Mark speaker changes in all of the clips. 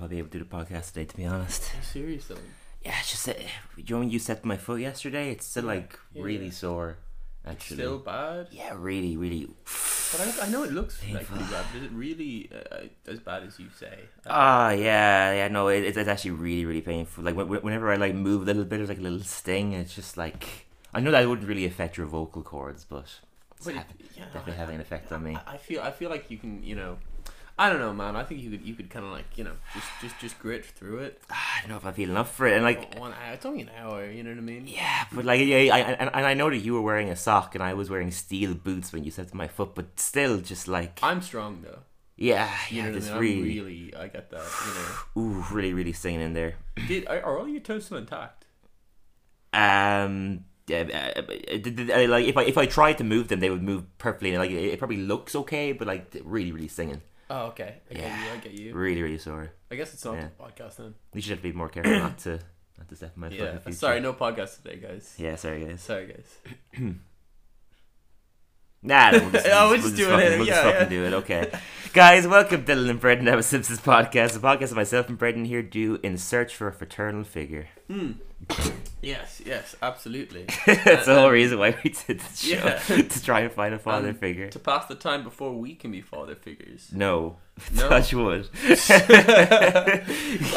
Speaker 1: podcast today, to be honest.
Speaker 2: I'm serious though.
Speaker 1: Yeah, it's just that, you know when you stepped my foot yesterday, it's still like
Speaker 2: Yeah,
Speaker 1: really
Speaker 2: yeah.
Speaker 1: sore. Actually,
Speaker 2: Still bad.
Speaker 1: yeah, really, really.
Speaker 2: But I, I know it looks like
Speaker 1: Painful.
Speaker 2: pretty bad. But is it really uh, as bad as you say? Uh,
Speaker 1: Ah, yeah, yeah, no, it, it's it's actually really, really painful. Like wh- wh- whenever I like move a little bit, there's like a little sting. and It's just like I know that it wouldn't really affect your vocal cords, but it's
Speaker 2: But it-
Speaker 1: ha-
Speaker 2: yeah,
Speaker 1: definitely having an effect on me.
Speaker 2: I, I feel I feel like you can you know, I don't know, man. I think you could you could kind of like you know just just just grit through it.
Speaker 1: I don't know if I feel enough for it, and like
Speaker 2: One hour, it's only an hour. You know what I mean?
Speaker 1: Yeah, but like, yeah, I, and, and I know that you were wearing a sock and I was wearing steel boots when you stepped on my foot, but still, just like,
Speaker 2: I'm strong though.
Speaker 1: yeah,
Speaker 2: You
Speaker 1: yeah,
Speaker 2: know what
Speaker 1: just
Speaker 2: I mean?
Speaker 1: really,
Speaker 2: I'm really I get that. You
Speaker 1: ooh, really, really stinging in there.
Speaker 2: know, did are, are all your toes still intact?
Speaker 1: Um, yeah, uh, d- d- d- uh, like if I if I tried to move them, they would move perfectly. and, Like it, it probably looks okay, but like really, really stinging,
Speaker 2: Oh, okay. I get
Speaker 1: Yeah.
Speaker 2: you. I get you.
Speaker 1: really, really sore.
Speaker 2: I guess it's not
Speaker 1: Yeah.
Speaker 2: the podcast then.
Speaker 1: You should have to be more careful not to not to step on my foot. in the
Speaker 2: Yeah.
Speaker 1: future.
Speaker 2: Sorry, no podcast today, guys.
Speaker 1: Yeah, sorry guys.
Speaker 2: Sorry, guys.
Speaker 1: Nah, no, we'll just,
Speaker 2: Oh,
Speaker 1: we'll
Speaker 2: we're
Speaker 1: just
Speaker 2: just doing
Speaker 1: fucking,
Speaker 2: it.
Speaker 1: We'll just
Speaker 2: Yeah,
Speaker 1: fucking
Speaker 2: yeah.
Speaker 1: do it. Okay, guys, welcome to Dylan and Brendan of Simpsons podcast, a podcast that myself and Brendan here do in search for a fraternal figure.
Speaker 2: Yes, yes, absolutely.
Speaker 1: That's the whole reason why we did this show
Speaker 2: Uh, Yeah.
Speaker 1: to try and find a father
Speaker 2: Um,
Speaker 1: figure.
Speaker 2: to pass the time before we can be father figures.
Speaker 1: no,
Speaker 2: No.
Speaker 1: touch wood.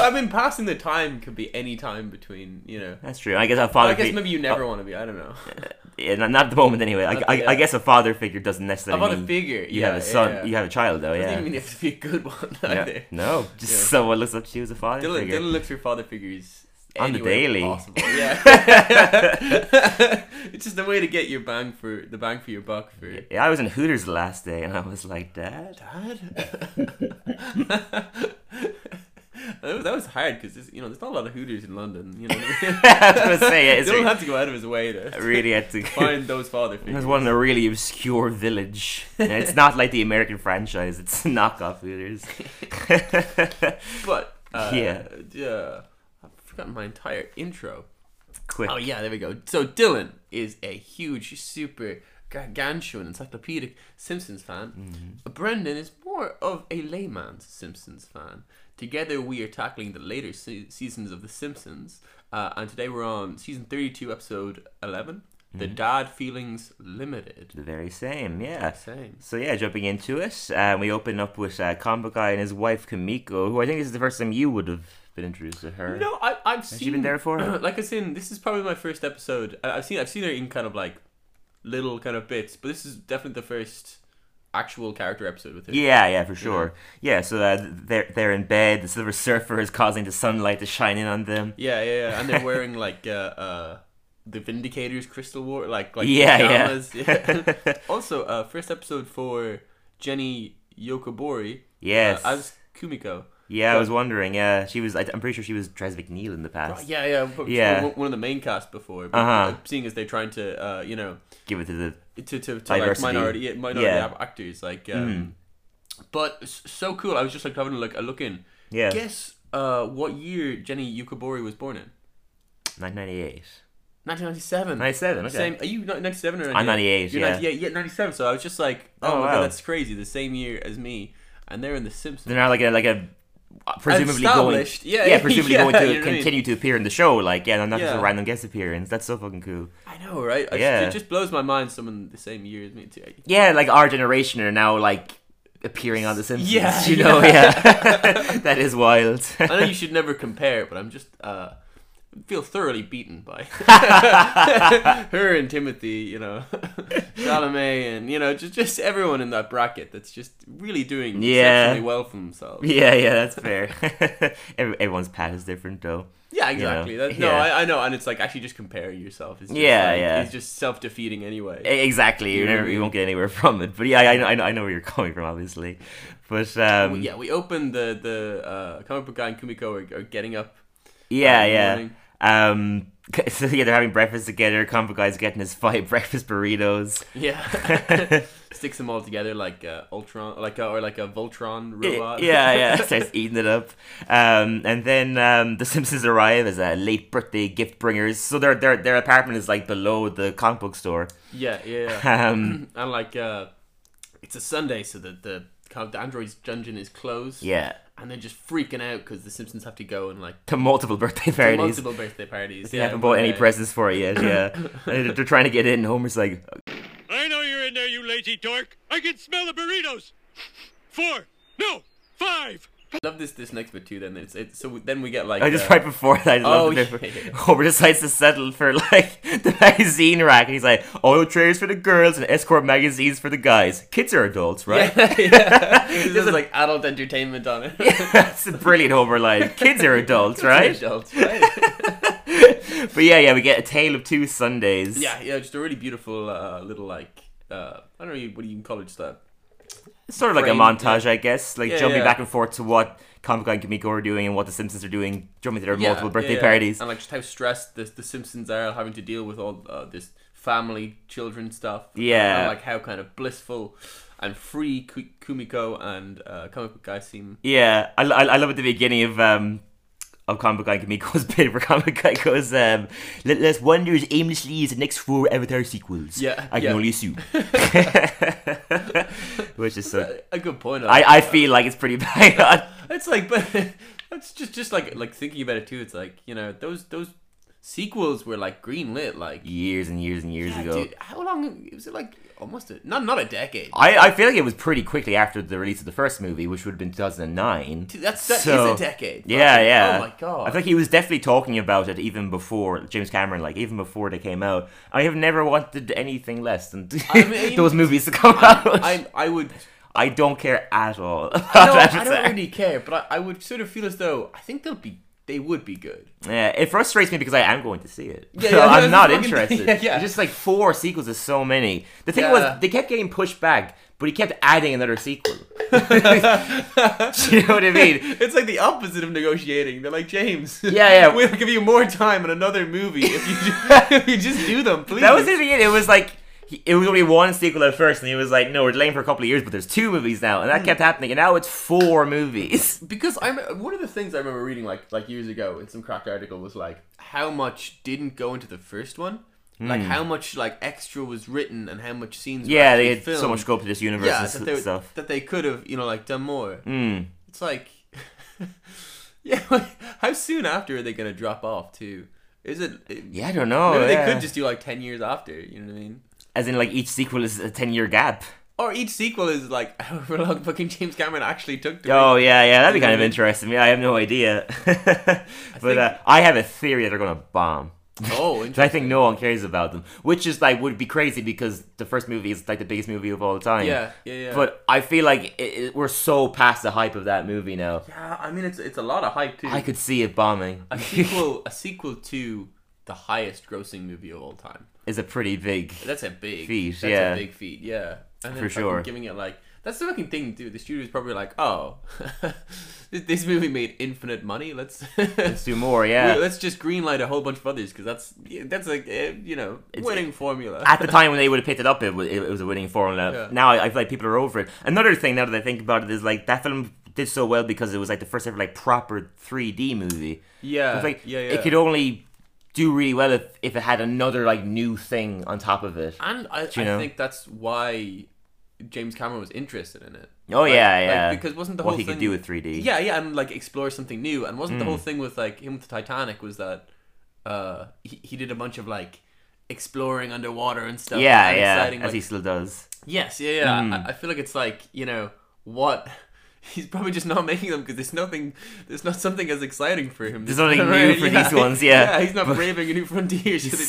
Speaker 2: I mean, passing the time could be any time between, you know.
Speaker 1: That's true. I guess a father.
Speaker 2: I guess
Speaker 1: fi- uh,
Speaker 2: maybe you never want to be. I don't know.
Speaker 1: yeah, not, not at the moment anyway. I,
Speaker 2: Not
Speaker 1: I,
Speaker 2: yet.
Speaker 1: I guess a father figure doesn't
Speaker 2: I
Speaker 1: necessarily
Speaker 2: want
Speaker 1: mean
Speaker 2: a figure.
Speaker 1: you
Speaker 2: yeah,
Speaker 1: have a son.
Speaker 2: Yeah.
Speaker 1: You have a child though.
Speaker 2: Doesn't
Speaker 1: Yeah.
Speaker 2: even mean you have to be a good one
Speaker 1: Yeah.
Speaker 2: either.
Speaker 1: No, just
Speaker 2: Yeah.
Speaker 1: someone looks up to you as a father
Speaker 2: Dylan,
Speaker 1: figure.
Speaker 2: Dylan looks for father figures
Speaker 1: On the
Speaker 2: any way
Speaker 1: daily.
Speaker 2: Possible. Yeah. it's just a way to get your bang for the bang for your buck for
Speaker 1: Yeah, I was in Hooters the last day, and I was like, Dad.
Speaker 2: Dad? that, was, that was hard because you know there's not a lot of Hooters in London. You know,
Speaker 1: I was gonna say, yeah,
Speaker 2: you
Speaker 1: it's
Speaker 2: don't
Speaker 1: re-
Speaker 2: have to go out of his way
Speaker 1: I
Speaker 2: to
Speaker 1: really had to.
Speaker 2: find those father figures.
Speaker 1: There's one in a really obscure village. And it's not like the American franchise; it's knockoff Hooters.
Speaker 2: But uh,
Speaker 1: Yeah.
Speaker 2: yeah, I've forgotten my entire intro.
Speaker 1: Quick,
Speaker 2: Oh yeah, there we go. So Dylan is a huge, super gargantuan, encyclopedic Simpsons
Speaker 1: Mm-hmm.
Speaker 2: fan. Brendan is more of a layman's Simpsons fan. Together, we are tackling the later se- seasons of The Simpsons, uh, and today we're on season thirty-two, episode 11 The Dad Feelings Limited.
Speaker 1: the very same, Mm-hmm. yeah.
Speaker 2: Same.
Speaker 1: So yeah, jumping into it, um, we open up with uh, Combo Guy and his wife Kamiko, who I think this is the first time you would have been introduced to her.
Speaker 2: No, I, I've seen.
Speaker 1: she been there for?
Speaker 2: like I said, this is probably my first episode. I, I've seen. I've seen her in kind of like little kind of bits, but this is definitely the first actual character episode with her.
Speaker 1: Yeah, yeah, for sure. Yeah, so uh, they're they're in bed. The Silver Surfer is causing the sunlight to shine in on them.
Speaker 2: Yeah, yeah, yeah. and they're wearing like uh, uh, the Vindicators crystal war, like like
Speaker 1: Yeah, yeah.
Speaker 2: pajamas. yeah. also, uh, first episode for Jenny Yokobori uh,
Speaker 1: Yes.
Speaker 2: as Kumiko.
Speaker 1: yeah, I was wondering. Yeah, she was. I, I'm pretty sure she was Dres McNeil in the
Speaker 2: Oh,
Speaker 1: past.
Speaker 2: yeah, yeah, but
Speaker 1: Yeah.
Speaker 2: one- One of the main cast before, but,
Speaker 1: Uh-huh.
Speaker 2: uh, seeing as they're trying to, uh, you know,
Speaker 1: Give it to the
Speaker 2: to to, to like
Speaker 1: Diversity.
Speaker 2: minority yeah, minority
Speaker 1: Yeah. Mm-hmm.
Speaker 2: ap- actors, like. Um, But s- so cool. I was just like having like a look in.
Speaker 1: yeah.
Speaker 2: Guess uh, what year Jenny Yukabori was born in?
Speaker 1: 1998.
Speaker 2: 1997.
Speaker 1: 97, okay.
Speaker 2: Same. Are you ni- 97 or 98?
Speaker 1: I'm 98,
Speaker 2: You're
Speaker 1: yeah.
Speaker 2: 98, yeah, 97. So I was just like, oh,
Speaker 1: Oh,
Speaker 2: my
Speaker 1: wow.
Speaker 2: god, that's crazy. The same year as me, and they're in The Simpsons.
Speaker 1: They're now like a like a uh, presumably going
Speaker 2: Established, yeah,
Speaker 1: yeah presumably
Speaker 2: yeah,
Speaker 1: going to
Speaker 2: you know what I mean?
Speaker 1: continue to appear in the show like yeah not just a
Speaker 2: Yeah.
Speaker 1: random guest appearance that's so fucking cool
Speaker 2: I know, right? I
Speaker 1: Yeah.
Speaker 2: Just, it just blows my mind. Someone the same year as me too.
Speaker 1: yeah like our generation are now like appearing on the Simpsons
Speaker 2: Yeah,
Speaker 1: you know yeah,
Speaker 2: yeah.
Speaker 1: that is wild
Speaker 2: I know you should never compare, but I'm just uh, feel thoroughly beaten by her and Timothy. You know, Chalamet, and you know, just just everyone in that bracket that's just really doing
Speaker 1: Yeah.
Speaker 2: exceptionally well for themselves.
Speaker 1: yeah yeah that's fair Every, everyone's path is different though
Speaker 2: Yeah, exactly.
Speaker 1: know,
Speaker 2: That, no,
Speaker 1: yeah.
Speaker 2: I, I know, and it's like actually just comparing yourself. Is just
Speaker 1: Yeah,
Speaker 2: like,
Speaker 1: yeah.
Speaker 2: It's just self defeating anyway.
Speaker 1: E- exactly you
Speaker 2: You know
Speaker 1: never
Speaker 2: what I
Speaker 1: you
Speaker 2: mean?
Speaker 1: won't get anywhere from it but yeah I I know I know, I know where you're coming from obviously but um
Speaker 2: Well, Oh, yeah, we opened the the uh, comic book guy and Kumiko are, are getting up.
Speaker 1: Yeah,
Speaker 2: in the
Speaker 1: yeah.
Speaker 2: morning.
Speaker 1: Um, so yeah, they're having breakfast together. Combo guy's getting his five breakfast burritos.
Speaker 2: Yeah, sticks them all together like uh, Ultron, like a, or like a Voltron
Speaker 1: Yeah,
Speaker 2: robot.
Speaker 1: yeah. Starts eating it up. Um, and then um, the Simpsons arrive as uh, late birthday gift bringers. So their their their apartment is like below the comic book store.
Speaker 2: yeah, yeah. yeah.
Speaker 1: Um,
Speaker 2: and like, uh, it's a Sunday, so the the kind of the android's dungeon is closed.
Speaker 1: yeah.
Speaker 2: and they're just freaking out because the Simpsons have to go and like
Speaker 1: To multiple birthday
Speaker 2: to
Speaker 1: parties.
Speaker 2: multiple birthday parties.
Speaker 1: They haven't bought any
Speaker 2: but, uh,
Speaker 1: presents for it yet. Yeah, And they're trying to get in. Homer's like,
Speaker 3: I know you're in there, you lazy dork. I can smell the burritos. Four, no, five.
Speaker 2: Love this this next bit too. Then it's, it's so then we get like
Speaker 1: I just
Speaker 2: uh,
Speaker 1: right before that, I
Speaker 2: Oh,
Speaker 1: love the bit
Speaker 2: yeah.
Speaker 1: where Homer decides to settle for like the magazine rack, and he's like, oil trays for the girls and escort magazines for the guys. Kids are adults, right?
Speaker 2: yeah, yeah. this is like adult entertainment on it.
Speaker 1: That's a brilliant Homer line. Kids are adults, right?
Speaker 2: Adults, right?
Speaker 1: But yeah, yeah, we get a tale of two Sundays.
Speaker 2: yeah, yeah, just a really beautiful uh, little like uh, I don't know what do you call it, just a
Speaker 1: sort of like a
Speaker 2: Frame,
Speaker 1: montage, I guess, like
Speaker 2: Yeah,
Speaker 1: jumping
Speaker 2: yeah.
Speaker 1: back and forth to what Comic Con and Kimiko are doing and what the Simpsons are doing, jumping to their
Speaker 2: Yeah,
Speaker 1: multiple birthday
Speaker 2: yeah.
Speaker 1: parties.
Speaker 2: and like just how stressed the, the Simpsons are having to deal with all uh, this family, children stuff.
Speaker 1: Yeah.
Speaker 2: and, like how kind of blissful and free Ku- Kumiko and uh, comic book guy seem.
Speaker 1: Yeah, I, I, I love at the beginning of um of Comic Con Kamiko's bit where Comic Con goes, um, Let, let's wonder as aimlessly as the next four Avatar sequels.
Speaker 2: Yeah,
Speaker 1: I can
Speaker 2: yeah.
Speaker 1: only assume. Which is so.
Speaker 2: A good point.
Speaker 1: I, I feel like it's pretty bang on.
Speaker 2: It's like, but that's just just like like thinking about it too. It's like you know those those sequels were like greenlit like
Speaker 1: Years and years and years
Speaker 2: Yeah,
Speaker 1: ago.
Speaker 2: dude, how long was it? Like almost a, not not a decade.
Speaker 1: I, I feel like it was pretty quickly after the release of the first movie, which would have been 2009.
Speaker 2: Dude, that's that is
Speaker 1: So-
Speaker 2: a decade.
Speaker 1: Yeah,
Speaker 2: Fucking-
Speaker 1: yeah.
Speaker 2: Oh my god.
Speaker 1: I think he was definitely talking about it even before James Cameron, like even before they came out. I have never wanted anything less than
Speaker 2: I mean-
Speaker 1: those movies to come out.
Speaker 2: I I would
Speaker 1: I don't care at all. About
Speaker 2: no, I
Speaker 1: Avatar.
Speaker 2: don't really care, but I, I would sort of feel as though I think they'll be they would be good.
Speaker 1: Yeah, it frustrates me because I am going to see it.
Speaker 2: Yeah,
Speaker 1: So
Speaker 2: yeah,
Speaker 1: I'm
Speaker 2: yeah,
Speaker 1: not
Speaker 2: fucking-
Speaker 1: interested.
Speaker 2: yeah, yeah.
Speaker 1: It's Just like four sequels is so many. The thing
Speaker 2: Yeah.
Speaker 1: was, they kept getting pushed back, but he kept adding another sequel. Do you know what I mean?
Speaker 2: It's like the opposite of negotiating. They're like James.
Speaker 1: Yeah, yeah.
Speaker 2: we'll give you more time in another movie if you just, if you just do them, please.
Speaker 1: That was it. It was like he- it was only one sequel at first, and he was like, "No, we're delaying for a couple of years, but there's two movies now," and that
Speaker 2: Hmm.
Speaker 1: kept happening. And now it's four movies.
Speaker 2: because I'm one of the things I remember reading like like years ago in some cracked article was like how much didn't go into the first one, like how much like extra was written and how much scenes. were
Speaker 1: Yeah, they
Speaker 2: actually
Speaker 1: had so
Speaker 2: filmed.
Speaker 1: much scope to this universe
Speaker 2: Yeah,
Speaker 1: and
Speaker 2: that they,
Speaker 1: s- stuff.
Speaker 2: that they could have you know like done more.
Speaker 1: Mm.
Speaker 2: It's like, yeah, like, how soon after are they gonna drop off too? Is it?
Speaker 1: Yeah, I don't know.
Speaker 2: maybe
Speaker 1: Oh, yeah.
Speaker 2: they could just do like ten years after. You know what I mean?
Speaker 1: as in like each sequel is a ten-year gap.
Speaker 2: Or each sequel is like however long fucking James Cameron actually took to.
Speaker 1: Oh
Speaker 2: make-
Speaker 1: yeah, yeah, that'd be kind of
Speaker 2: Mhm.
Speaker 1: interesting. Yeah, I have no idea, but uh, I have a theory that they're gonna bomb. I
Speaker 2: oh, interesting.
Speaker 1: think no one cares about them, which is like would be crazy because the first movie is like the biggest movie of all time.
Speaker 2: yeah, yeah, yeah.
Speaker 1: But I feel like it, it, we're so past the hype of that movie now.
Speaker 2: yeah, I mean it's it's a lot of hype too.
Speaker 1: I could see it bombing.
Speaker 2: a sequel, a sequel to the highest grossing movie of all time.
Speaker 1: is a pretty big.
Speaker 2: That's a big
Speaker 1: Feat,
Speaker 2: That's
Speaker 1: yeah.
Speaker 2: a big feat. Yeah, and then
Speaker 1: For
Speaker 2: fucking
Speaker 1: sure.
Speaker 2: Giving it like that's the fucking thing, dude. The studio's probably like, oh, this, this movie made infinite money. Let's
Speaker 1: Let's do more, yeah.
Speaker 2: let's just greenlight a whole bunch of others because that's that's like eh, you know winning formula.
Speaker 1: At the time when they would have picked it up, it was, it was a winning formula.
Speaker 2: Yeah.
Speaker 1: Now I, I feel like people are over it. Another thing now that I think about it is like that film did so well because it was like the first ever like proper 3D movie.
Speaker 2: yeah,
Speaker 1: It's like
Speaker 2: yeah, yeah.
Speaker 1: it could only do really well if, if it had another like new thing on top of it.
Speaker 2: and I,
Speaker 1: you
Speaker 2: I
Speaker 1: know?
Speaker 2: think that's why James Cameron was interested in it.
Speaker 1: Oh
Speaker 2: Like-
Speaker 1: yeah,
Speaker 2: like,
Speaker 1: yeah.
Speaker 2: because wasn't the
Speaker 1: what
Speaker 2: whole
Speaker 1: he
Speaker 2: thing
Speaker 1: could do with 3D?
Speaker 2: Yeah, yeah, and like explore something new. And wasn't the
Speaker 1: Mm.
Speaker 2: whole thing with like him with the Titanic was that uh he, he did a bunch of like exploring underwater and stuff.
Speaker 1: yeah,
Speaker 2: and
Speaker 1: yeah.
Speaker 2: exciting,
Speaker 1: as
Speaker 2: like-
Speaker 1: he Mm. still does.
Speaker 2: yes, yeah, yeah. I, I feel like it's like you know what. He's probably just not making them because there's nothing, there's not something as exciting for him.
Speaker 1: There's nothing new for these ones, yeah.
Speaker 2: he's not braving a new frontier. So they're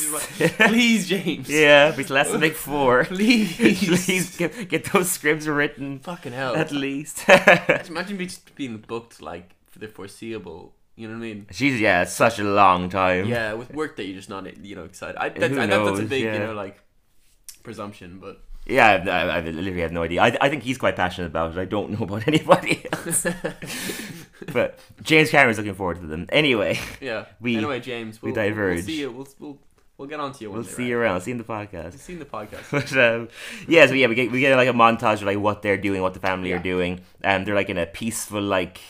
Speaker 2: just like, please, James.
Speaker 1: Yeah, but it's less than big four.
Speaker 2: Please.
Speaker 1: Please get, get those scripts written
Speaker 2: Fucking hell.
Speaker 1: at least.
Speaker 2: Imagine me just being booked like for the foreseeable. You know what I mean?
Speaker 1: She's yeah, it's such a long time.
Speaker 2: Yeah, with work that you're just not you know excited. I, that,
Speaker 1: who
Speaker 2: I know that's a
Speaker 1: knows,
Speaker 2: big you
Speaker 1: yeah.
Speaker 2: know like presumption, but
Speaker 1: yeah. I, I, I literally have no idea. I, I think he's quite passionate about it. I don't know about anybody else. but James Cameron's looking forward to them. Anyway,
Speaker 2: yeah.
Speaker 1: We-
Speaker 2: anyway, James,
Speaker 1: we
Speaker 2: we'll, we'll- We'll,
Speaker 1: diverge.
Speaker 2: see you. We'll we'll, we'll get on to you. One
Speaker 1: we'll
Speaker 2: day,
Speaker 1: see you
Speaker 2: Right?
Speaker 1: around. See you in the podcast.
Speaker 2: We've seen the podcast.
Speaker 1: But um, yeah, so yeah, we get we get like a montage of like what they're doing, what the family are
Speaker 2: Yeah.
Speaker 1: doing, and they're like in a peaceful like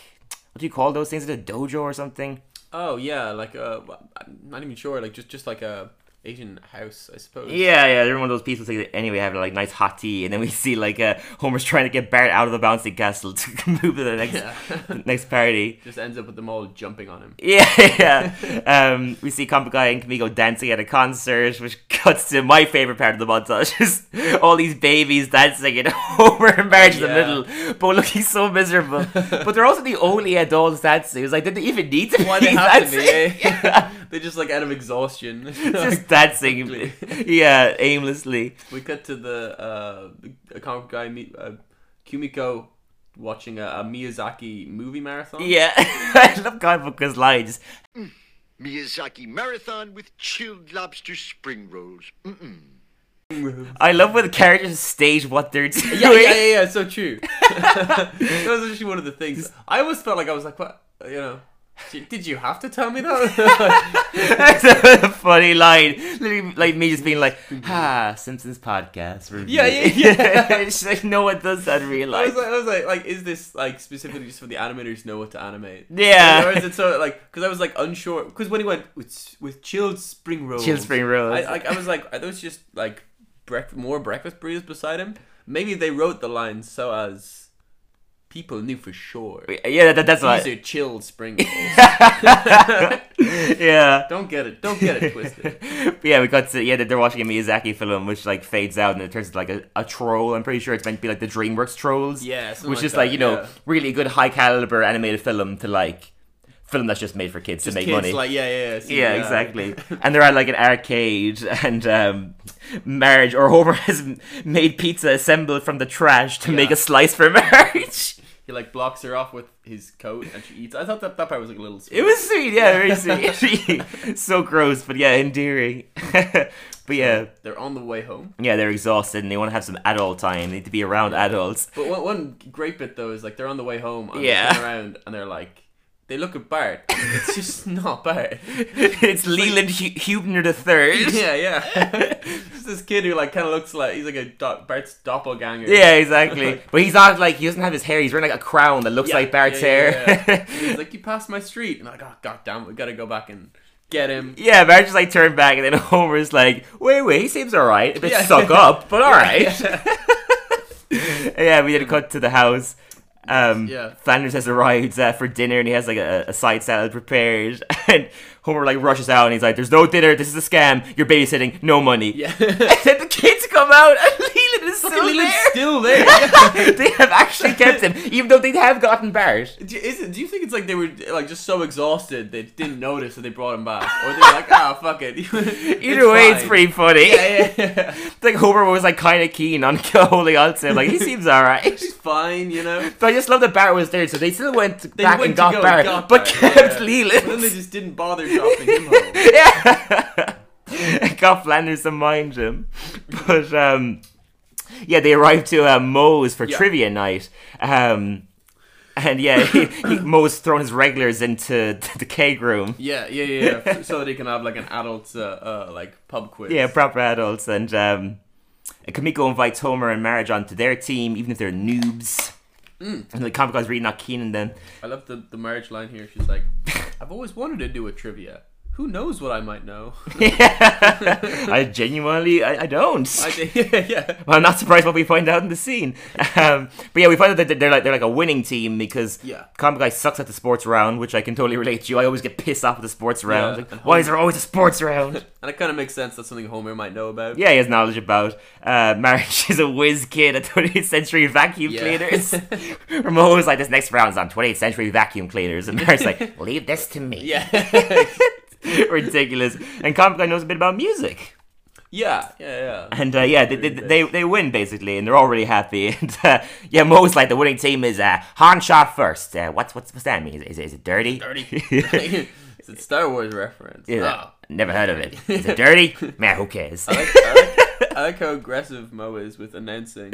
Speaker 1: what do you call those things? Is it a dojo or something?
Speaker 2: oh yeah, like uh, I'm not even sure. Like just just like a Asian house, I suppose.
Speaker 1: Yeah, yeah, they're one of those people that anyway have like nice hot tea, and then we see like uh, Homer's trying to get Bart out of the bouncing castle to move to the next
Speaker 2: Yeah.
Speaker 1: the next party.
Speaker 2: Just ends up with them all jumping on him.
Speaker 1: Yeah, yeah. Um, we see Kambagai and Kamiko dancing at a concert, which cuts to my favorite part of the montage: just all these babies dancing and Homer and Bart in the
Speaker 2: Yeah.
Speaker 1: middle, but looking so miserable. but they're also the only adults dancing. It's like, did they even need to
Speaker 2: Why
Speaker 1: be
Speaker 2: they have to
Speaker 1: dancing?
Speaker 2: be? Eh? they just like out of exhaustion.
Speaker 1: just dancing, yeah, aimlessly.
Speaker 2: we cut to the uh, a comic guy meet uh, Kumiko watching a, a Miyazaki movie marathon.
Speaker 1: Yeah, I love Kamba's lines.
Speaker 4: Miyazaki Marathon with chilled lobster spring rolls. Mm, Mm-mm.
Speaker 1: I love when the characters stage what they're doing.
Speaker 2: Yeah, yeah, yeah, yeah, it's so true. that was actually one of the things. I always felt like I was like, what? You know, "Did- did you have to tell me that?
Speaker 1: That's a funny line. Literally, like me just being like, "Ha, Simpsons podcast review."
Speaker 2: Yeah, yeah, yeah.
Speaker 1: She's like, no one does that in real
Speaker 2: I was
Speaker 1: life.
Speaker 2: like, I was like, like, is this like specifically just for the animators to know what to animate?
Speaker 1: Yeah.
Speaker 2: Or is it so like? Because I was like unsure. Because when he went with with chilled spring rolls,
Speaker 1: Chilled spring rolls.
Speaker 2: I, like I was like, are those just like breakfast more breakfast burritos beside him? Maybe they wrote the lines so as people knew for sure.
Speaker 1: yeah, that, that's
Speaker 2: These
Speaker 1: what.
Speaker 2: are chilled spring rolls.
Speaker 1: yeah.
Speaker 2: Don't get it. Don't get it twisted.
Speaker 1: But yeah, we got to yeah. They're watching a Miyazaki film, which like fades out and it turns into like a, a troll. I'm pretty sure it's meant to be like the DreamWorks trolls.
Speaker 2: Yeah, something
Speaker 1: which
Speaker 2: like
Speaker 1: is like
Speaker 2: that,
Speaker 1: you know
Speaker 2: yeah.
Speaker 1: really good high caliber animated film to like film that's just made for kids to make
Speaker 2: Kids
Speaker 1: money.
Speaker 2: like yeah, yeah, yeah. see, uh,
Speaker 1: Yeah, exactly. and they're at like an arcade, and um, marriage or Homer has m- made pizza assembled from the trash to make
Speaker 2: Yeah.
Speaker 1: a slice for marriage.
Speaker 2: He like blocks her off with his coat, and she eats. I thought that that part was like a little.
Speaker 1: It was sweet, yeah, very sweet. so gross, but yeah, endearing. but yeah,
Speaker 2: They're on the way home.
Speaker 1: yeah, they're exhausted and they want to have some adult time. They need to be around adults.
Speaker 2: But one, one great bit though is like they're on the way home and
Speaker 1: Yeah.
Speaker 2: they turn around and they're like, they look at Bart. It's just not Bart.
Speaker 1: it's Leland Hu- Hubner the Third.
Speaker 2: yeah, yeah. It's this kid who like kind of looks like he's like a do- Bart's doppelganger.
Speaker 1: Yeah, exactly. But he's not like he doesn't have his hair. He's wearing like a crown that looks
Speaker 2: Yeah,
Speaker 1: like Bart's
Speaker 2: yeah, yeah,
Speaker 1: hair.
Speaker 2: yeah. And he's like, you passed my street, and I'm like, oh god damn, we gotta go back and get him.
Speaker 1: Yeah, Bart just like turned back, and then Homer's like, "Wait, wait, he seems alright. A bit
Speaker 2: Yeah.
Speaker 1: stuck up, but alright."
Speaker 2: Yeah.
Speaker 1: yeah, we did a cut to the house. Um,
Speaker 2: Yeah.
Speaker 1: Flanders has arrived uh, for dinner, and he has like a, a side salad prepared. And Homer like rushes out, and he's like, "There's no dinner. This is a scam. You're babysitting. No money."
Speaker 2: yeah.
Speaker 1: And then the kids come out, and Leland is still
Speaker 2: Leland's
Speaker 1: there.
Speaker 2: still there. Yeah.
Speaker 1: they have actually kept him, even though they have gotten Bart.
Speaker 2: Do, is it, do you think it's like they were like just so exhausted they didn't notice that they brought him back, or they're like, ah, fuck it.
Speaker 1: Either way, it's pretty funny.
Speaker 2: Yeah, yeah, yeah.
Speaker 1: It's like Homer was like kind of keen on holding on to him. Like he seems alright.
Speaker 2: She's fine, you know.
Speaker 1: But I just love that Barrett was there, so they still went back
Speaker 2: went
Speaker 1: and
Speaker 2: to
Speaker 1: got
Speaker 2: go and
Speaker 1: Barrett,
Speaker 2: got
Speaker 1: but
Speaker 2: Barrett,
Speaker 1: kept
Speaker 2: yeah. And then they
Speaker 1: Leland.
Speaker 2: just didn't bother dropping him home.
Speaker 1: yeah, got Flanders to mind him. But um, yeah, they arrived to uh, Moe's for
Speaker 2: Yeah.
Speaker 1: trivia night. Um, and yeah, he, he, Moe's thrown his regulars into the keg room.
Speaker 2: Yeah, yeah, yeah. yeah. so that he can have like an adult, uh, uh, like pub quiz.
Speaker 1: Yeah, proper adults. And um, Kamiko invites Homer and Marriage onto their team, even if they're noobs.
Speaker 2: Mm.
Speaker 1: And the comic guy's really not keen on them.
Speaker 2: I love the the marriage line here. She's like, "I've always wanted to do a trivia. Who knows what I might know?"
Speaker 1: I genuinely, I, I don't.
Speaker 2: I think, yeah, yeah.
Speaker 1: Well, I'm not surprised what we find out in the scene. Um, but yeah, we find out that they're- they're like they're like a winning team because
Speaker 2: Yeah.
Speaker 1: Comic Guy sucks at the sports round, which I can totally relate to. I always get pissed off at the sports round.
Speaker 2: Yeah,
Speaker 1: Like,
Speaker 2: and
Speaker 1: why is there always a sports round?
Speaker 2: And it kind of makes sense. That's something Homer might know about.
Speaker 1: yeah, he has knowledge about uh, marriage. Is a whiz kid at 20th century vacuum
Speaker 2: Yeah.
Speaker 1: cleaners. Ramon was like, this next round's on 20th century vacuum cleaners, and Marriage's like, leave this to me.
Speaker 2: Yeah.
Speaker 1: Ridiculous. And Comic Guy knows a bit about music.
Speaker 2: yeah, yeah, yeah.
Speaker 1: And uh, yeah, they, they, they, they win basically, and they're all really happy. And uh, yeah, Mo's like the winning team is uh, Han shot first. Uh, what's what's what's that mean? Is, is, is it dirty?
Speaker 2: Dirty. it's a Star Wars reference.
Speaker 1: Yeah,
Speaker 2: Oh.
Speaker 1: never heard of it. Is it dirty? Man, who cares?
Speaker 2: I like, I, like, I like how aggressive Mo is with announcing.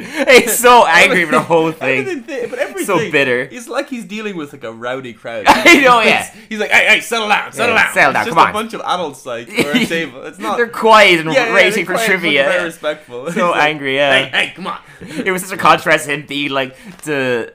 Speaker 1: He's so angry for the whole
Speaker 2: Everything
Speaker 1: thing.
Speaker 2: thi- but everything,
Speaker 1: So bitter.
Speaker 2: It's like he's dealing with like a rowdy crowd.
Speaker 1: I know, yeah.
Speaker 2: He's- He's like, hey, hey, settle down, settle
Speaker 1: Yeah,
Speaker 2: down.
Speaker 1: settle
Speaker 2: It's
Speaker 1: down,
Speaker 2: just
Speaker 1: come
Speaker 2: a
Speaker 1: on."
Speaker 2: bunch of adults like or a table. It's not.
Speaker 1: They're quiet and
Speaker 2: yeah, yeah,
Speaker 1: racing
Speaker 2: they're
Speaker 1: for
Speaker 2: quiet, but Very
Speaker 1: trivia.
Speaker 2: respectful. He's
Speaker 1: So
Speaker 2: like,
Speaker 1: angry, yeah.
Speaker 2: Hey, hey, come on.
Speaker 1: It was such a contrast to him being like the.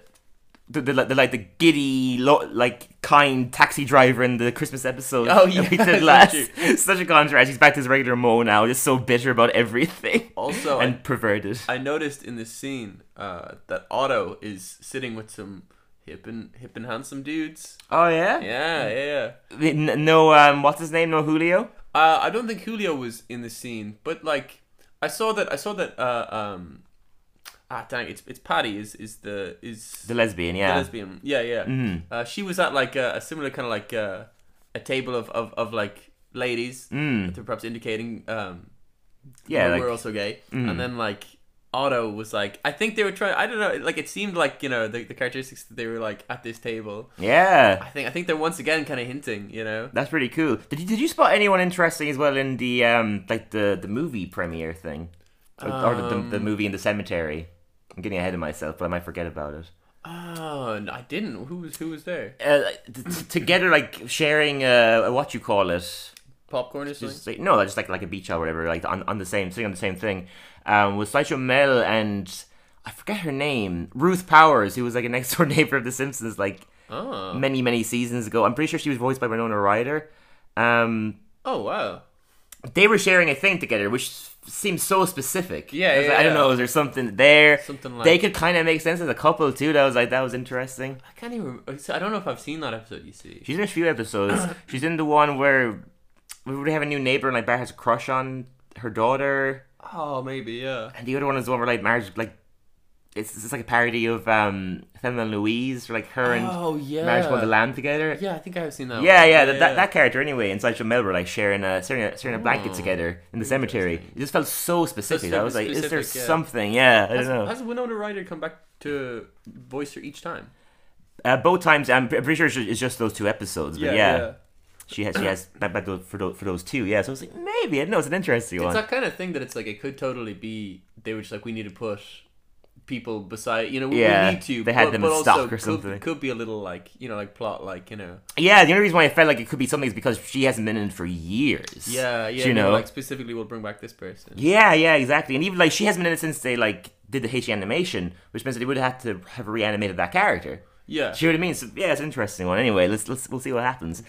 Speaker 1: The, the, the like the giddy lo- like kind taxi driver in the Christmas episode
Speaker 2: Oh,
Speaker 1: that
Speaker 2: yeah,
Speaker 1: we
Speaker 2: that's
Speaker 1: did last.
Speaker 2: true.
Speaker 1: Such a contrast. He's back to his regular Mo now, just so bitter about everything.
Speaker 2: Also,
Speaker 1: and perverted.
Speaker 2: I noticed in this scene uh, that Otto is sitting with some hip and hip and handsome dudes.
Speaker 1: oh yeah?
Speaker 2: Yeah, yeah. yeah.
Speaker 1: N- No, um, what's his name? No Julio.
Speaker 2: Uh, I don't think Julio was in the scene, but like I saw that I saw that uh, um ah dang it's it's Patty is is the is
Speaker 1: The lesbian. Mm-hmm. Yeah.
Speaker 2: the lesbian. Yeah, yeah. Uh, she was at like a, a similar kind of like uh, a table of, of, of like ladies mm. that were perhaps indicating um,
Speaker 1: yeah.
Speaker 2: we
Speaker 1: Like, Mm-hmm.
Speaker 2: were also gay. And then like Otto was like, I think they were trying. I don't know. Like it seemed like you know the, the characteristics that they were like at this table.
Speaker 1: yeah.
Speaker 2: I think I think they're once again kind of hinting. You know.
Speaker 1: That's pretty cool. Did you, did you spot anyone interesting as well in the um like the the movie premiere thing, or, or the, the
Speaker 2: Um,
Speaker 1: the movie in the cemetery? I'm getting ahead of myself, but I might forget about it.
Speaker 2: Oh, no, I didn't. Who was who was there?
Speaker 1: Uh, t- t- together, like sharing uh what you call it,
Speaker 2: Popcorn or something.
Speaker 1: just like, no, just like like a beach or whatever, like on, on the same sitting on the same thing, um, with Sideshow Mel and I forget her name, Ruth Powers, who was like a next door neighbor of The Simpsons, like
Speaker 2: Oh.
Speaker 1: many many seasons ago. I'm pretty sure she was voiced by Winona Ryder. Um,
Speaker 2: Oh wow.
Speaker 1: they were sharing a thing together, which seems so specific.
Speaker 2: Yeah,
Speaker 1: I, was
Speaker 2: yeah,
Speaker 1: like, I don't
Speaker 2: yeah.
Speaker 1: know. Is there something there?
Speaker 2: Something like-
Speaker 1: they could kind of make sense as a couple too. That was like that was interesting.
Speaker 2: I can't even. Remember. I don't know if I've seen that episode. You see.
Speaker 1: She's in a few episodes. She's in the one where we would have a new neighbor and like Bart has a crush on her daughter,
Speaker 2: Oh, maybe yeah.
Speaker 1: and the other one is the one where like marriage like. It's, it's like a parody of um, Thelma and Louise, where like her and
Speaker 2: Oh, yeah.
Speaker 1: Marriage going to Land together.
Speaker 2: Yeah, I think I've seen that.
Speaker 1: Yeah,
Speaker 2: one.
Speaker 1: yeah, that, that, that character anyway inside Sideshow Mel were like sharing a sharing a, sharing a
Speaker 2: Oh,
Speaker 1: blanket together in the cemetery. It just felt so specific.
Speaker 2: super
Speaker 1: I was like, is there
Speaker 2: specific, yeah.
Speaker 1: something? Yeah, I don't
Speaker 2: Has,
Speaker 1: know.
Speaker 2: has Winona Ryder come back to voice her each time?
Speaker 1: uh, both times, I'm pre- pretty sure it's ju- it's just those two episodes. But yeah, she has she has back, back tho- for those, for those two. Yeah, so I was like, maybe I don't know. It's an interesting
Speaker 2: It's
Speaker 1: one.
Speaker 2: that kind of thing that it's like it could totally be they were just like we need to put people beside you know we,
Speaker 1: Yeah,
Speaker 2: we need to
Speaker 1: they had
Speaker 2: but,
Speaker 1: them
Speaker 2: but
Speaker 1: in
Speaker 2: also
Speaker 1: stock or
Speaker 2: could,
Speaker 1: something.
Speaker 2: could be a little like you know like plot like you know
Speaker 1: yeah, the only reason why I felt like it could be something is because she hasn't been in it for years.
Speaker 2: yeah
Speaker 1: you
Speaker 2: yeah maybe,
Speaker 1: know.
Speaker 2: like specifically we'll bring back this person
Speaker 1: yeah, yeah, exactly. And even like she hasn't been in it since they like did the Haitian animation, which means that they would have to have reanimated that character.
Speaker 2: yeah
Speaker 1: See what I mean? So, yeah, it's an interesting one. Anyway, let's let's we'll see what happens.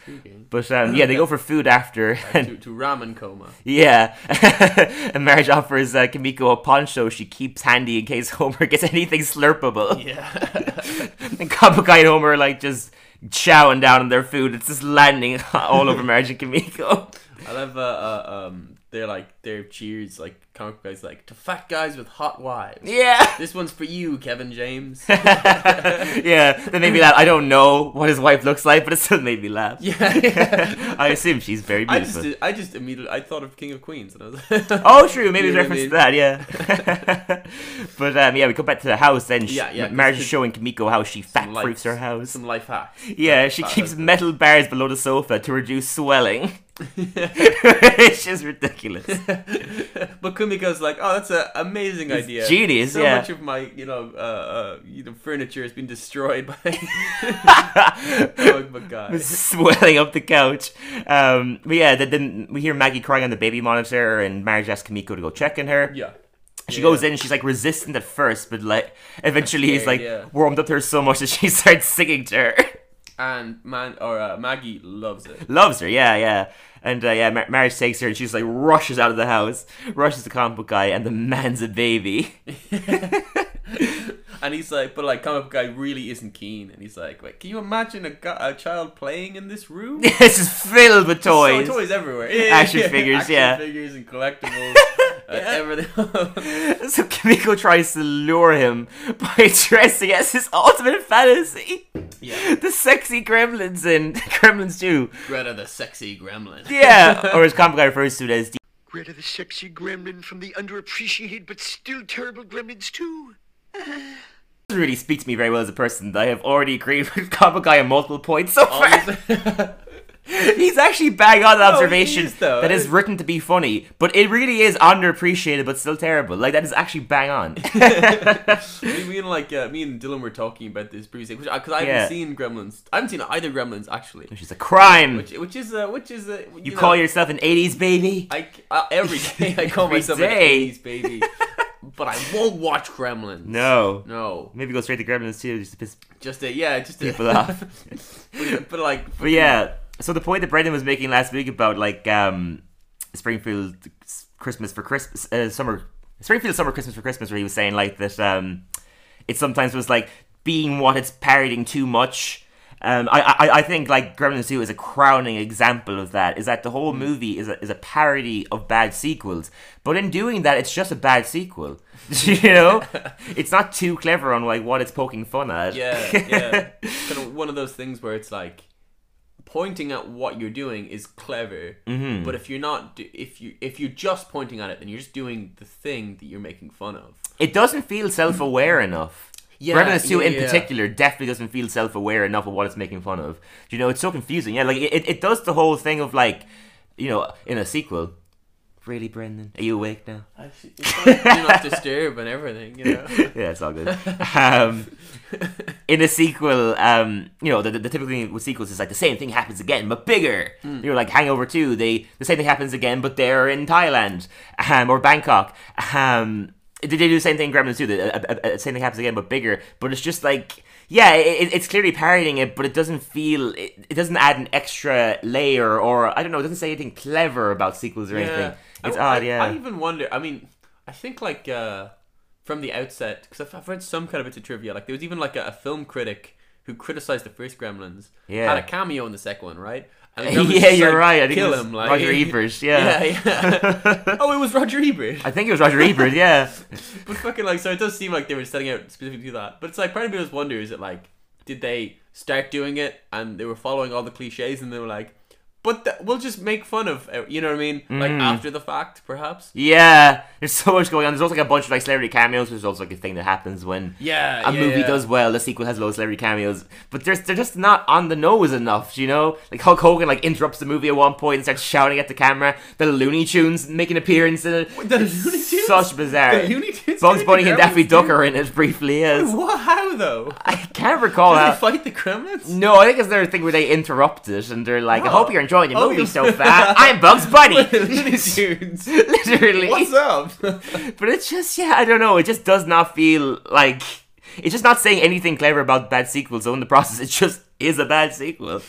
Speaker 1: But um, yeah, they go for food after.
Speaker 2: to, to ramen coma
Speaker 1: yeah, and marriage offers uh, Kimiko a poncho she keeps handy in case Homer gets anything slurpable.
Speaker 2: yeah
Speaker 1: and Kabukai and Homer are, like just chowing down on their food. It's just landing all over marriage and Kimiko.
Speaker 2: I love uh, uh um they're like their cheers like comic guys like to fat guys with hot wives
Speaker 1: Yeah,
Speaker 2: this one's for you Kevin James
Speaker 1: yeah. That made me laugh. I don't know what his wife looks like, but it still made me laugh.
Speaker 2: yeah
Speaker 1: I assume she's very
Speaker 2: I
Speaker 1: beautiful.
Speaker 2: just I just immediately I thought of King of Queens and I was like
Speaker 1: Oh, true. Maybe
Speaker 2: You
Speaker 1: it's
Speaker 2: know what
Speaker 1: reference
Speaker 2: I mean?
Speaker 1: to that. Yeah. but um, yeah, we go back to the house. Then she,
Speaker 2: Yeah, yeah, 'cause
Speaker 1: Marge
Speaker 2: it's
Speaker 1: is showing Kamiko how she fat
Speaker 2: lights,
Speaker 1: proofs her house.
Speaker 2: some life Uh, hacks
Speaker 1: yeah, she
Speaker 2: fat
Speaker 1: keeps
Speaker 2: houses.
Speaker 1: metal bars below the sofa to reduce swelling. it's just ridiculous.
Speaker 2: but Kumiko's like, oh, that's an amazing idea.
Speaker 1: genius,
Speaker 2: So
Speaker 1: yeah.
Speaker 2: much of my, you know, uh, uh, you know, furniture has been destroyed by comic book guy.
Speaker 1: swelling up the couch. Um, but yeah, then, then we hear Maggie crying on the baby monitor, and Marge asks Kamiko to go check on her.
Speaker 2: Yeah.
Speaker 1: She goes in, she's like resistant at first, but like eventually he's
Speaker 2: Scared,
Speaker 1: like
Speaker 2: yeah.
Speaker 1: warmed up to her so much that she starts singing to her.
Speaker 2: and man or uh, Maggie loves it.
Speaker 1: loves her. Yeah, yeah. And uh, yeah, Mar- marriage takes her, and she's like rushes out of the house, rushes to comic book guy, and the man's a baby.
Speaker 2: And he's like, but like, comic book guy really isn't keen. And he's like, wait, can you imagine a, gu- a child playing in this room?
Speaker 1: this is filled with toys.
Speaker 2: So toys everywhere. Yeah,
Speaker 1: Action figures,
Speaker 2: Action
Speaker 1: yeah.
Speaker 2: figures and collectibles. uh, everything.
Speaker 1: So Kimiko tries to lure him by dressing as his ultimate fantasy.
Speaker 2: yeah.
Speaker 1: The sexy gremlins in Gremlins 2.
Speaker 2: Greta the sexy gremlin.
Speaker 1: Yeah, or as comic guy refers to it as
Speaker 4: Greta the sexy gremlin from the underappreciated but still terrible Gremlins too.
Speaker 1: doesn't really speak to me very well as a person. I have already agreed with comic guy on multiple points so
Speaker 2: Oh,
Speaker 1: far. He's actually bang on an observation
Speaker 2: is, though.
Speaker 1: that is written to be funny, but it really is underappreciated but still terrible. Like that is actually bang on.
Speaker 2: me, me and like uh, me and Dylan were talking about this previously, because I, 'cause I haven't
Speaker 1: Yeah.
Speaker 2: seen Gremlins. I haven't seen either Gremlins actually,
Speaker 1: Which is a crime.
Speaker 2: which which is uh, which is uh, you,
Speaker 1: Hmm. you
Speaker 2: know,
Speaker 1: call yourself an '80s baby?
Speaker 2: I, uh, every day I call
Speaker 1: Every
Speaker 2: myself
Speaker 1: day.
Speaker 2: an 80s baby. but I won't watch Gremlins.
Speaker 1: No.
Speaker 2: No.
Speaker 1: Maybe go straight to Gremlins too, just to piss
Speaker 2: Just a yeah, just a
Speaker 1: people off.
Speaker 2: but like
Speaker 1: But yeah, so the point that Brendan was making last week about like um, Springfield Christmas for Christmas, uh, summer Springfield summer Christmas for Christmas, where he was saying like that um, it sometimes was like being what it's parodying too much. Um, I, I I think like Gremlins Two is a crowning example of that. Is that the
Speaker 2: Mm.
Speaker 1: whole movie is a, is a parody of bad sequels, but in doing that, it's just a bad sequel. you know, it's not too clever on like what it's poking fun at.
Speaker 2: yeah, yeah. kind of one of those things where it's like pointing at what you're doing is clever,
Speaker 1: Mm-hmm.
Speaker 2: but if you're not, do- if you if you're just pointing at it, then you're just doing the thing that you're making fun of.
Speaker 1: it doesn't feel self-aware enough.
Speaker 2: Yeah,
Speaker 1: Gremlins 2
Speaker 2: yeah,
Speaker 1: in
Speaker 2: yeah.
Speaker 1: particular definitely doesn't feel self-aware enough of what it's making fun of. You know, it's so confusing. Yeah, like it, it does the whole thing of like, you know, in a sequel. Really, Brendan? Are you awake now?
Speaker 2: It's like, do not disturb and everything, you know.
Speaker 1: yeah, it's all good. Um, in a sequel, um, you know, the, the, the typical thing with sequels is like the same thing happens again, but bigger.
Speaker 2: Hmm.
Speaker 1: You know, like Hangover 2, they the same thing happens again, but they're in Thailand um, or Bangkok. Um, they they do the same thing in Gremlins 2, the uh, uh, uh, same thing happens again, but bigger. But it's just like, yeah, it, it- it's clearly parodying it, but it doesn't feel, it, it doesn't add an extra layer or, I don't know, it doesn't say anything clever about sequels or anything. It's
Speaker 2: I,
Speaker 1: odd,
Speaker 2: I-
Speaker 1: yeah.
Speaker 2: I even wonder. I mean, I think like uh, from the outset, because I've, I've read some kind of bits of trivia. Like there was even like a, a film critic who criticized the first Gremlins.
Speaker 1: Yeah.
Speaker 2: had a cameo in the second one, right? And the Gremlins
Speaker 1: yeah,
Speaker 2: just,
Speaker 1: you're
Speaker 2: like,
Speaker 1: right. I think
Speaker 2: kill
Speaker 1: it was
Speaker 2: him, like
Speaker 1: Roger Ebert.
Speaker 2: yeah, yeah. oh, it was Roger Ebert.
Speaker 1: I think it was Roger Ebert, yeah.
Speaker 2: But fucking like, so it does seem like they were setting out specifically to that. But it's like part of me just wonder: is it like, did they start doing it and they were following all the cliches and they were like, but th- we'll just make fun of, uh, you know what I mean? Like
Speaker 1: Mm.
Speaker 2: after the fact, perhaps.
Speaker 1: Yeah, there's so much going on. There's also like a bunch of like celebrity cameos, which is also like a thing that happens when
Speaker 2: Yeah,
Speaker 1: a
Speaker 2: yeah,
Speaker 1: movie
Speaker 2: yeah.
Speaker 1: does well. The sequel has low celebrity cameos, but there's they're just not on the nose enough. You know, like Hulk Hogan like interrupts the movie at one point and starts shouting at the camera. The Looney Tunes make an appearance in it.
Speaker 2: The Looney Tunes?
Speaker 1: Such bizarre.
Speaker 2: The Looney Tunes
Speaker 1: Bugs
Speaker 2: doing
Speaker 1: Bunny
Speaker 2: the
Speaker 1: and Daffy
Speaker 2: Gremlins
Speaker 1: Duck
Speaker 2: too?
Speaker 1: are in it briefly. Yes.
Speaker 2: What? How though?
Speaker 1: I can't recall
Speaker 2: Did
Speaker 1: how.
Speaker 2: they fight the Kremlins?
Speaker 1: No, I think it's their thing where they interrupt it and they're like, "I
Speaker 2: Oh.
Speaker 1: hope you're enjoying the
Speaker 2: Oh,
Speaker 1: movie
Speaker 2: you-
Speaker 1: so far." I'm Bugs Bunny.
Speaker 2: Looney Tunes.
Speaker 1: Literally.
Speaker 2: What's up?
Speaker 1: But it's just, yeah, I don't know. It just does not feel like. It's just not saying anything clever about bad sequels, so in the process, it just is a bad sequel.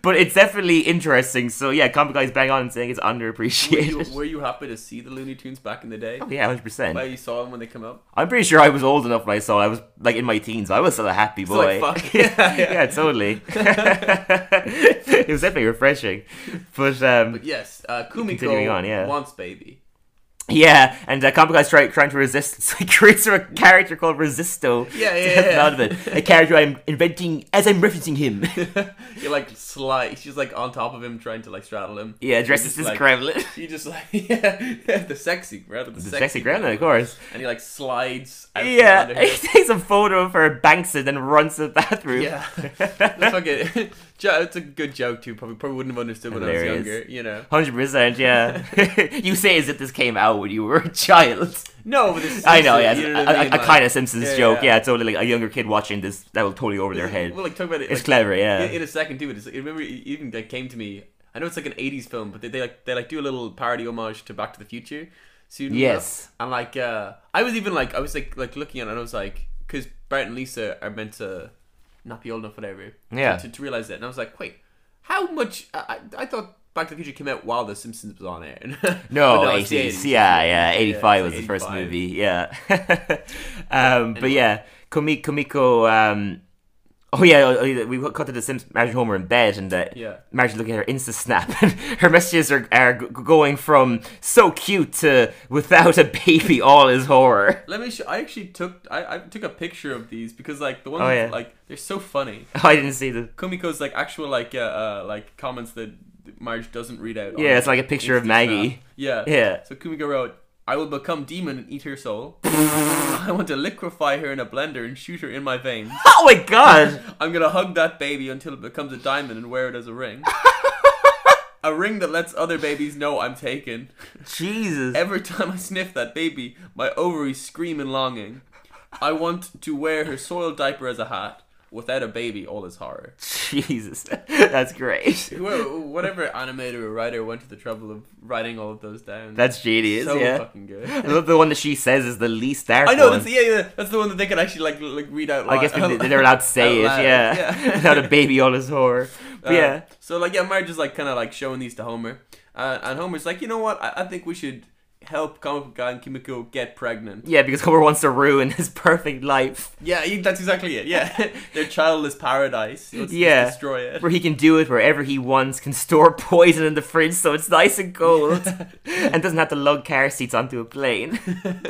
Speaker 1: But it's definitely interesting, so yeah, Comic Guy's bang on and saying it's underappreciated.
Speaker 2: You- were you happy to see the Looney Tunes back in the day?
Speaker 1: yeah,
Speaker 2: Where
Speaker 1: 100%.
Speaker 2: you saw them when they come up?
Speaker 1: I'm pretty sure I was old enough when I saw it. I was, like, in my teens. I was still a happy boy.
Speaker 2: like, fuck, yeah, yeah.
Speaker 1: Oh, yeah, totally. it was definitely refreshing. But, um,
Speaker 2: Yes. Uh,
Speaker 1: Continuing
Speaker 2: Kumiko
Speaker 1: on, yeah.
Speaker 2: wants baby.
Speaker 1: Yeah, and uh, Comic Guy's try, trying to resist. So he creates a character called Resisto.
Speaker 2: Yeah, yeah,
Speaker 1: to help him
Speaker 2: yeah.
Speaker 1: Out of it. A character I'm inventing as I'm referencing him.
Speaker 2: You're like slight. She's like on top of him, trying to like straddle him.
Speaker 1: yeah, dresses as
Speaker 2: You're just like-
Speaker 1: Kremlin.
Speaker 2: You just like yeah, the sexy gremlin, the,
Speaker 1: The sexy Kremlin, of course.
Speaker 2: and he like slides. Out from under
Speaker 1: Yeah,
Speaker 2: her.
Speaker 1: he takes a photo of her, banks it, and runs to the bathroom.
Speaker 2: Yeah. That's fucking. jo- It's a good joke too. Probably probably wouldn't have understood when I
Speaker 1: Hilarious.
Speaker 2: was younger. You know.
Speaker 1: Hundred percent, yeah. you say as if this came out when you were a child.
Speaker 2: No, but this.
Speaker 1: I know, yeah,
Speaker 2: is-
Speaker 1: it's
Speaker 2: you
Speaker 1: a,
Speaker 2: know what I mean,
Speaker 1: a,
Speaker 2: like-
Speaker 1: kind of Simpsons
Speaker 2: Yeah,
Speaker 1: joke.
Speaker 2: yeah.
Speaker 1: Yeah. totally. Like a younger kid watching this, that will totally over their head.
Speaker 2: We'll like talk about it.
Speaker 1: It's
Speaker 2: like,
Speaker 1: clever, yeah.
Speaker 2: In, in a second too, but it's, I remember it even like came to me. I know it's like an '80s film, but they, they like they like do a little parody homage to Back to the Future. Soon
Speaker 1: Yes.
Speaker 2: enough. and like uh, I was even like I was like like looking at it and I was like because Bart and Lisa are meant to not be old enough, whatever.
Speaker 1: Yeah.
Speaker 2: To, to realize that, and I was like, wait, how much? I, I I thought Back to the Future came out while The Simpsons was on air.
Speaker 1: No,
Speaker 2: But it's the
Speaker 1: eighties. Yeah, yeah. Eighty five
Speaker 2: it's
Speaker 1: was the first
Speaker 2: 85.
Speaker 1: movie. Yeah. um, but yeah, Komi Komiko. Um, oh yeah, oh, oh, we cut to the Sims. Marge and Homer in bed, and uh,
Speaker 2: Yeah.
Speaker 1: Marge looking at her Insta snap. And her messages are are g- going from so cute to without a baby, all is horror.
Speaker 2: Let me show. I actually took I, I took a picture of these because like the ones
Speaker 1: Oh, yeah.
Speaker 2: like they're so funny.
Speaker 1: I didn't see the.
Speaker 2: Kumiko's like actual like uh, uh like comments that Marge doesn't read out. on
Speaker 1: Yeah, it's like a picture of
Speaker 2: Instagram.
Speaker 1: Maggie.
Speaker 2: Yeah,
Speaker 1: Yeah.
Speaker 2: So Kumiko wrote, "I will become demon and eat her soul. I want to liquefy her in a blender and shoot her in my veins.
Speaker 1: Oh my god!
Speaker 2: I'm gonna hug that baby until it becomes a diamond and wear it as a ring." A ring that lets other babies know I'm taken.
Speaker 1: Jesus.
Speaker 2: Every time I sniff that baby, my ovaries scream in longing. I want to wear her soiled diaper as a hat. without a baby, all is horror.
Speaker 1: Jesus, that's great.
Speaker 2: Whoever, whatever animator or writer went to the trouble of writing all of those down.
Speaker 1: That's genius.
Speaker 2: so
Speaker 1: yeah.
Speaker 2: fucking good.
Speaker 1: I love the one that she says is the least dark.
Speaker 2: I know
Speaker 1: one.
Speaker 2: that's yeah, yeah that's the one that they could actually like l- like read out.
Speaker 1: I
Speaker 2: loud.
Speaker 1: guess they- they're allowed to say it,
Speaker 2: Out loud,
Speaker 1: yeah. Without a baby on his horror. But
Speaker 2: Uh,
Speaker 1: yeah.
Speaker 2: So like, yeah, Marge is like kind of like showing these to Homer, uh, and Homer's like, you know what? I, I think we should help comic Book guy and Kimiko get pregnant.
Speaker 1: Yeah, because Homer wants to ruin his perfect life.
Speaker 2: Yeah, he- that's exactly it. Yeah, their childless paradise. Let's- let's
Speaker 1: Yeah.
Speaker 2: destroy it.
Speaker 1: Where he can do it wherever he wants, can store poison in the fridge so it's nice and cold, and doesn't have to lug car seats onto a plane.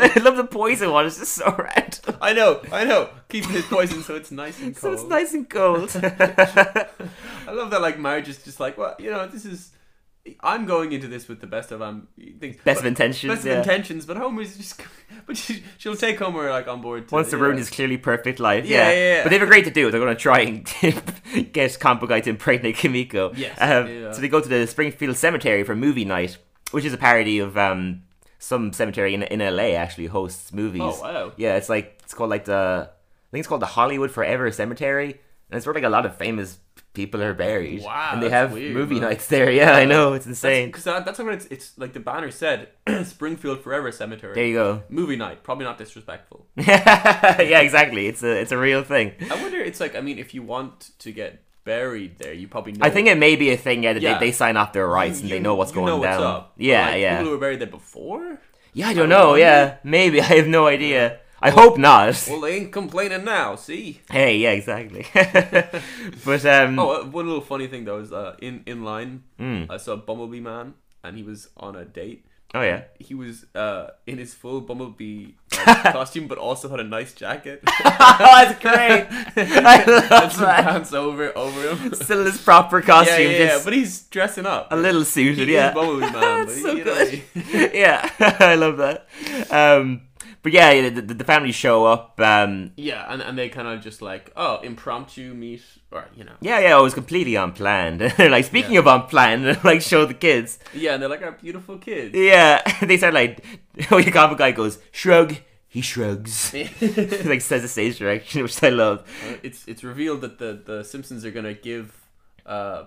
Speaker 1: I love the poison one, it's just so random.
Speaker 2: I know, I know. Keep his poison so it's nice and
Speaker 1: So
Speaker 2: cold.
Speaker 1: it's nice and cold.
Speaker 2: I love that. Like Marge is just like, well, you know, this is. I'm going into this with the best of um things.
Speaker 1: Best of
Speaker 2: But-
Speaker 1: intentions,
Speaker 2: Best
Speaker 1: yeah.
Speaker 2: of intentions, but Homer's just. But she, she'll take Homer like on board. To,
Speaker 1: Wants to
Speaker 2: yeah.
Speaker 1: ruin his clearly perfect life.
Speaker 2: Yeah,
Speaker 1: Yeah,
Speaker 2: yeah, yeah.
Speaker 1: But they've agreed to do it. They're going to try and get Combo Guy to impregnate Kimiko.
Speaker 2: Yes,
Speaker 1: Um,
Speaker 2: yeah.
Speaker 1: So they go to the Springfield Cemetery for movie night, which is a parody of um, some cemetery in, in LA actually hosts movies.
Speaker 2: Oh, wow.
Speaker 1: Yeah, it's like it's called like the I think it's called the Hollywood Forever Cemetery, and it's where like a lot of famous people are buried.
Speaker 2: Wow,
Speaker 1: And they
Speaker 2: that's
Speaker 1: have
Speaker 2: weird,
Speaker 1: movie
Speaker 2: man.
Speaker 1: nights there. Yeah, I know it's insane.
Speaker 2: Because that's, what it's, it's like the banner said Springfield Forever Cemetery.
Speaker 1: There you go.
Speaker 2: Movie night, probably not disrespectful.
Speaker 1: yeah, exactly. It's a it's a real thing.
Speaker 2: I wonder, it's like, I mean, if you want to get buried there, you probably know.
Speaker 1: I think it may be a thing, yeah, that
Speaker 2: Yeah.
Speaker 1: They, they sign off their rights and
Speaker 2: you-
Speaker 1: they know what's
Speaker 2: you
Speaker 1: going
Speaker 2: know what's
Speaker 1: down.
Speaker 2: up.
Speaker 1: Yeah,
Speaker 2: Like,
Speaker 1: yeah.
Speaker 2: People who were buried there before?
Speaker 1: yeah, I don't know,
Speaker 2: wonder.
Speaker 1: yeah. Maybe, I have no idea. I hope not.
Speaker 2: Well, they ain't complaining now, see?
Speaker 1: hey, yeah, exactly. but, um,
Speaker 2: Oh, uh, one little funny thing though is uh, in in line, I saw Bumblebee Man, and he was on a date.
Speaker 1: oh, yeah.
Speaker 2: He was uh, in his full Bumblebee like, costume, but also had a nice jacket.
Speaker 1: oh, that's great. I
Speaker 2: and
Speaker 1: love
Speaker 2: some
Speaker 1: that.
Speaker 2: pants over over him.
Speaker 1: Still his proper costume,
Speaker 2: yeah, yeah, yeah,
Speaker 1: just
Speaker 2: but he's dressing up.
Speaker 1: a little suited,
Speaker 2: He is
Speaker 1: yeah.
Speaker 2: Bumblebee Man.
Speaker 1: That's
Speaker 2: but
Speaker 1: so
Speaker 2: you know what I
Speaker 1: good.
Speaker 2: mean?
Speaker 1: yeah, I love that. Um, but yeah, the, the the family show up, um,
Speaker 2: Yeah, and, and they kind of just like, oh, impromptu meet, or, you know.
Speaker 1: Yeah, yeah, it was completely unplanned. They're like, speaking of unplanned, and like show the kids.
Speaker 2: Yeah, and they're like, our beautiful kids.
Speaker 1: Yeah, they said like, oh, your comic guy goes shrug. He shrugs. He, like says the stage direction, which I love.
Speaker 2: it's it's revealed that the, the Simpsons are gonna give uh,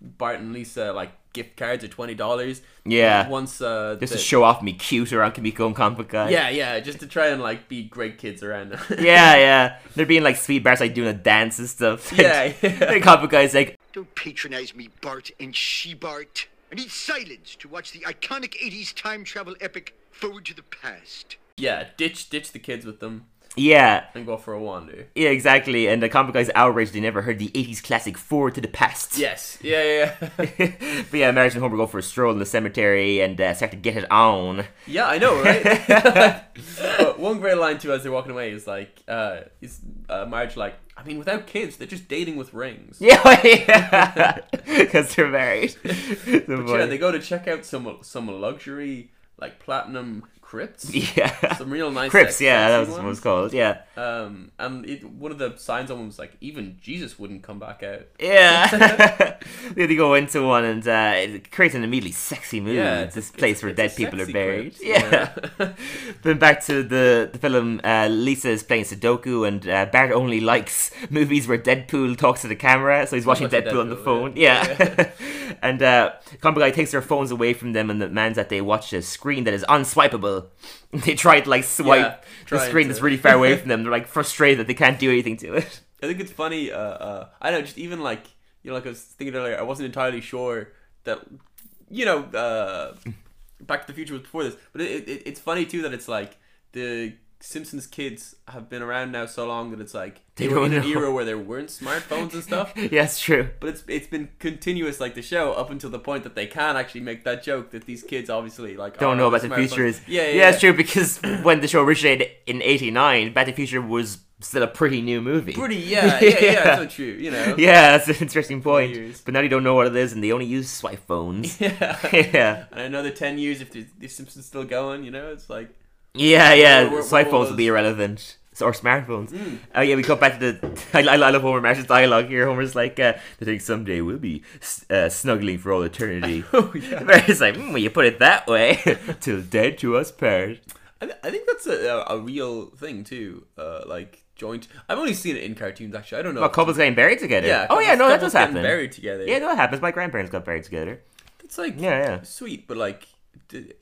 Speaker 2: Bart and Lisa like gift cards of twenty dollars.
Speaker 1: Yeah.
Speaker 2: Once uh,
Speaker 1: Just
Speaker 2: the-
Speaker 1: to show off me cute around Kimiko and comic guy.
Speaker 2: Yeah, yeah, just to try and like be great kids around them.
Speaker 1: yeah, yeah. They're being like sweet Bart's like doing a dance and stuff.
Speaker 2: Yeah, yeah.
Speaker 1: the comic guy's like,
Speaker 4: Don't patronize me, Bart and she Bart. I need silence to watch the iconic 80s time travel epic Forward to the Past.
Speaker 2: yeah. Ditch ditch the kids with them
Speaker 1: yeah,
Speaker 2: and go for a wander.
Speaker 1: yeah, exactly. And the comic guy's outraged they never heard the '80s classic "Forward to the Past."
Speaker 2: Yes. Yeah, yeah. Yeah,
Speaker 1: but yeah, Marge and Homer go for a stroll in the cemetery and uh, start to get it on.
Speaker 2: yeah I know, right? but one great line too as they're walking away is like, uh, is uh, Marge like, I mean, without kids, they're just dating with rings.
Speaker 1: Yeah, yeah. Because they're married. The boy-
Speaker 2: Yeah, they go to check out some some luxury like platinum crypts.
Speaker 1: Yeah.
Speaker 2: Some real nice
Speaker 1: Crips,
Speaker 2: sexy
Speaker 1: yeah, that was
Speaker 2: ones.
Speaker 1: what it's called. Yeah.
Speaker 2: Um, and it, one of the signs on them was like, even Jesus wouldn't come back out.
Speaker 1: Yeah. yeah, they go into one and uh, it creates an immediately sexy mood.
Speaker 2: Yeah,
Speaker 1: Yeah,
Speaker 2: it's-
Speaker 1: this
Speaker 2: it's-
Speaker 1: place where
Speaker 2: it's
Speaker 1: dead
Speaker 2: a
Speaker 1: people are
Speaker 2: sexy
Speaker 1: buried.
Speaker 2: Crips,
Speaker 1: yeah.
Speaker 2: yeah.
Speaker 1: then back to the, the film, uh, Lisa is playing Sudoku and uh, Bart only likes movies where Deadpool talks to the camera, so he's watching
Speaker 2: watching
Speaker 1: Deadpool, on the
Speaker 2: Deadpool,
Speaker 1: phone.
Speaker 2: yeah.
Speaker 1: Yeah. and uh, Combo Guy takes their phones away from them and demands that they watch a screen that is unswipeable. They try to like swipe
Speaker 2: Yeah,
Speaker 1: the
Speaker 2: trying
Speaker 1: screen
Speaker 2: to.
Speaker 1: that's really far away from them. They're like frustrated that they can't do anything to it.
Speaker 2: I think it's funny. Uh, uh, I don't know, just even like you know, like I was thinking earlier, I wasn't entirely sure that you know, uh, Back to the Future was before this, but it, it, it's funny too that it's like the Simpsons kids have been around now so long that it's like they,
Speaker 1: They
Speaker 2: were in
Speaker 1: don't
Speaker 2: an
Speaker 1: know.
Speaker 2: era where there weren't smartphones and stuff.
Speaker 1: yeah, it's true.
Speaker 2: But it's it's been continuous like the show up until the point that they can actually make that joke that these kids obviously like
Speaker 1: Don't
Speaker 2: are
Speaker 1: know
Speaker 2: on
Speaker 1: about the
Speaker 2: smartphones.
Speaker 1: future is.
Speaker 2: Yeah, yeah,
Speaker 1: it's true because when the show originated in '89, Back to the Future was still a pretty new movie.
Speaker 2: Pretty, yeah, yeah, yeah.
Speaker 1: Yeah.
Speaker 2: It's so true, you know.
Speaker 1: Yeah, that's an interesting point.
Speaker 2: Years.
Speaker 1: But now you don't know what it is, and they only use swipe phones.
Speaker 2: Yeah.
Speaker 1: yeah,
Speaker 2: And another ten years if the, if Simpsons still going, you know, it's like
Speaker 1: yeah, yeah.
Speaker 2: We're- we're-
Speaker 1: swipe
Speaker 2: we're
Speaker 1: phones
Speaker 2: all
Speaker 1: will be irrelevant. So- Or smartphones.
Speaker 2: Hmm.
Speaker 1: Oh yeah, we got back to the. I, I, I love Homer Marsh's dialogue here. Homer's like, uh, "I think someday we'll be s- uh, snuggling for all eternity."
Speaker 2: Oh, yeah.
Speaker 1: Marge's like, mm, "When you put it that way, till dead to us part."
Speaker 2: I, th- I think that's a, a, a real thing too. Uh, like joint. I've only seen it in cartoons actually. I don't know.
Speaker 1: Well, couples getting buried together.
Speaker 2: Oh. yeah.
Speaker 1: Oh yeah, no, that does
Speaker 2: couples getting
Speaker 1: happen.
Speaker 2: Buried together.
Speaker 1: Yeah, no, that happens. My grandparents got buried together.
Speaker 2: It's like
Speaker 1: Yeah, yeah.
Speaker 2: sweet, but like d-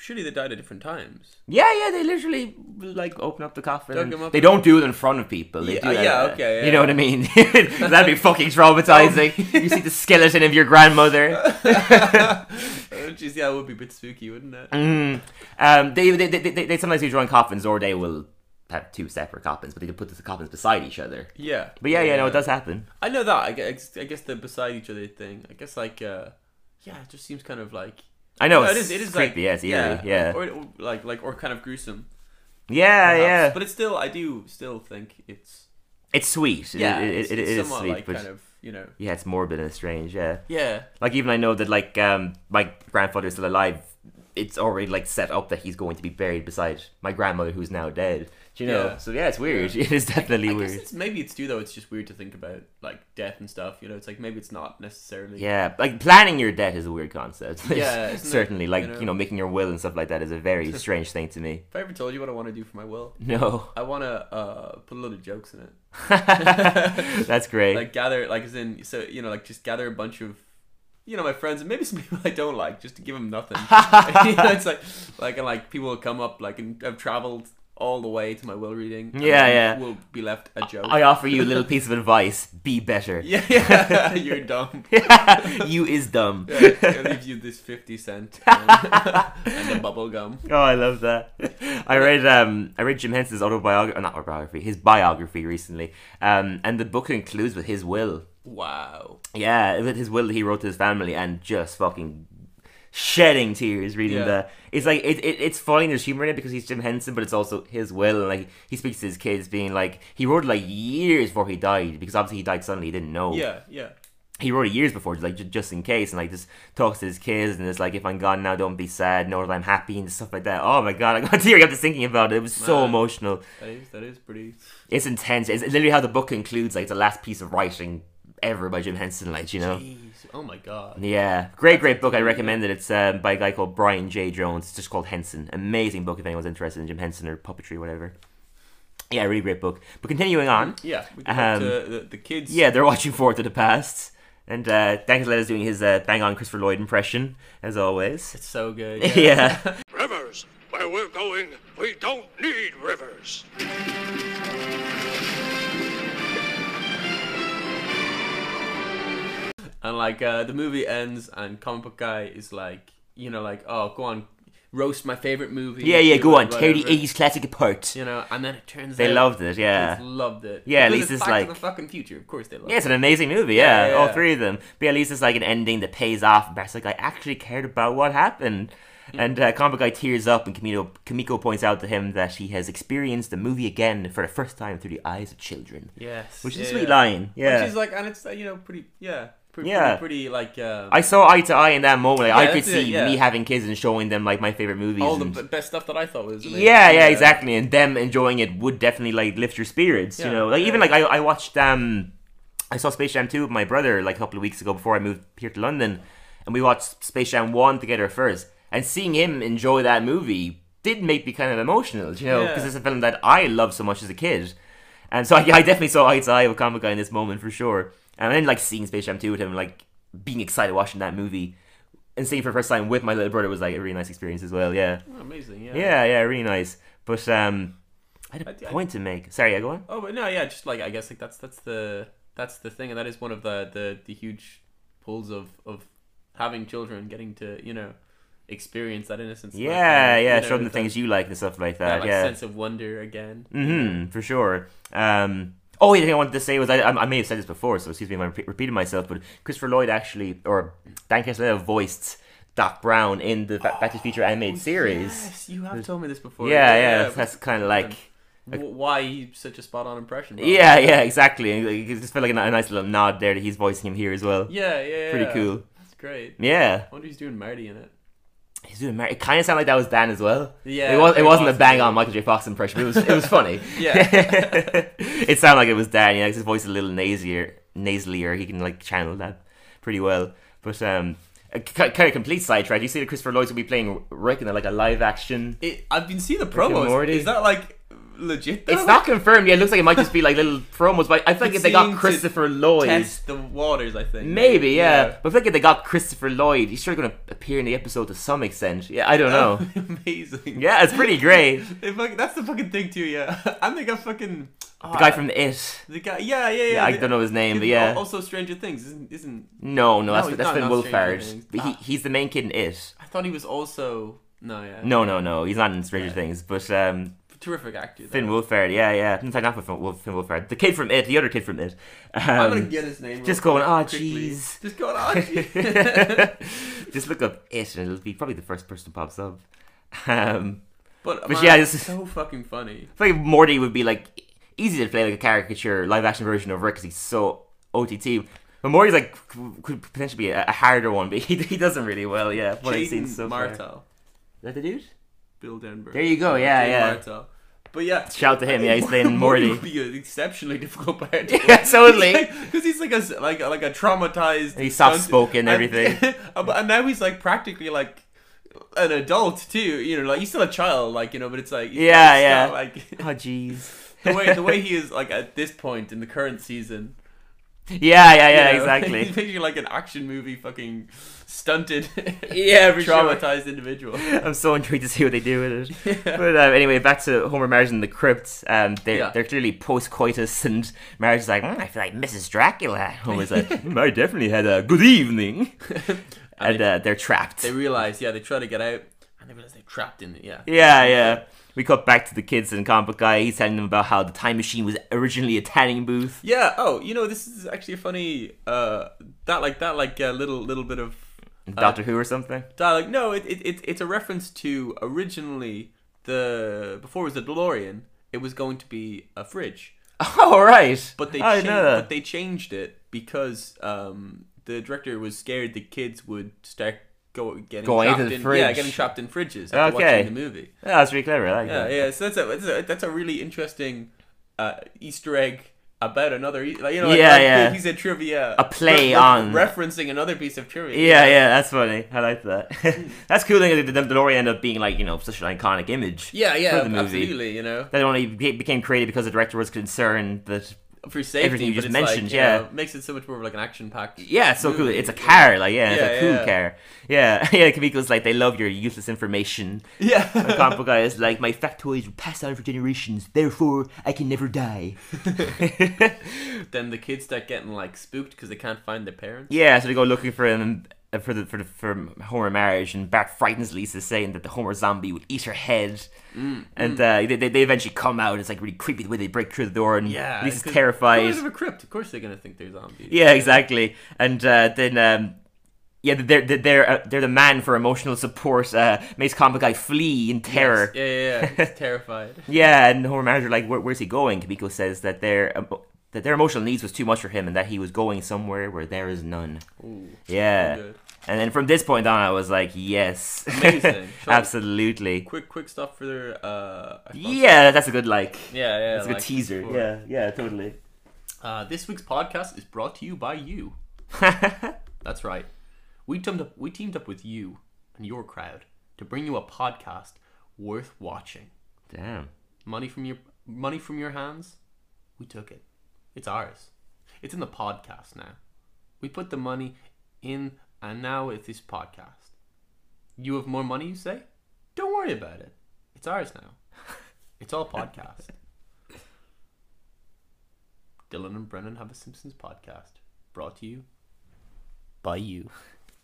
Speaker 2: surely they died at different times.
Speaker 1: Yeah, yeah, they literally like open up the coffin.
Speaker 2: Dug
Speaker 1: and-
Speaker 2: him up
Speaker 1: they
Speaker 2: and-
Speaker 1: don't do it in front of people. They
Speaker 2: Yeah,
Speaker 1: do that,
Speaker 2: yeah,
Speaker 1: uh,
Speaker 2: okay, yeah.
Speaker 1: You know what I mean? That'd be fucking traumatizing. you see the skeleton of your grandmother.
Speaker 2: Oh jeez, yeah, it would be a bit spooky, wouldn't it?
Speaker 1: Mm. Um, they, they, they, they, they sometimes do join coffins, or they will have two separate coffins, but they can put the coffins beside each other.
Speaker 2: Yeah.
Speaker 1: But yeah, yeah, no, it does happen.
Speaker 2: I know that. I guess, I guess the beside each other thing. I guess like, uh, yeah, it just seems kind of like.
Speaker 1: I know.
Speaker 2: No,
Speaker 1: it's
Speaker 2: it is. It is
Speaker 1: creepy.
Speaker 2: like
Speaker 1: yes, yeah, yeah,
Speaker 2: Or, or like like or kind of gruesome.
Speaker 1: yeah,
Speaker 2: perhaps.
Speaker 1: yeah.
Speaker 2: But it's still, I do still think it's
Speaker 1: it's sweet. It-
Speaker 2: yeah,
Speaker 1: it, it,
Speaker 2: it's,
Speaker 1: it
Speaker 2: it's
Speaker 1: is
Speaker 2: somewhat
Speaker 1: sweet,
Speaker 2: like
Speaker 1: but
Speaker 2: kind of you know
Speaker 1: yeah, it's morbid and strange. Yeah.
Speaker 2: yeah.
Speaker 1: Like even I know that like um my grandfather is still alive. It's already like set up that he's going to be buried beside my grandmother who's now dead. Do you know?
Speaker 2: Yeah.
Speaker 1: So yeah, it's weird. It is definitely
Speaker 2: I guess
Speaker 1: weird.
Speaker 2: it's, maybe it's due though. It's just weird to think about like death and stuff. You know, it's like maybe it's not necessarily.
Speaker 1: Yeah, like planning your death is a weird concept.
Speaker 2: Yeah, isn't it?
Speaker 1: certainly. Like
Speaker 2: You know?
Speaker 1: you know, making your will and stuff like that is a very strange thing to me.
Speaker 2: If I ever told you what I want to do for my will,
Speaker 1: No,
Speaker 2: I want to uh, put a lot of jokes in it.
Speaker 1: that's great.
Speaker 2: like gather like as in so you know like just gather a bunch of you know my friends and maybe some people I don't like just to give them nothing. You know, it's like like and like people will come up like and have traveled all the way to my will reading. and
Speaker 1: Yeah,
Speaker 2: then
Speaker 1: yeah. Oh,
Speaker 2: Will be left a joke.
Speaker 1: I offer you a little piece of advice: be better.
Speaker 2: yeah, yeah, you're dumb.
Speaker 1: you is dumb.
Speaker 2: I leave you this fifty cent and, and a bubble gum.
Speaker 1: Oh, I love that. I read um I read Jim Henson's autobiography, not autobiography, his biography recently. Um, and the book includes with his will.
Speaker 2: Wow.
Speaker 1: Yeah, with his will that he wrote to his family, and just fucking shedding tears reading
Speaker 2: Yeah.
Speaker 1: that. It's like it, it it's funny. There's humor in it because he's Jim Henson, but it's also his will. And like he speaks to his kids, being like he wrote like years before he died because obviously he died suddenly. He didn't know
Speaker 2: Yeah, yeah.
Speaker 1: he wrote it years before, like ju- just in case, and like just talks to his kids, and it's like, if I'm gone now, don't be sad, know that I'm happy and stuff like that. Oh my god, I got teary up just thinking about it. It was so
Speaker 2: Man.
Speaker 1: emotional.
Speaker 2: That is that is pretty.
Speaker 1: It's intense. It's literally how the book concludes, like the last piece of writing ever by Jim Henson, like you know.
Speaker 2: Jeez. Oh my god.
Speaker 1: Yeah, great, great book. I recommend it. It's um, by a guy called Brian J. Jones. It's just called Henson. Amazing book if anyone's interested in Jim Henson or puppetry, whatever. Yeah, really great book. But continuing on,
Speaker 2: Yeah. We can back
Speaker 1: Um,
Speaker 2: to the, the kids.
Speaker 1: yeah, they're watching Forward to the Past. And uh, Daniel is doing his uh, bang on Christopher Lloyd impression, as always.
Speaker 2: It's so good.
Speaker 1: yeah.
Speaker 3: Rivers, where we're going, we don't need rivers.
Speaker 2: And like uh, the movie ends, and comic book guy is like, you know, like, oh, go on, roast my favorite movie.
Speaker 1: Yeah, yeah, go on. Tear the
Speaker 2: whatever,"
Speaker 1: 80s classic apart.
Speaker 2: You know, and then it turns
Speaker 1: They
Speaker 2: out
Speaker 1: loved it,
Speaker 2: kids
Speaker 1: yeah.
Speaker 2: loved it.
Speaker 1: Yeah, at
Speaker 2: Because
Speaker 1: least it's
Speaker 2: Back to
Speaker 1: like-
Speaker 2: the fucking future. Of course they loved.
Speaker 1: Yeah,
Speaker 2: it.
Speaker 1: it's an amazing movie, yeah,
Speaker 2: Yeah,
Speaker 1: all
Speaker 2: yeah.
Speaker 1: three of them. But at least it's like an ending that pays off. Bart's like, I actually cared about what happened.
Speaker 2: Mm.
Speaker 1: And uh, Comic Guy tears up, and Kamiko, Kamiko points out to him that he has experienced the movie again for the first time through the eyes of children.
Speaker 2: Yes,
Speaker 1: Which is
Speaker 2: yeah,
Speaker 1: a sweet
Speaker 2: yeah.
Speaker 1: line, yeah.
Speaker 2: Which is like, and it's uh, you know pretty, yeah, pretty,
Speaker 1: Yeah.
Speaker 2: pretty, pretty like uh,
Speaker 1: I saw eye to eye in that moment. Like, I
Speaker 2: Yeah,
Speaker 1: could
Speaker 2: that's it,
Speaker 1: see
Speaker 2: yeah.
Speaker 1: me having kids and showing them like my favorite movies.
Speaker 2: all the
Speaker 1: and-
Speaker 2: b- best stuff that I thought was. amazing.
Speaker 1: yeah, yeah, exactly. And them enjoying it would definitely like lift your spirits, you
Speaker 2: Yeah,
Speaker 1: know. Like even
Speaker 2: yeah.
Speaker 1: like I, I watched um I saw Space Jam 2 with my brother like a couple of weeks ago before I moved here to London and we watched Space Jam 1 together first. And seeing him enjoy that movie did make me kind of emotional, you know,
Speaker 2: Yeah.
Speaker 1: because it's a film that I loved so much as a kid. And so I, I definitely saw eye to eye with Comic Guy in this moment for sure. And then like seeing Space Jam 2 with him, like being excited watching that movie and seeing it for the first time with my little brother was like a really nice experience as well, yeah.
Speaker 2: Oh, amazing. Yeah.
Speaker 1: Yeah, yeah, really nice. But um, I had a
Speaker 2: I- I-
Speaker 1: point to make. Sorry, yeah, go on.
Speaker 2: Oh, but no, yeah, just like I guess like that's that's the that's the thing, and that is one of the the, the huge pulls of of having children, getting to you know experience that innocence. and that
Speaker 1: Yeah,
Speaker 2: kind of,
Speaker 1: yeah,
Speaker 2: you know,
Speaker 1: show them the
Speaker 2: that-
Speaker 1: things you like and stuff like
Speaker 2: that,
Speaker 1: that.
Speaker 2: like,
Speaker 1: yeah,
Speaker 2: sense of wonder again.
Speaker 1: mm-hmm, for sure. Um, oh, yeah, the thing I wanted to say was I, I, I may have said this before, so excuse me if I'm repe- repeating myself. But Christopher Lloyd actually, or Dan Castellaneta voiced Doc Brown in the Fa- Back to the Future animated series.
Speaker 2: Oh, Yes, you have told me this before.
Speaker 1: Yeah, yeah,
Speaker 2: but
Speaker 1: that's kind of like.
Speaker 2: w- why he's such a spot on impression. Bob.
Speaker 1: Yeah, yeah, exactly. And, like, It just felt like a, a nice little nod there that he's voicing him here as well.
Speaker 2: yeah, yeah,
Speaker 1: Pretty
Speaker 2: yeah.
Speaker 1: cool.
Speaker 2: That's great.
Speaker 1: Yeah.
Speaker 2: I wonder who's doing Marty in it.
Speaker 1: He's doing Mar- It kind of sounded like that was Dan as well.
Speaker 2: Yeah,
Speaker 1: it was. It
Speaker 2: it
Speaker 1: wasn't
Speaker 2: was.
Speaker 1: a bang on Michael J. Fox impression. But it was. It was funny.
Speaker 2: Yeah.
Speaker 1: it sounded like it was Dan. You know, 'cause his voice is a little nasier, nasalier. He can like channel that pretty well. But um, a k- kind of complete sidetrack. You see that Christopher Lloyd's will be playing Rick in like a live action.
Speaker 2: It, I've been seeing the
Speaker 1: and
Speaker 2: promos.
Speaker 1: Morty.
Speaker 2: Is that like legit though?
Speaker 1: It's not confirmed yet. It looks like it might just be like little promos. But I feel like
Speaker 2: It
Speaker 1: if they got
Speaker 2: seemed to
Speaker 1: Christopher Lloyd,
Speaker 2: Test the waters, I think.
Speaker 1: maybe yeah. But I feel like if they got Christopher Lloyd, he's sure going to appear in the episode to some extent. Yeah, I don't know.
Speaker 2: Amazing.
Speaker 1: yeah, it's pretty great.
Speaker 2: They fuck- that's the fucking thing too, yeah. I think I fucking ah,
Speaker 1: The
Speaker 2: Uh,
Speaker 1: guy from the It.
Speaker 2: the guy, yeah, yeah, yeah.
Speaker 1: Yeah, I
Speaker 2: the-
Speaker 1: don't know his name, but
Speaker 2: isn't- al-
Speaker 1: yeah.
Speaker 2: Also, Stranger Things isn't isn't.
Speaker 1: No, no, that's
Speaker 2: he's
Speaker 1: that's
Speaker 2: not-
Speaker 1: Finn
Speaker 2: not Stranger
Speaker 1: Wolfhard.
Speaker 2: Things.
Speaker 1: But he
Speaker 2: Ah.
Speaker 1: he's the main kid in It.
Speaker 2: I thought he was also no, yeah.
Speaker 1: No, no, no, he's not in Stranger
Speaker 2: Right.
Speaker 1: Things. But um,
Speaker 2: terrific actor. though.
Speaker 1: Finn Wolfhard, yeah, yeah. In fact, not Finn Wolf- Finn Wolfhard, the kid from It, the other kid from It.
Speaker 2: I'm gonna
Speaker 1: Um,
Speaker 2: get his name.
Speaker 1: just
Speaker 2: real
Speaker 1: going,
Speaker 2: quick,
Speaker 1: "Ah,
Speaker 2: quickly."
Speaker 1: jeez."
Speaker 2: Just going, ah, jeez.
Speaker 1: just look up it and it'll be probably the first person pops up. Um,
Speaker 2: but
Speaker 1: But
Speaker 2: man,
Speaker 1: yeah,
Speaker 2: yeah,
Speaker 1: this-
Speaker 2: it's so fucking funny.
Speaker 1: I think Morty would be like easy to play like a caricature live action version of Rick because he's so OTT. But Morty's like could potentially be a, a harder one, but he, he doesn't really well. Yeah, from what I've seen
Speaker 2: Jaden
Speaker 1: so far. Is
Speaker 2: Martell,
Speaker 1: that the dude?
Speaker 2: Bill Denver.
Speaker 1: There you go, yeah,
Speaker 2: Jaden
Speaker 1: yeah.
Speaker 2: Martell. But yeah,
Speaker 1: Shout to him, yeah, he's playing Morty.
Speaker 2: would be an exceptionally difficult part.
Speaker 1: Yeah, totally.
Speaker 2: Because he's like a s- like a- like a traumatized.
Speaker 1: He's soft-spoken,
Speaker 2: and- uh,
Speaker 1: everything.
Speaker 2: and and now he's like practically like an adult too. You know, like he's still a child, like you know, but it's like
Speaker 1: Yeah,
Speaker 2: it's
Speaker 1: yeah.
Speaker 2: not like
Speaker 1: Oh jeez.
Speaker 2: the way the way he is like at this point in the current season.
Speaker 1: Yeah, yeah, yeah,
Speaker 2: you know, He's
Speaker 1: exactly.
Speaker 2: picturing like an action movie, fucking stunted,
Speaker 1: Yeah, for sure.
Speaker 2: traumatized individual.
Speaker 1: I'm so intrigued to see what they do with it. But um, anyway, back to Homer, Marge, and the Crypt. Um, they're,
Speaker 2: Yeah.
Speaker 1: they're clearly post coitus, and Marge is like, "Mm, I feel like Mrs. Dracula. And Homer's like, "Mm, I definitely had a good evening. and uh, they're trapped.
Speaker 2: They realize, yeah, they try to get out, and they realize they're trapped in it. Yeah,
Speaker 1: yeah, yeah. We cut back to the kids and comic book guy. He's telling them about how the time machine was originally a tanning booth.
Speaker 2: Yeah. Oh, you know, this is actually a funny uh that like that like uh, little little bit of Uh,
Speaker 1: Doctor Who or something.
Speaker 2: dialogue. No, it, it it it's a reference to originally the before it was a DeLorean, it was going to be a fridge,
Speaker 1: All right.
Speaker 2: but they
Speaker 1: I
Speaker 2: changed,
Speaker 1: didn't know that.
Speaker 2: but they changed it because um the director was scared the kids would start go getting
Speaker 1: Going
Speaker 2: trapped
Speaker 1: into the
Speaker 2: in, yeah
Speaker 1: fridge.
Speaker 2: getting trapped in fridges after
Speaker 1: Okay.
Speaker 2: watching the movie.
Speaker 1: Yeah, that's really clever. I like
Speaker 2: Yeah,
Speaker 1: that.
Speaker 2: yeah. So that's a that's a, that's a really interesasting uh, Easter egg about another e- like you know
Speaker 1: Yeah,
Speaker 2: like, like
Speaker 1: yeah.
Speaker 2: he's a trivia
Speaker 1: A play on-
Speaker 2: referencing another piece of trivia.
Speaker 1: Yeah, yeah, that's funny. I like
Speaker 2: Hmm.
Speaker 1: that. that's cool. Thing that the DeLorean ended up being like you know such an iconic image.
Speaker 2: yeah, yeah.
Speaker 1: For the movie.
Speaker 2: absolutely. You know,
Speaker 1: That only be- became created because the director was concerned that
Speaker 2: for safety,
Speaker 1: Everything you
Speaker 2: but
Speaker 1: just
Speaker 2: it's
Speaker 1: mentioned,
Speaker 2: Like, you
Speaker 1: yeah.
Speaker 2: know, makes it so much more of like an action packed.
Speaker 1: yeah, it's so cool. It's a car, like yeah, it's a
Speaker 2: Hmm. Yeah,
Speaker 1: cool
Speaker 2: yeah.
Speaker 1: car. Yeah, yeah. Kamiko's like they love your useless information.
Speaker 2: Yeah.
Speaker 1: The comic book guy is like my factoids were passed on for generations, therefore I can never die.
Speaker 2: then the kids start getting like spooked because they can't find their parents.
Speaker 1: yeah, so they go looking for him. uh, For the for the for Homer marriage and Bart frightens Lisa saying that the Homer zombie would eat her head,
Speaker 2: Mm,
Speaker 1: and Uh, they, they they eventually come out. It's like really creepy the way they break through the door, and
Speaker 2: Yeah,
Speaker 1: Lisa's
Speaker 2: 'cause
Speaker 1: terrified.
Speaker 2: Coming out of a crypt, of course they're gonna think they're zombies.
Speaker 1: Yeah, exactly. And uh, then, um, yeah, they're they're they're, uh, they're the man for emotional support. Uh, makes comic guy flee in terror.
Speaker 2: Yeah, yeah, yeah. It's terrified.
Speaker 1: Yeah, and Homer Manager like, Where, where's he going? Kimiko says that their emo- that their emotional needs was too much for him, and that he was going somewhere where there is none.
Speaker 2: Ooh.
Speaker 1: yeah.
Speaker 2: so good.
Speaker 1: And then from this point on, I was like, yes,
Speaker 2: Amazing.
Speaker 1: absolutely.
Speaker 2: Quick, quick stuff for their. Uh, our sponsor.
Speaker 1: Yeah, that's a good like.
Speaker 2: yeah, yeah.
Speaker 1: That's a good
Speaker 2: like
Speaker 1: teaser.
Speaker 2: before.
Speaker 1: Yeah, yeah, totally.
Speaker 2: Uh, this week's podcast is brought to you by you. That's right. We teamed up. We teamed up with you and your crowd to bring you a podcast worth watching.
Speaker 1: Damn.
Speaker 2: Money from your money from your hands. We took it. It's ours. It's in the podcast now. We put the money in, and now it's this podcast. You have more money, you say? Don't worry about it. It's ours now. It's all podcast. Dylan and Brennan have a Simpsons podcast brought to you by you.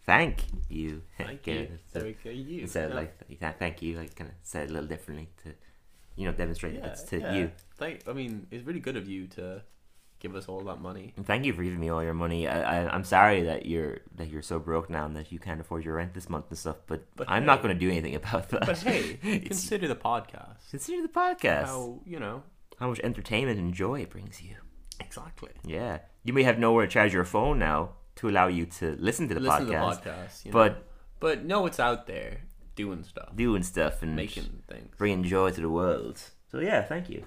Speaker 1: Thank you.
Speaker 2: Thank
Speaker 1: Yeah,
Speaker 2: you.
Speaker 1: so-
Speaker 2: Very good, you.
Speaker 1: instead of
Speaker 2: Yeah.
Speaker 1: like th- th- thank you, like kind of said it a little differently to, you know, demonstrate that it's to
Speaker 2: yeah.
Speaker 1: you.
Speaker 2: Thank. I mean, it's really good of you to give us all that money.
Speaker 1: And thank you for giving me all your money. I, I, I'm sorry that you're that you're so broke now and that you can't afford your rent this month and stuff. But,
Speaker 2: But
Speaker 1: I'm not
Speaker 2: hey.
Speaker 1: going to do anything about that.
Speaker 2: But hey,
Speaker 1: it's,
Speaker 2: consider the podcast.
Speaker 1: consider the podcast. How...
Speaker 2: How you know
Speaker 1: much entertainment and joy it brings you.
Speaker 2: exactly?
Speaker 1: Yeah, you may have nowhere to charge your phone now to allow you to listen to the
Speaker 2: Listen
Speaker 1: podcast,
Speaker 2: to the podcast, you know?
Speaker 1: but
Speaker 2: but know it's out there doing stuff,
Speaker 1: doing stuff and
Speaker 2: making things.
Speaker 1: bringing joy to the world. So yeah, thank you.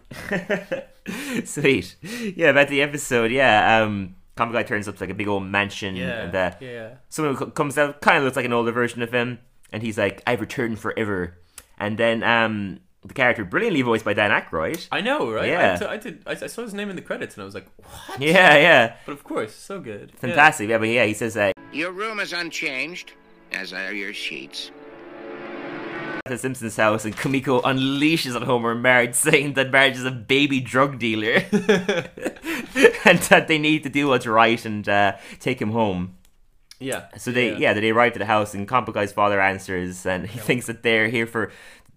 Speaker 1: Sweet. Yeah, about the episode. Yeah, um, comic guy turns up to like a big old mansion, and uh,
Speaker 2: yeah.
Speaker 1: someone who co- comes out kind of looks like an older version of him, and he's like, "I've returned forever," and then um. the character brilliantly voiced by Dan Aykroyd.
Speaker 2: I know, right?
Speaker 1: Yeah.
Speaker 2: I, t- I did. I, I saw his name in the credits, and I was like, "What?"
Speaker 1: Yeah, yeah,
Speaker 2: But of course, so good. Yeah.
Speaker 1: fantastic. Yeah, but yeah, he says uh,
Speaker 4: Your room is unchanged, as are your sheets.
Speaker 1: at the Simpsons house, and Kumiko unleashes on Homer and Marge, saying that Marge is a baby drug dealer, and that they need to do what's right and uh, take him home.
Speaker 2: Yeah.
Speaker 1: So they yeah, they arrive at the house and Compaguy's father answers and he thinks that they're here for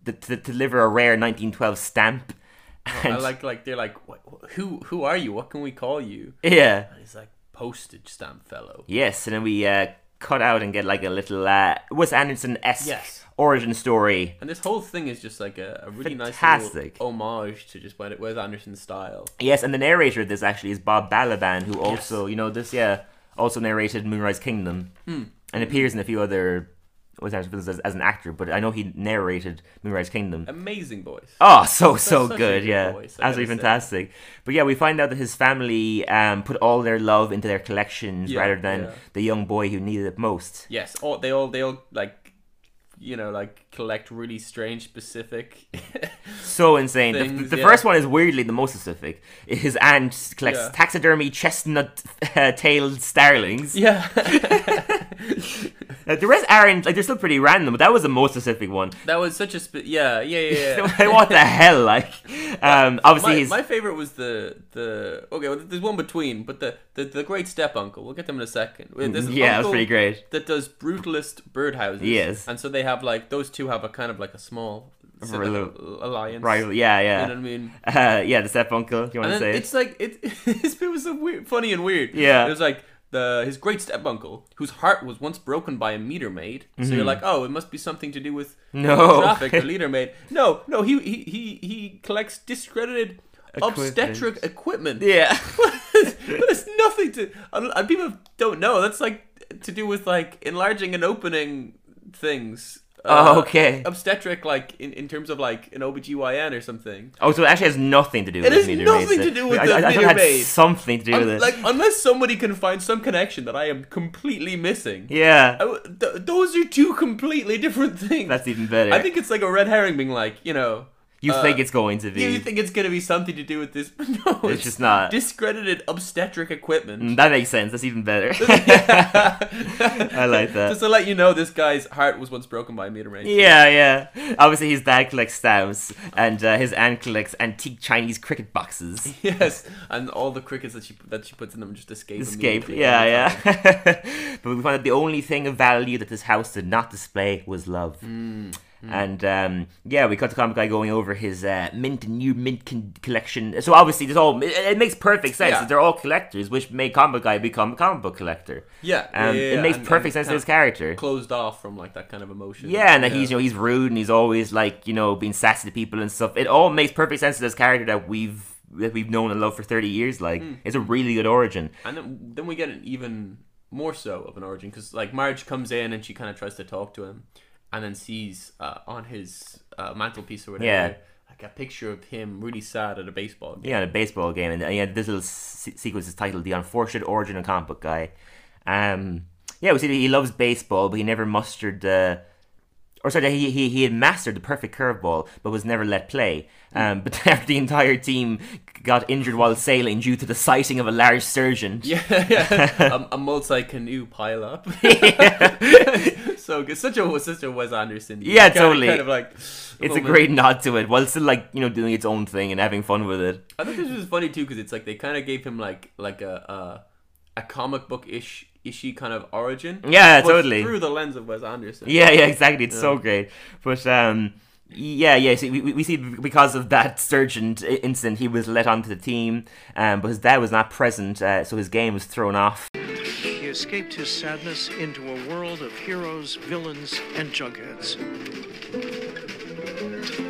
Speaker 1: to, to deliver a rare 1912 stamp.
Speaker 2: Oh, I
Speaker 1: And-
Speaker 2: like like they're like, "What- "Who who are you? What can we call you?"
Speaker 1: yeah.
Speaker 2: And he's like, "Postage stamp fellow."
Speaker 1: Yes, and then we uh, cut out and get like a little uh, Wes Anderson esque
Speaker 2: Yes.
Speaker 1: origin story.
Speaker 2: And this whole thing is just like a, a really nice
Speaker 1: Fantastic.
Speaker 2: little homage to just Wes Wes Anderson style.
Speaker 1: Yes, and the narrator of this actually is Bob Balaban, who also you know this yeah also narrated Moonrise Kingdom
Speaker 2: Hmm.
Speaker 1: and appears in a few other Wes Anderson films as, as an actor, but I know he narrated Moonrise Kingdom.
Speaker 2: Amazing voice.
Speaker 1: Oh, so so
Speaker 2: such a
Speaker 1: good,
Speaker 2: good
Speaker 1: yeah.
Speaker 2: voice,
Speaker 1: Absolutely
Speaker 2: I gotta say.
Speaker 1: fantastic. But yeah, we find out that his family um, put all their love into their collections
Speaker 2: Yeah,
Speaker 1: rather than
Speaker 2: yeah.
Speaker 1: the young boy who needed it most.
Speaker 2: Yes. All they all they all like, you know, like collect really strange specific.
Speaker 1: So insane. The-
Speaker 2: Things,
Speaker 1: the
Speaker 2: yeah.
Speaker 1: first one is weirdly the most specific. His aunt collects
Speaker 2: Yeah.
Speaker 1: taxidermy chestnut uh, tailed starlings.
Speaker 2: yeah.
Speaker 1: Uh, the rest aren't like they're still pretty random, but that was the most specific one.
Speaker 2: that was such a spe- yeah yeah yeah. yeah.
Speaker 1: what the hell? Like, um, obviously
Speaker 2: My,
Speaker 1: he's
Speaker 2: my favorite was the the okay. Well, there's one between, but the, the the great step uncle. We'll get them in a second. There's an
Speaker 1: Mm, yeah, that's
Speaker 2: uncle
Speaker 1: pretty great.
Speaker 2: That does brutalist birdhouses.
Speaker 1: Yes.
Speaker 2: and so they have like those two have a kind of like a small sort of
Speaker 1: Relu-
Speaker 2: alliance.
Speaker 1: right. Yeah,
Speaker 2: You know
Speaker 1: yeah,
Speaker 2: what I mean?
Speaker 1: uh, yeah. The step uncle. Do you want
Speaker 2: And
Speaker 1: to
Speaker 2: then
Speaker 1: say? it?
Speaker 2: it's like it. This bit was so weird, funny and weird.
Speaker 1: Yeah.
Speaker 2: it was like the his great step uncle, whose heart was once broken by a meter maid. So you're like, oh, it must be something to do with
Speaker 1: Mm-hmm. No.
Speaker 2: traffic or leader maid. No, no, he he he, he collects discredited obstetric equipment.
Speaker 1: Yeah.
Speaker 2: but it's nothing to. I don't- People don't know. That's like to do with like enlarging and opening things. Uh,
Speaker 1: Oh, okay.
Speaker 2: Obstetric, like in, in terms of like an OBGYN or something.
Speaker 1: Oh, so it actually has nothing to do with
Speaker 2: has
Speaker 1: meter
Speaker 2: nothing
Speaker 1: maids.
Speaker 2: to do with
Speaker 1: I,
Speaker 2: the
Speaker 1: I, I thought
Speaker 2: meter
Speaker 1: it had
Speaker 2: maid.
Speaker 1: something to do with
Speaker 2: I'm-
Speaker 1: it.
Speaker 2: like unless somebody can find some connection that I am completely missing.
Speaker 1: yeah,
Speaker 2: I w- th- those are two completely different things.
Speaker 1: that's even better.
Speaker 2: I think it's like a red herring being like, you know,
Speaker 1: you
Speaker 2: uh,
Speaker 1: think it's going to be.
Speaker 2: yeah, you think it's gonna be something to do with this, but no, it's,
Speaker 1: just not. Mm,
Speaker 2: discredited obstetric equipment.
Speaker 1: that makes sense. That's even better. I like that.
Speaker 2: Just to let you know, this guy's heart was once broken by a meter maid.
Speaker 1: yeah, yeah. Obviously, his dad collects stamps, and uh, his aunt collects antique Chinese cricket boxes.
Speaker 2: Yes, and all the crickets that she that she puts in them just escape.
Speaker 1: Escape.
Speaker 2: immediately.
Speaker 1: Yeah, yeah. but we found out the only thing of value that this house did not display was love.
Speaker 2: Mm,
Speaker 1: And um, yeah, we cut the comic guy going over his uh, mint and new mint con- collection. So obviously, this all it, it makes perfect sense.
Speaker 2: Yeah.
Speaker 1: They're all collectors, which made comic guy become a comic book collector.
Speaker 2: Yeah,
Speaker 1: um,
Speaker 2: yeah, yeah,
Speaker 1: it makes
Speaker 2: and-
Speaker 1: perfect
Speaker 2: and
Speaker 1: sense to
Speaker 2: kinda
Speaker 1: his character.
Speaker 2: Closed off from like that kind of emotion.
Speaker 1: yeah, and that he's you know he's rude and he's always like you know being sassy to people and stuff. It all makes perfect sense to this character that we've that we've known and loved for thirty years. Like
Speaker 2: Mm.
Speaker 1: it's a really good origin.
Speaker 2: And then, then we get an even more so of an origin because like Marge comes in and she kind of tries to talk to him, and then sees uh, on his uh, mantelpiece or whatever
Speaker 1: Yeah.
Speaker 2: like a picture of him really sad at a baseball game.
Speaker 1: Yeah, in a baseball game, and uh, yeah, this little se- sequence is titled "The Unfortunate Origin of Comic Book Guy." Um, yeah, we see that he loves baseball, but he never mustered the. Or sorry, that he, he he had mastered the perfect curveball, but was never let play. Um, but after the entire team got injured while sailing due to the sighting of a large surgeon.
Speaker 2: Yeah, yeah. a, a multi canoe pile up. so good. Such a such a Wes Anderson.
Speaker 1: Yeah,
Speaker 2: kind of-
Speaker 1: totally.
Speaker 2: Kind of like
Speaker 1: It's a
Speaker 2: moment.
Speaker 1: great nod to it, while still like you know doing its own thing and having fun with it.
Speaker 2: I thought this was funny too because it's like they kind of gave him like like a a, a comic book ish ishy kind of origin.
Speaker 1: Yeah,
Speaker 2: but
Speaker 1: totally.
Speaker 2: Through the lens of Wes Anderson.
Speaker 1: Yeah, yeah, exactly. It's so great. But um, yeah, yeah. So we, we we see because of that surgeon t- incident, he was let onto the team, um, but his dad was not present, uh, so his game was thrown off.
Speaker 5: He escaped his sadness into a world of heroes, villains, and junkheads.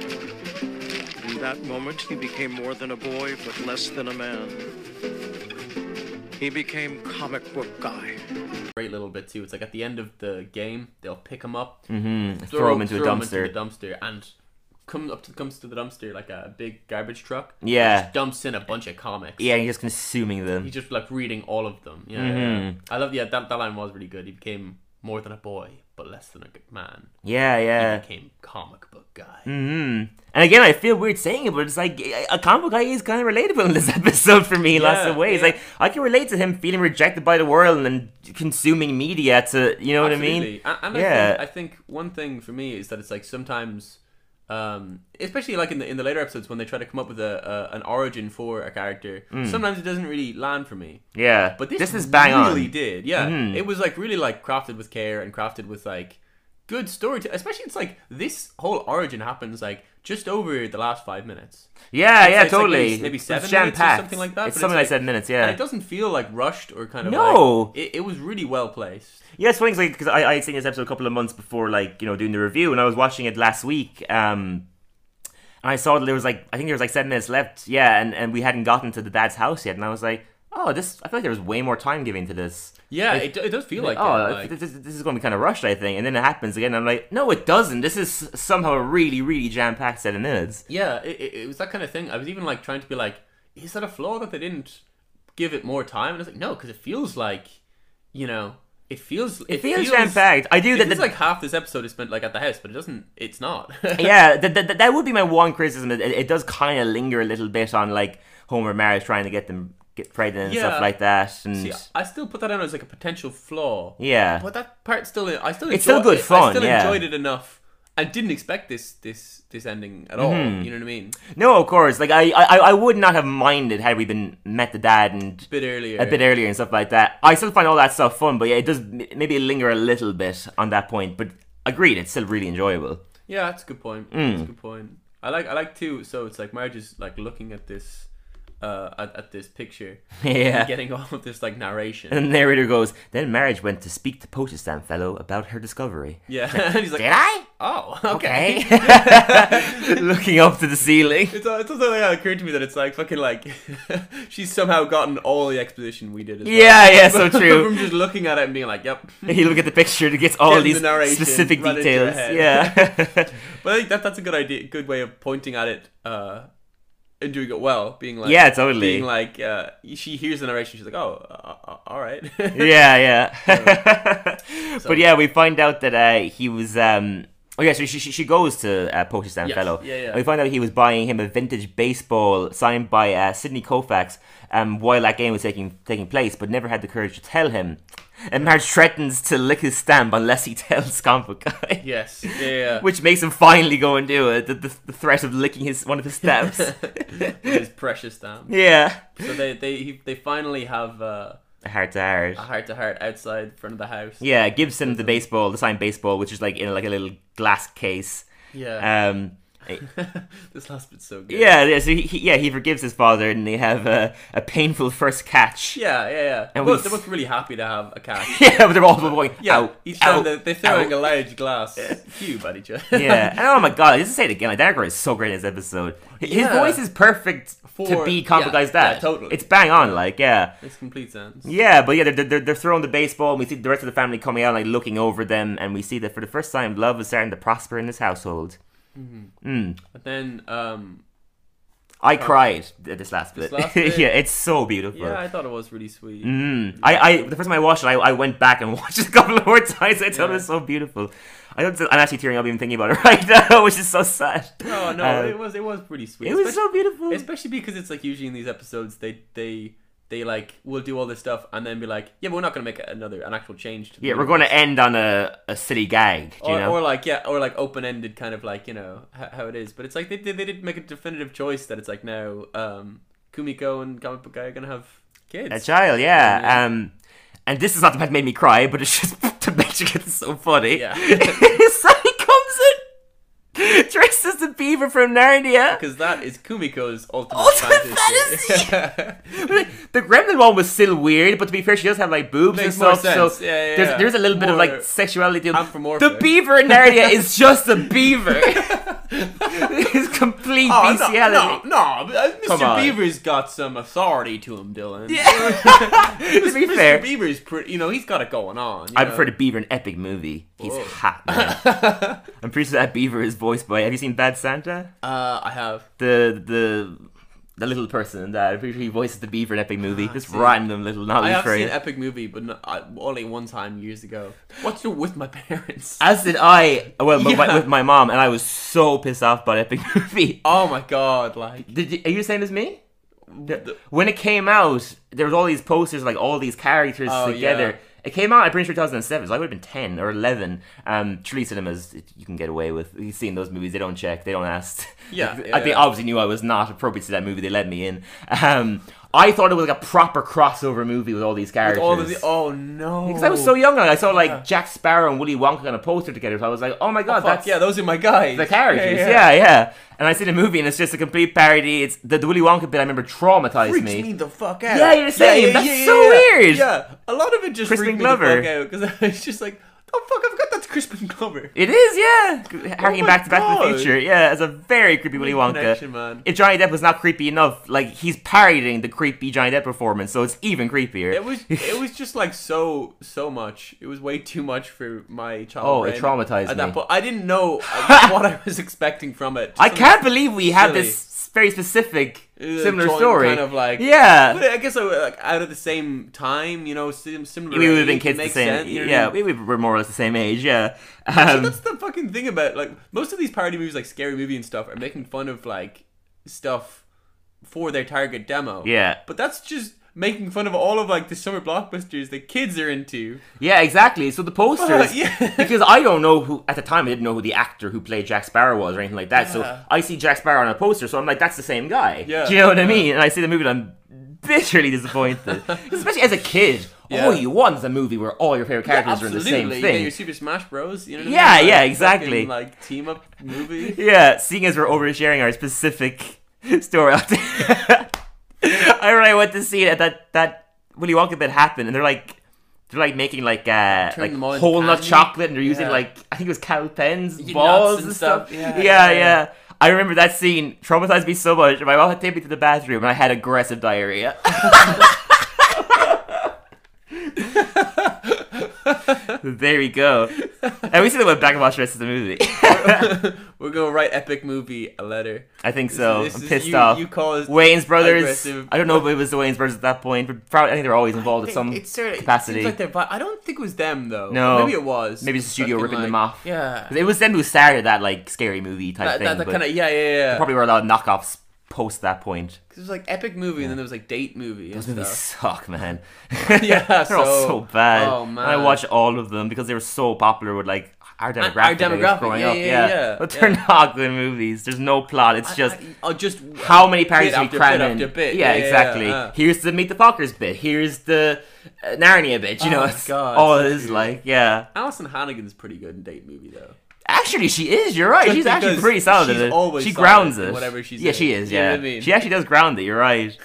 Speaker 5: In that moment, he became more than a boy, but less than a man. He became comic book guy.
Speaker 2: great little bit too. It's like at the end of the game, they'll pick him up,
Speaker 1: Mm-hmm. Throw, him into a dumpster.
Speaker 2: the dumpster, and comes up to comes to the dumpster like a big garbage truck.
Speaker 1: Yeah.
Speaker 2: just dumps in a bunch of comics.
Speaker 1: yeah, he's just consuming them.
Speaker 2: he's just like reading all of them. Yeah, yeah, yeah.
Speaker 1: Mm-hmm.
Speaker 2: I love. Yeah, that that line was really good. He became more than a boy, but less than a good man.
Speaker 1: Yeah,
Speaker 2: He
Speaker 1: yeah.
Speaker 2: became comic book guy.
Speaker 1: And again, I feel weird saying it, but it's like a comic book guy is kind of relatable in this episode for me in lots
Speaker 2: Yeah,
Speaker 1: of ways.
Speaker 2: yeah.
Speaker 1: Like I can relate to him feeling rejected by the world and consuming media to you know what I mean?
Speaker 2: Absolutely. A- And,
Speaker 1: Yeah.
Speaker 2: I, think, I think one thing for me is that it's like sometimes, um, especially like in the in the later episodes when they try to come up with a, a an origin for a character, sometimes it doesn't really land for me.
Speaker 1: Yeah,
Speaker 2: But this,
Speaker 1: Hmm. is bang
Speaker 2: really
Speaker 1: on. Mm-hmm.
Speaker 2: did. Yeah, it was like really like crafted with care and crafted with like good story. especially it's like this whole origin happens like just over the last five minutes.
Speaker 1: Yeah,
Speaker 2: It's
Speaker 1: yeah,
Speaker 2: like- it's like
Speaker 1: totally.
Speaker 2: maybe- maybe
Speaker 1: It's
Speaker 2: seven minutes or
Speaker 1: jam-packed.
Speaker 2: something like that,
Speaker 1: It's
Speaker 2: but
Speaker 1: something
Speaker 2: it's
Speaker 1: like seven
Speaker 2: like-
Speaker 1: minutes.
Speaker 2: And
Speaker 1: Yeah,
Speaker 2: it doesn't feel like rushed or kind of
Speaker 1: No.
Speaker 2: Like, it, it was really well placed.
Speaker 1: Yeah, it's funny because I I had seen this episode a couple of months before, like you know, doing the review, and I was watching it last week. Um, and I saw that there was like I think there was like seven minutes left. Yeah, and and we hadn't gotten to the dad's house yet, and I was like, oh, this I feel like there was way more time given to this.
Speaker 2: Yeah, it, it does feel like
Speaker 1: oh,
Speaker 2: it, like-
Speaker 1: th- this, this is going to be kind of rushed, I think. And then it happens again. And I'm like, no, it doesn't. This is somehow a really, really jam packed seven minutes.
Speaker 2: Yeah, it, it, it was that kind of thing. I was even like trying to be like, is that a flaw that they didn't give it more time? And I was like, no, because it feels like, you know, it feels it,
Speaker 1: feels jam-packed. I do
Speaker 2: it
Speaker 1: that-
Speaker 2: feels
Speaker 1: that-
Speaker 2: like half this episode is spent like at the house, but it doesn't. It's not.
Speaker 1: yeah, that, that, that would be my one criticism. It, it does kind of linger a little bit on like Homer and Marge trying to get them get pregnant and
Speaker 2: Yeah.
Speaker 1: stuff like that. And
Speaker 2: See, I still put that down as like a potential flaw.
Speaker 1: yeah,
Speaker 2: But that part still, I still,
Speaker 1: It's still
Speaker 2: enjoy-
Speaker 1: good
Speaker 2: I- I
Speaker 1: fun,
Speaker 2: still
Speaker 1: yeah.
Speaker 2: enjoyed it enough. I didn't expect this this this ending at all.
Speaker 1: Mm-hmm.
Speaker 2: You know what I mean?
Speaker 1: no, of course. Like I, I, I would not have minded had we been met the dad and.
Speaker 2: A bit earlier.
Speaker 1: A bit earlier and stuff like that. I still find all that stuff fun, but yeah, it does m- maybe linger a little bit on that point. But agreed, it's still really enjoyable.
Speaker 2: Yeah, that's a good point.
Speaker 1: Hmm.
Speaker 2: That's a good point. I like I like too. So it's like Marge is like looking at this, uh, at, at this picture,
Speaker 1: Yeah.
Speaker 2: and getting all of this like narration.
Speaker 1: And the narrator goes, Then marriage went to speak to Pochestan fellow about her discovery.
Speaker 2: Yeah, and he's like,
Speaker 1: Did I?
Speaker 2: oh, okay.
Speaker 1: Looking up to the ceiling.
Speaker 2: It's, uh, it's also like, it occurred to me that it's like fucking like she's somehow gotten all the exposition we did. As
Speaker 1: Yeah, yeah, so
Speaker 2: well.
Speaker 1: true.
Speaker 2: From just looking at it and being like, yep.
Speaker 1: you look at the picture and it gets all
Speaker 2: Getting
Speaker 1: these
Speaker 2: the narration
Speaker 1: specific
Speaker 2: right into your
Speaker 1: details.
Speaker 2: head.
Speaker 1: Yeah.
Speaker 2: But I think that that's a good idea, good way of pointing at it, uh, and doing it well. Being like,
Speaker 1: Yeah, totally.
Speaker 2: Being like, uh, she hears the narration, she's like, oh, uh, uh, all right.
Speaker 1: yeah, yeah. but yeah, we find out that uh, he was. Um, oh yeah, so she she, she goes to uh, Pochestan
Speaker 2: Yes,
Speaker 1: fellow.
Speaker 2: yeah, yeah.
Speaker 1: And we find out he was buying him a vintage baseball signed by uh, Sidney Koufax um, while that game was taking taking place, but never had the courage to tell him. And Marge threatens to lick his stamp unless he tells Comfort Guy.
Speaker 2: Yes. Yeah. yeah.
Speaker 1: Which makes him finally go and do it. The, the, the threat of licking his one of his stamps.
Speaker 2: his precious stamp.
Speaker 1: yeah.
Speaker 2: So they they he- they finally have uh,
Speaker 1: Heart to heart.
Speaker 2: a heart to heart outside front of the house.
Speaker 1: Yeah, gives him the baseball, the signed baseball, which is like in like a little glass case.
Speaker 2: Yeah.
Speaker 1: Um,
Speaker 2: Uh, this last bit's so good.
Speaker 1: yeah, yeah. So he, he, yeah, he forgives his father, and they have a, a painful first catch.
Speaker 2: Yeah. Yeah. Yeah.
Speaker 1: And
Speaker 2: And
Speaker 1: we-
Speaker 2: both, they're both really happy to have a cat.
Speaker 1: yeah, but they're all going.
Speaker 2: Yeah.
Speaker 1: "Ow,
Speaker 2: each
Speaker 1: ow,
Speaker 2: time they're, they're throwing
Speaker 1: ow."
Speaker 2: a large glass cube at each other.
Speaker 1: yeah, and oh my god, just to say it again, like Dagger is so great in this episode. His
Speaker 2: Yeah.
Speaker 1: voice is perfect to
Speaker 2: For-
Speaker 1: be Combo
Speaker 2: yeah,
Speaker 1: Guy's dad.
Speaker 2: yeah, totally.
Speaker 1: It's bang on, like yeah.
Speaker 2: Makes complete sense.
Speaker 1: Yeah, but yeah, they're, they're, they're throwing the baseball, and we see the rest of the family coming out, like looking over them, and we see that for the first time, love is starting to prosper in this household.
Speaker 2: But then um,
Speaker 1: I cried at this last bit.
Speaker 2: Oh. last bit.
Speaker 1: yeah, it's so beautiful.
Speaker 2: yeah, I thought it was really sweet.
Speaker 1: I, I the first time I watched it, I, I went back and watched it a couple of more times. I thought it was so beautiful. I don't. I'm actually tearing up even thinking about it right now, which is so sad.
Speaker 2: Oh no,
Speaker 1: Uh,
Speaker 2: it was it was pretty sweet.
Speaker 1: it was
Speaker 2: Especially-
Speaker 1: so beautiful.
Speaker 2: especially because it's like usually in these episodes they they they like will do all this stuff and then be like yeah but we're not gonna make another an actual change to the
Speaker 1: Yeah, we're
Speaker 2: universe."
Speaker 1: going to end on a, a silly gag. do you
Speaker 2: or,
Speaker 1: know?
Speaker 2: or like yeah or like open-ended kind of like you know how, how it is but it's like they, they, they did make a definitive choice that it's like now um kumiko and comic book guy are gonna have kids
Speaker 1: a child, yeah.
Speaker 2: Yeah.
Speaker 1: Um, and this is not that made me cry, but it's just to make you get so funny.
Speaker 2: Yeah.
Speaker 1: so he comes in dressed as the beaver from Narnia.
Speaker 2: because that is kumiko's ultimate,
Speaker 1: Ultimate
Speaker 2: fantasy,
Speaker 1: But, like, the gremlin one was still weird, but to be fair, she does have like boobs
Speaker 2: Makes
Speaker 1: and stuff.
Speaker 2: more sense.
Speaker 1: So
Speaker 2: Yeah, yeah,
Speaker 1: there's
Speaker 2: yeah.
Speaker 1: there's a little bit of
Speaker 2: More-
Speaker 1: like sexuality. To
Speaker 2: I'm for more
Speaker 1: the
Speaker 2: of it.
Speaker 1: beaver in Narnia is just a beaver. it's complete
Speaker 2: Oh, no,
Speaker 1: bestiality.
Speaker 2: no, no, but, uh,
Speaker 1: Come on.
Speaker 2: Mr. Beaver's got some authority to him,
Speaker 1: to
Speaker 2: Dylan.
Speaker 1: be
Speaker 2: Mr.
Speaker 1: fair,
Speaker 2: Beaver's pretty, you know, he's got it going on. you
Speaker 1: I
Speaker 2: know?
Speaker 1: prefer the beaver in epic movie. He's
Speaker 2: Whoa.
Speaker 1: hot. man. I'm pretty sure that beaver is voiced by. Have you seen Bad Santa?
Speaker 2: Uh, I have.
Speaker 1: The the the little person in that. I'm pretty sure he voices the beaver in Epic Movie. Just random little knowledge
Speaker 2: Ah, I have
Speaker 1: for
Speaker 2: seen
Speaker 1: you.
Speaker 2: an epic movie, but not, I, only one time years ago. Watched it with my parents.
Speaker 1: As did I. Well, my,
Speaker 2: Yeah.
Speaker 1: with my mom, and I was so pissed off by Epic Movie.
Speaker 2: oh my god! Like
Speaker 1: Did you, are you the same as me? When it came out, there was all these posters, like all these characters
Speaker 2: Oh,
Speaker 1: together.
Speaker 2: yeah.
Speaker 1: It came out, I'm pretty sure 2007, so I would have been 10 or 11. Um, Tree Cinemas, it- you can get away with you've seen those movies. They don't check, they don't ask.
Speaker 2: Yeah,
Speaker 1: I-
Speaker 2: yeah,
Speaker 1: they
Speaker 2: yeah.
Speaker 1: obviously knew I was not appropriate to that movie. They let me in. Um, I thought it was like a proper crossover movie with all these characters.
Speaker 2: all of the oh no!
Speaker 1: Because I was so young, I saw like Jack Sparrow and Willy Wonka on a poster together. So I was like, "Oh my god,
Speaker 2: Fuck,
Speaker 1: that's
Speaker 2: yeah, those are my guys.
Speaker 1: the characters." Yeah yeah. And I see the movie, and it's just a complete parody. It's the, the Willy Wonka bit. I remember traumatized
Speaker 2: Freaks me. the fuck out.
Speaker 1: Yeah, you're saying, that's so weird.
Speaker 2: Yeah, a lot of it just
Speaker 1: Crispin
Speaker 2: freaked
Speaker 1: Glover.
Speaker 2: me the fuck out because it's just like, oh fuck, I forgot that's Crispin Glover.
Speaker 1: It is, yeah. Harking
Speaker 2: Oh my
Speaker 1: back to Back to the
Speaker 2: God.
Speaker 1: Future, yeah. It's a very creepy Willy Wonka.
Speaker 2: connection, man.
Speaker 1: If Johnny Depp was not creepy enough, like he's parodying the creepy Johnny Depp performance, so it's even creepier.
Speaker 2: It was it was just like so so much. It was way too much for my child.
Speaker 1: Oh, it
Speaker 2: brain
Speaker 1: traumatized
Speaker 2: at
Speaker 1: me.
Speaker 2: That point. I didn't know uh, what I was expecting from it.
Speaker 1: I
Speaker 2: Some-
Speaker 1: can't believe we have
Speaker 2: silly.
Speaker 1: this very specific,
Speaker 2: uh,
Speaker 1: similar
Speaker 2: joint
Speaker 1: story.
Speaker 2: Kind of like
Speaker 1: yeah.
Speaker 2: But I guess uh, like out of the same time, you know, sim- similar.
Speaker 1: we would have been
Speaker 2: age, it
Speaker 1: kids the
Speaker 2: makes
Speaker 1: same.
Speaker 2: sense, you know what I
Speaker 1: yeah,
Speaker 2: mean?
Speaker 1: we we were more or less the same age. Yeah.
Speaker 2: So
Speaker 1: Um,
Speaker 2: that's the fucking thing about like most of these parody movies, like Scary Movie and stuff, are making fun of like stuff for their target demo.
Speaker 1: Yeah.
Speaker 2: but that's just making fun of all of like the summer blockbusters that kids are into.
Speaker 1: yeah, exactly. So the posters,
Speaker 2: Fuck, yeah.
Speaker 1: because I don't know who at the time I didn't know who the actor who played Jack Sparrow was or anything like that. So I see Jack Sparrow on a poster, so I'm like, that's the same guy.
Speaker 2: Yeah.
Speaker 1: Do you know what I mean? And I see the movie, and I'm bitterly disappointed, especially as a kid.
Speaker 2: Yeah.
Speaker 1: All you want is a movie where all your favorite characters are in the same
Speaker 2: Absolutely,
Speaker 1: thing.
Speaker 2: Yeah, your Super Smash Bros. You know. What
Speaker 1: Yeah,
Speaker 2: I mean?
Speaker 1: yeah,
Speaker 2: Like,
Speaker 1: exactly.
Speaker 2: fucking, like team up movie.
Speaker 1: Yeah, seeing as we're oversharing our specific story, I really went to see it at that that Willy Wonka bit happened, and they're like. They're like making like uh like
Speaker 2: them all into
Speaker 1: whole nut
Speaker 2: candy?
Speaker 1: chocolate, and they're using
Speaker 2: Yeah.
Speaker 1: like I think it was cow pens,
Speaker 2: nuts
Speaker 1: balls
Speaker 2: and
Speaker 1: and stuff.
Speaker 2: stuff. Yeah,
Speaker 1: yeah,
Speaker 2: yeah,
Speaker 1: yeah. I remember that scene traumatized me so much. and My mom had taken me to the bathroom, and I had aggressive diarrhea. there we go. And we still went back and watched the rest of the movie.
Speaker 2: We're gonna write epic movie a letter.
Speaker 1: I think so.
Speaker 2: this
Speaker 1: I'm
Speaker 2: is-
Speaker 1: pissed
Speaker 2: you-
Speaker 1: off.
Speaker 2: you caused
Speaker 1: Wayne's Brothers.
Speaker 2: aggressive-
Speaker 1: I don't know if it was the Wayne's Brothers at that point, but probably I think they were always involved in some
Speaker 2: It- it's sort of- it
Speaker 1: capacity.
Speaker 2: seems like they're vi- I don't think it was them though.
Speaker 1: No.
Speaker 2: maybe it was.
Speaker 1: Maybe it's the studio
Speaker 2: Fucking,
Speaker 1: ripping
Speaker 2: like,
Speaker 1: them off.
Speaker 2: Yeah,
Speaker 1: 'Cause it was them who started that like scary movie type
Speaker 2: that,
Speaker 1: thing.
Speaker 2: that, that
Speaker 1: but
Speaker 2: kind of yeah, yeah, yeah.
Speaker 1: probably were a lot of knockoffs post that point.
Speaker 2: Cause it was like epic movie, and then there was like date movie.
Speaker 1: Those
Speaker 2: and
Speaker 1: movies
Speaker 2: stuff.
Speaker 1: suck, man.
Speaker 2: Yeah,
Speaker 1: they're all
Speaker 2: so-
Speaker 1: so bad.
Speaker 2: oh,
Speaker 1: And I
Speaker 2: man.
Speaker 1: watched all of them because they were so popular with like our demographic. that was
Speaker 2: demographic,
Speaker 1: growing
Speaker 2: yeah,
Speaker 1: up.
Speaker 2: yeah, yeah,
Speaker 1: but they're
Speaker 2: yeah.
Speaker 1: not good movies. There's no plot. It's just.
Speaker 2: I, I, just
Speaker 1: how many parties
Speaker 2: bit
Speaker 1: we
Speaker 2: after
Speaker 1: cram
Speaker 2: bit
Speaker 1: in?
Speaker 2: after bit.
Speaker 1: Yeah, exactly.
Speaker 2: yeah. uh. uh-huh.
Speaker 1: Here's the meet the Fockers bit. Here's the uh, Narnia bit. You know,
Speaker 2: Oh,
Speaker 1: it's
Speaker 2: God,
Speaker 1: all it
Speaker 2: so
Speaker 1: is
Speaker 2: cute.
Speaker 1: like. Yeah,
Speaker 2: Alison Hannigan's pretty good in date movie though.
Speaker 1: actually, she is. You're right.
Speaker 2: Just
Speaker 1: she's actually
Speaker 2: because
Speaker 1: pretty solid.
Speaker 2: she's
Speaker 1: at it.
Speaker 2: always
Speaker 1: she
Speaker 2: solid
Speaker 1: grounds
Speaker 2: in
Speaker 1: it.
Speaker 2: whatever she's
Speaker 1: yeah,
Speaker 2: in.
Speaker 1: she is.
Speaker 2: You know
Speaker 1: Yeah,
Speaker 2: what I mean?
Speaker 1: she actually does ground it. You're right.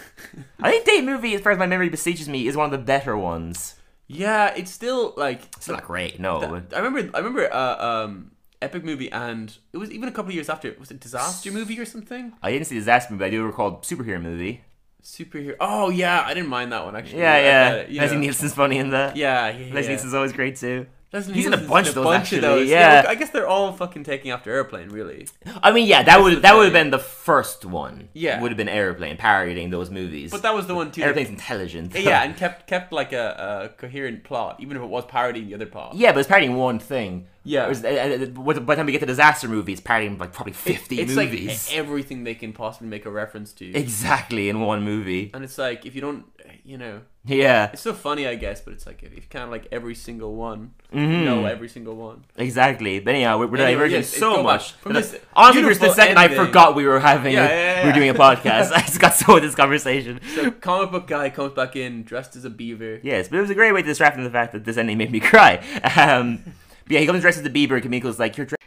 Speaker 1: I think Date Movie, as far as my memory beseeches me, is one of the better ones.
Speaker 2: Yeah, it's still like
Speaker 1: It's not great, no. but-
Speaker 2: I remember. I remember. Uh, um, epic movie, and it was even a couple of years after. Was it disaster movie or something?
Speaker 1: I didn't see Disaster Movie. but I do recall superhero movie.
Speaker 2: Superhero. Oh yeah, I didn't mind that one actually.
Speaker 1: Yeah,
Speaker 2: I
Speaker 1: yeah.
Speaker 2: got it, you
Speaker 1: Leslie
Speaker 2: know.
Speaker 1: Nielsen's funny in that.
Speaker 2: Yeah, yeah,
Speaker 1: Leslie
Speaker 2: yeah.
Speaker 1: Nielsen's always great too.
Speaker 2: Leslie
Speaker 1: He's in a
Speaker 2: Nielsen's
Speaker 1: bunch of those
Speaker 2: bunch
Speaker 1: actually.
Speaker 2: Of those.
Speaker 1: Yeah.
Speaker 2: look, I guess they're all fucking taking after airplane, really.
Speaker 1: I mean, yeah, that
Speaker 2: the
Speaker 1: would that would have
Speaker 2: thing.
Speaker 1: been the first one.
Speaker 2: Yeah.
Speaker 1: would have been Airplane parodying those movies.
Speaker 2: But that was the one too. that-
Speaker 1: Airplane's intelligent.
Speaker 2: yeah, and kept kept like a, a coherent plot, even if it was parodying the other plot.
Speaker 1: yeah, but it's parodying one thing.
Speaker 2: Yeah.
Speaker 1: Whereas, uh, uh, by the by the time we get to disaster movies, parodying like probably fifty
Speaker 2: it's
Speaker 1: movies
Speaker 2: like e-, everything they can possibly make a reference to,
Speaker 1: exactly in one movie.
Speaker 2: and it's like if you don't, you know,
Speaker 1: Yeah,
Speaker 2: it's so funny, I guess, but it's like if you kind of like every single one,
Speaker 1: Mm-hmm.
Speaker 2: you know every single one.
Speaker 1: exactly. But anyhow, we're, we're
Speaker 2: Anyway,
Speaker 1: diverging
Speaker 2: yes,
Speaker 1: so
Speaker 2: go back.
Speaker 1: much.
Speaker 2: From
Speaker 1: that-
Speaker 2: this
Speaker 1: honestly, it was the
Speaker 2: beautiful
Speaker 1: second I
Speaker 2: ending-
Speaker 1: forgot we were having
Speaker 2: Yeah,
Speaker 1: a,
Speaker 2: yeah, yeah,
Speaker 1: we were
Speaker 2: yeah.
Speaker 1: doing a podcast. I just got so in this conversation.
Speaker 2: So comic book guy comes back in dressed as a beaver.
Speaker 1: Yes, but it was a great way to distract from the fact that this ending made me cry. Um, but yeah, he comes dressed as the Bieber, and Kamiko's like, "You're." Dre-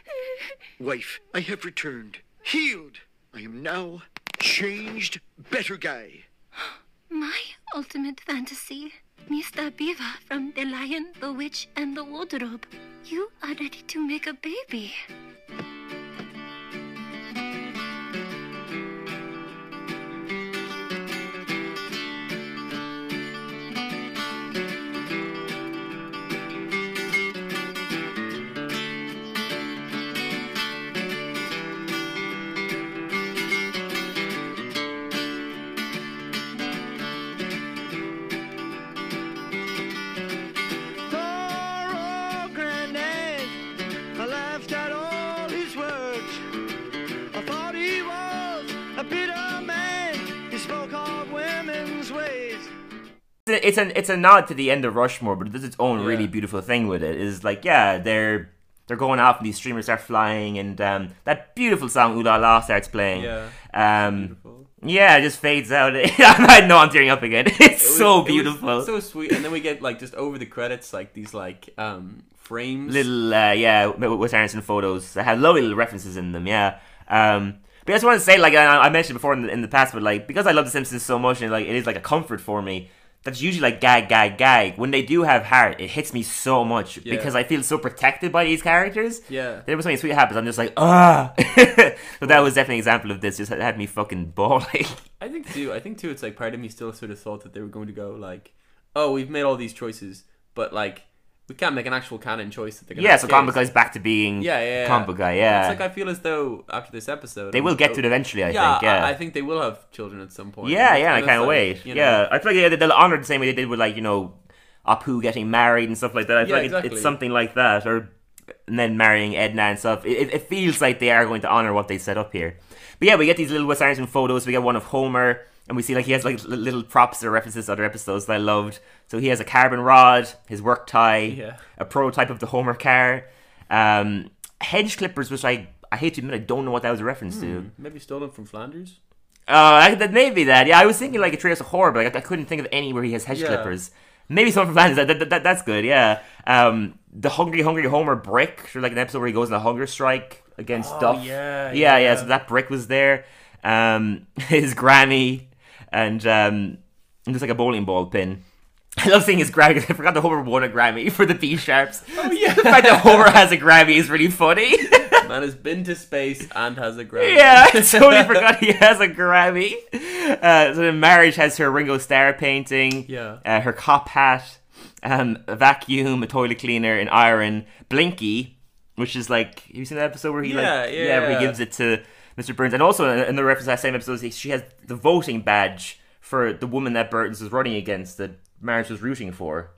Speaker 4: Wife, I have returned, healed. I am now changed, better guy.
Speaker 6: My ultimate fantasy, Mr. Beaver from The Lion, the Witch, and the Wardrobe. You are ready to make a baby.
Speaker 1: a- it's an it's a nod to the end of Rushmore, but it does its own really
Speaker 2: Yeah.
Speaker 1: beautiful thing with it. Is like yeah, they're they're going off and these streamers are flying, and um, that beautiful song "Ooh La La" starts playing.
Speaker 2: Yeah.
Speaker 1: Um, yeah, it just fades out. I know I'm tearing up again. It's
Speaker 2: It was-
Speaker 1: so
Speaker 2: it was
Speaker 1: beautiful.
Speaker 2: so sweet. And then we get like just over the credits, like these like um frames.
Speaker 1: little uh, yeah Wes Anderson photos that had lovely little references in them yeah um but I just want to say like I, I mentioned before in the, in the past but like because I love The Simpsons so much and like it is like a comfort for me that's usually like gag gag gag when they do have heart it hits me so much
Speaker 2: Yeah.
Speaker 1: because I feel so protected by these characters
Speaker 2: Yeah.
Speaker 1: there was something sweet happens I'm just like ah so that was definitely an example of this just had- had me fucking bawling
Speaker 2: I think too. I think too. It's like part of me still sort of thought that they were going to go like, oh, we've made all these choices, but like we can't make an actual canon choice that they're going.
Speaker 1: yeah so comic guy's back to being
Speaker 2: Yeah, yeah, yeah.
Speaker 1: comic book guy yeah
Speaker 2: It's like I feel as though after this episode,
Speaker 1: they will get to it eventually I
Speaker 2: yeah,
Speaker 1: think yeah
Speaker 2: I, I think they will have children at some point.
Speaker 1: Yeah, yeah, I
Speaker 2: And it's
Speaker 1: can't
Speaker 2: like,
Speaker 1: wait.
Speaker 2: you know,
Speaker 1: yeah, I feel like they- they'll honor it the same way they did with like you know Apu getting married and stuff like that. I feel
Speaker 2: Yeah,
Speaker 1: like it-
Speaker 2: exactly.
Speaker 1: it's something like that, or and then marrying Edna and stuff. It, it- it feels like they are going to honor what they set up here. But yeah, we get these little Wes Anderson photos. We get one of Homer, and we see like he has like li- little props or references to other episodes that I loved. So he has a carbon rod, his work tie,
Speaker 2: Yeah.
Speaker 1: a prototype of the Homer car, um, hedge clippers, which I. I hate to admit, I don't know what that was a reference to.
Speaker 2: Maybe stolen from Flanders.
Speaker 1: Uh, that may be that. Yeah, I was thinking like a Trios of Horror, but like, I couldn't think of any where he has hedge
Speaker 2: Yeah.
Speaker 1: clippers. Maybe someone from Flanders. That, that, that, that's good. Yeah. Um, the Hungry Hungry Homer brick, sure, like an episode where he goes on a hunger strike against Duff.
Speaker 2: Oh, yeah,
Speaker 1: yeah,
Speaker 2: yeah.
Speaker 1: So that brick was there. Um, his granny, and um, it looks like a bowling ball pin. I love seeing his Grammy. I forgot the Homer won a Grammy for the B sharps. Oh
Speaker 2: yeah.
Speaker 1: the fact that Homer has a Grammy is really funny.
Speaker 2: Man has been to space and has a grand.
Speaker 1: Yeah, I totally forgot he has a Grammy. Uh, so then marriage has her Ringo Starr painting,
Speaker 2: Yeah.
Speaker 1: uh, her cop hat, um, a vacuum, a toilet cleaner, an iron, Blinky, which is like have you seen that episode where he
Speaker 2: Yeah,
Speaker 1: like where
Speaker 2: yeah.
Speaker 1: he gives it to Mr. Burns, and also in the reference to that same episode, is she has the voting badge for the woman that Burns was running against that marriage was rooting for.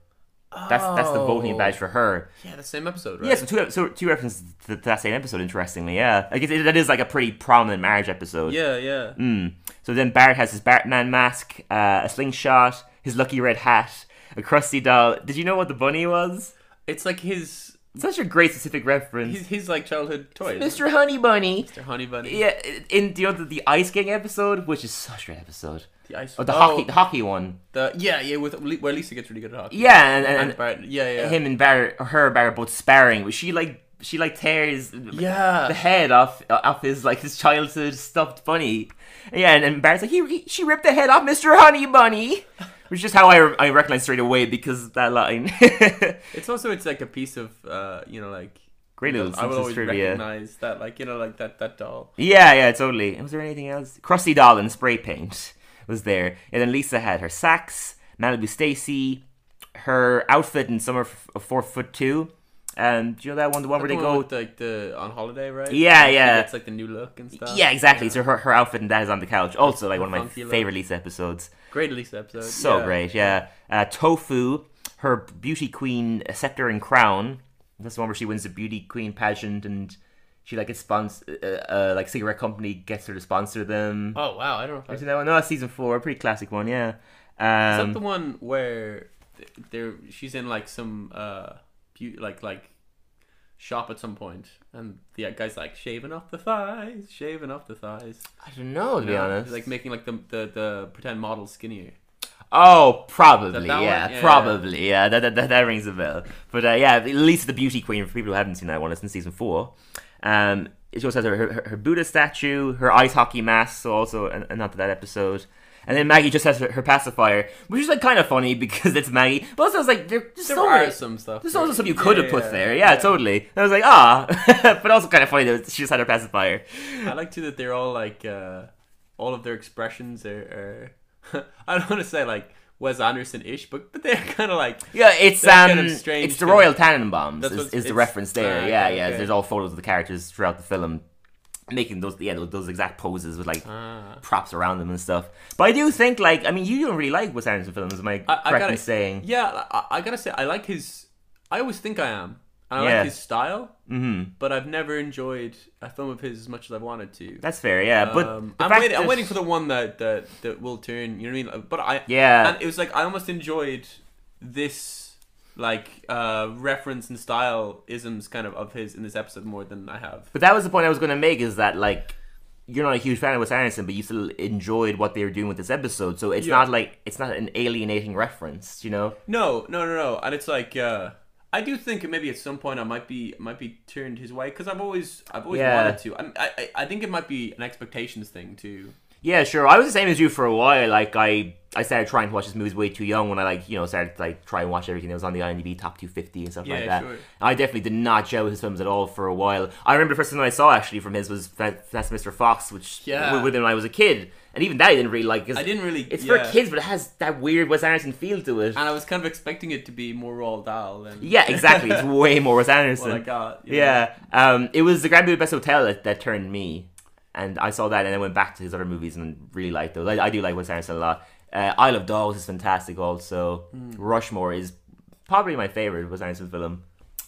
Speaker 1: That's that's the voting
Speaker 2: Oh.
Speaker 1: badge for her.
Speaker 2: Yeah, the same episode, right?
Speaker 1: Yeah, so two, so two references to that same episode, interestingly, yeah. I guess it, that is like a pretty prominent marriage episode. Hmm.
Speaker 2: Yeah, yeah.
Speaker 1: Mm. So then Barrett has his Batman mask, uh, a slingshot, his lucky red hat, a crusty doll. Did you know what the bunny was?
Speaker 2: It's like his
Speaker 1: Such a great specific reference.
Speaker 2: his, his like childhood toys.
Speaker 1: Mr. Honey Bunny.
Speaker 2: Mr. Honey Bunny.
Speaker 1: Yeah, in you know, the, the Ice King episode, which is such a great episode.
Speaker 2: The ice.
Speaker 1: Oh, the hockey, the hockey one.
Speaker 2: The yeah, yeah, with Le- where Lisa gets really good at hockey.
Speaker 1: Yeah, and, and,
Speaker 2: and Bart, yeah, yeah,
Speaker 1: him and Barrett, or her and Barrett both sparring. But she like she like tears
Speaker 2: yeah.
Speaker 1: the head off off his like his childhood stuffed bunny. Yeah, and, and Barrett's like he, he- she ripped the head off Mr. Honey Bunny, which is how I I recognize straight away because of that line.
Speaker 2: It's also it's like a piece of uh, you know like
Speaker 1: Great little
Speaker 2: I would
Speaker 1: Simpsons
Speaker 2: always
Speaker 1: trivia.
Speaker 2: recognize that like you know like that that doll.
Speaker 1: Yeah, yeah, totally. And was there anything else? Krusty Doll and spray paint was there, and then Lisa had her sacks, Malibu Stacy, her outfit in summer f- of four foot two. Um, do you know that one? The one where
Speaker 2: The
Speaker 1: they
Speaker 2: one
Speaker 1: go
Speaker 2: with, like the on holiday, right?
Speaker 1: Yeah,
Speaker 2: She
Speaker 1: yeah.
Speaker 2: Gets like the new look and stuff.
Speaker 1: Yeah, exactly. So her, her outfit and that is on the couch. Also, like one of my
Speaker 2: Funky look.
Speaker 1: favorite Lisa episodes.
Speaker 2: Great Lisa episode.
Speaker 1: So
Speaker 2: yeah.
Speaker 1: great, yeah. Uh, Tofu, her beauty queen scepter and crown. That's the one where she wins the beauty queen pageant, and she like gets spons- uh, uh, like cigarette company gets her to sponsor them.
Speaker 2: Oh wow, I don't know. If I...
Speaker 1: Isn't that one? No, that's season four, a pretty classic one, yeah.
Speaker 2: Is that the
Speaker 1: Um,
Speaker 2: one where th- there she's in like some uh beauty like like shop at some point and the guy's like shaving off the thighs, shaving off the thighs.
Speaker 1: I don't know to be
Speaker 2: Yeah,
Speaker 1: honest.
Speaker 2: like making like the the, the pretend model skinnier.
Speaker 1: oh, probably,
Speaker 2: that one?
Speaker 1: yeah,
Speaker 2: Yeah, yeah.
Speaker 1: probably, yeah. That, that, that that rings a bell. But uh, yeah, Lisa the beauty queen. For people who haven't seen that one, it's in season four. Um, she also has her, her, her Buddha statue, her ice hockey mask, so also an- another that episode. And then Maggie just has her, her pacifier, which is like kind of funny because it's Maggie. But also, it's like there- there's
Speaker 2: There
Speaker 1: so
Speaker 2: are
Speaker 1: many-
Speaker 2: some stuff
Speaker 1: There's
Speaker 2: there.
Speaker 1: also stuff you could
Speaker 2: Yeah,
Speaker 1: have put
Speaker 2: yeah,
Speaker 1: there. Yeah,
Speaker 2: yeah.
Speaker 1: totally. And I was like, ah, but also kind of funny that she just had her pacifier.
Speaker 2: I like too that they're all like uh all of their expressions are, are I don't want to say like Wes Anderson ish, but but they're kind of like
Speaker 1: Yeah, it's
Speaker 2: That's
Speaker 1: um,
Speaker 2: kind of strange
Speaker 1: it's the
Speaker 2: thing.
Speaker 1: Royal Tannenbaums
Speaker 2: That's
Speaker 1: is,
Speaker 2: what's-
Speaker 1: is the
Speaker 2: it's-
Speaker 1: reference there.
Speaker 2: ah,
Speaker 1: yeah,
Speaker 2: okay,
Speaker 1: yeah.
Speaker 2: okay.
Speaker 1: There's all photos of the characters throughout the film, making those yeah those, those exact poses with like
Speaker 2: Ah.
Speaker 1: props around them and stuff. But I do think like I mean you don't really like Wes Anderson films. Am I,
Speaker 2: I, I
Speaker 1: correct
Speaker 2: gotta
Speaker 1: in saying?
Speaker 2: yeah. I, I gotta say I like his. I always think I am, and I
Speaker 1: Yeah. Mm-hmm.
Speaker 2: like his style. But I've never enjoyed a film of his as much as I wanted to.
Speaker 1: That's fair, yeah. But
Speaker 2: um,
Speaker 1: the
Speaker 2: I'm,
Speaker 1: fact
Speaker 2: waiting, I'm
Speaker 1: that-
Speaker 2: waiting for the one that, that that will turn. You know what I mean? But I
Speaker 1: Yeah.
Speaker 2: And it was like I almost enjoyed this like uh reference and style isms kind of of his in this episode more than I have.
Speaker 1: But that was the point I was going to make is that like you're not a huge fan of Wes Anderson, but you still enjoyed what they were doing with this episode. So it's
Speaker 2: Yeah.
Speaker 1: not like it's not an alienating reference, you know?
Speaker 2: No, no, no, no. And it's like uh I do think maybe at some point I might be might be turned his way because I've always I've always
Speaker 1: Yeah.
Speaker 2: wanted to. I'm- I, I I think it might be an expectations thing too.
Speaker 1: Yeah, sure. I was the same as you for a while. Like I, I started trying to watch these movies way too young when I like you know started to, like try and watch everything that was on the IMDb top 250 and stuff
Speaker 2: Yeah,
Speaker 1: like that.
Speaker 2: sure.
Speaker 1: I definitely did not gel with his films at all for a while. I remember the first film I saw actually from his was Fa- That's Mr. Fox, which
Speaker 2: Yeah.
Speaker 1: w- with him when I was a kid, and even that I didn't really like. 'cause
Speaker 2: I didn't really-
Speaker 1: It's
Speaker 2: yeah.
Speaker 1: for kids, but it has that weird Wes Anderson feel to it.
Speaker 2: And I was kind of expecting it to be more Roald Dahl than
Speaker 1: Yeah, exactly. It's way more Wes Anderson.
Speaker 2: what I got. you know?
Speaker 1: Yeah. Um, it was the Grand Budapest Hotel that, that turned me, and I saw that, and I went back to his other movies and really liked those. I, I do like Wes Anderson a lot. Uh, Isle of Dogs is fantastic. Also,
Speaker 2: Hmm.
Speaker 1: Rushmore is probably my favorite Wes Anderson film.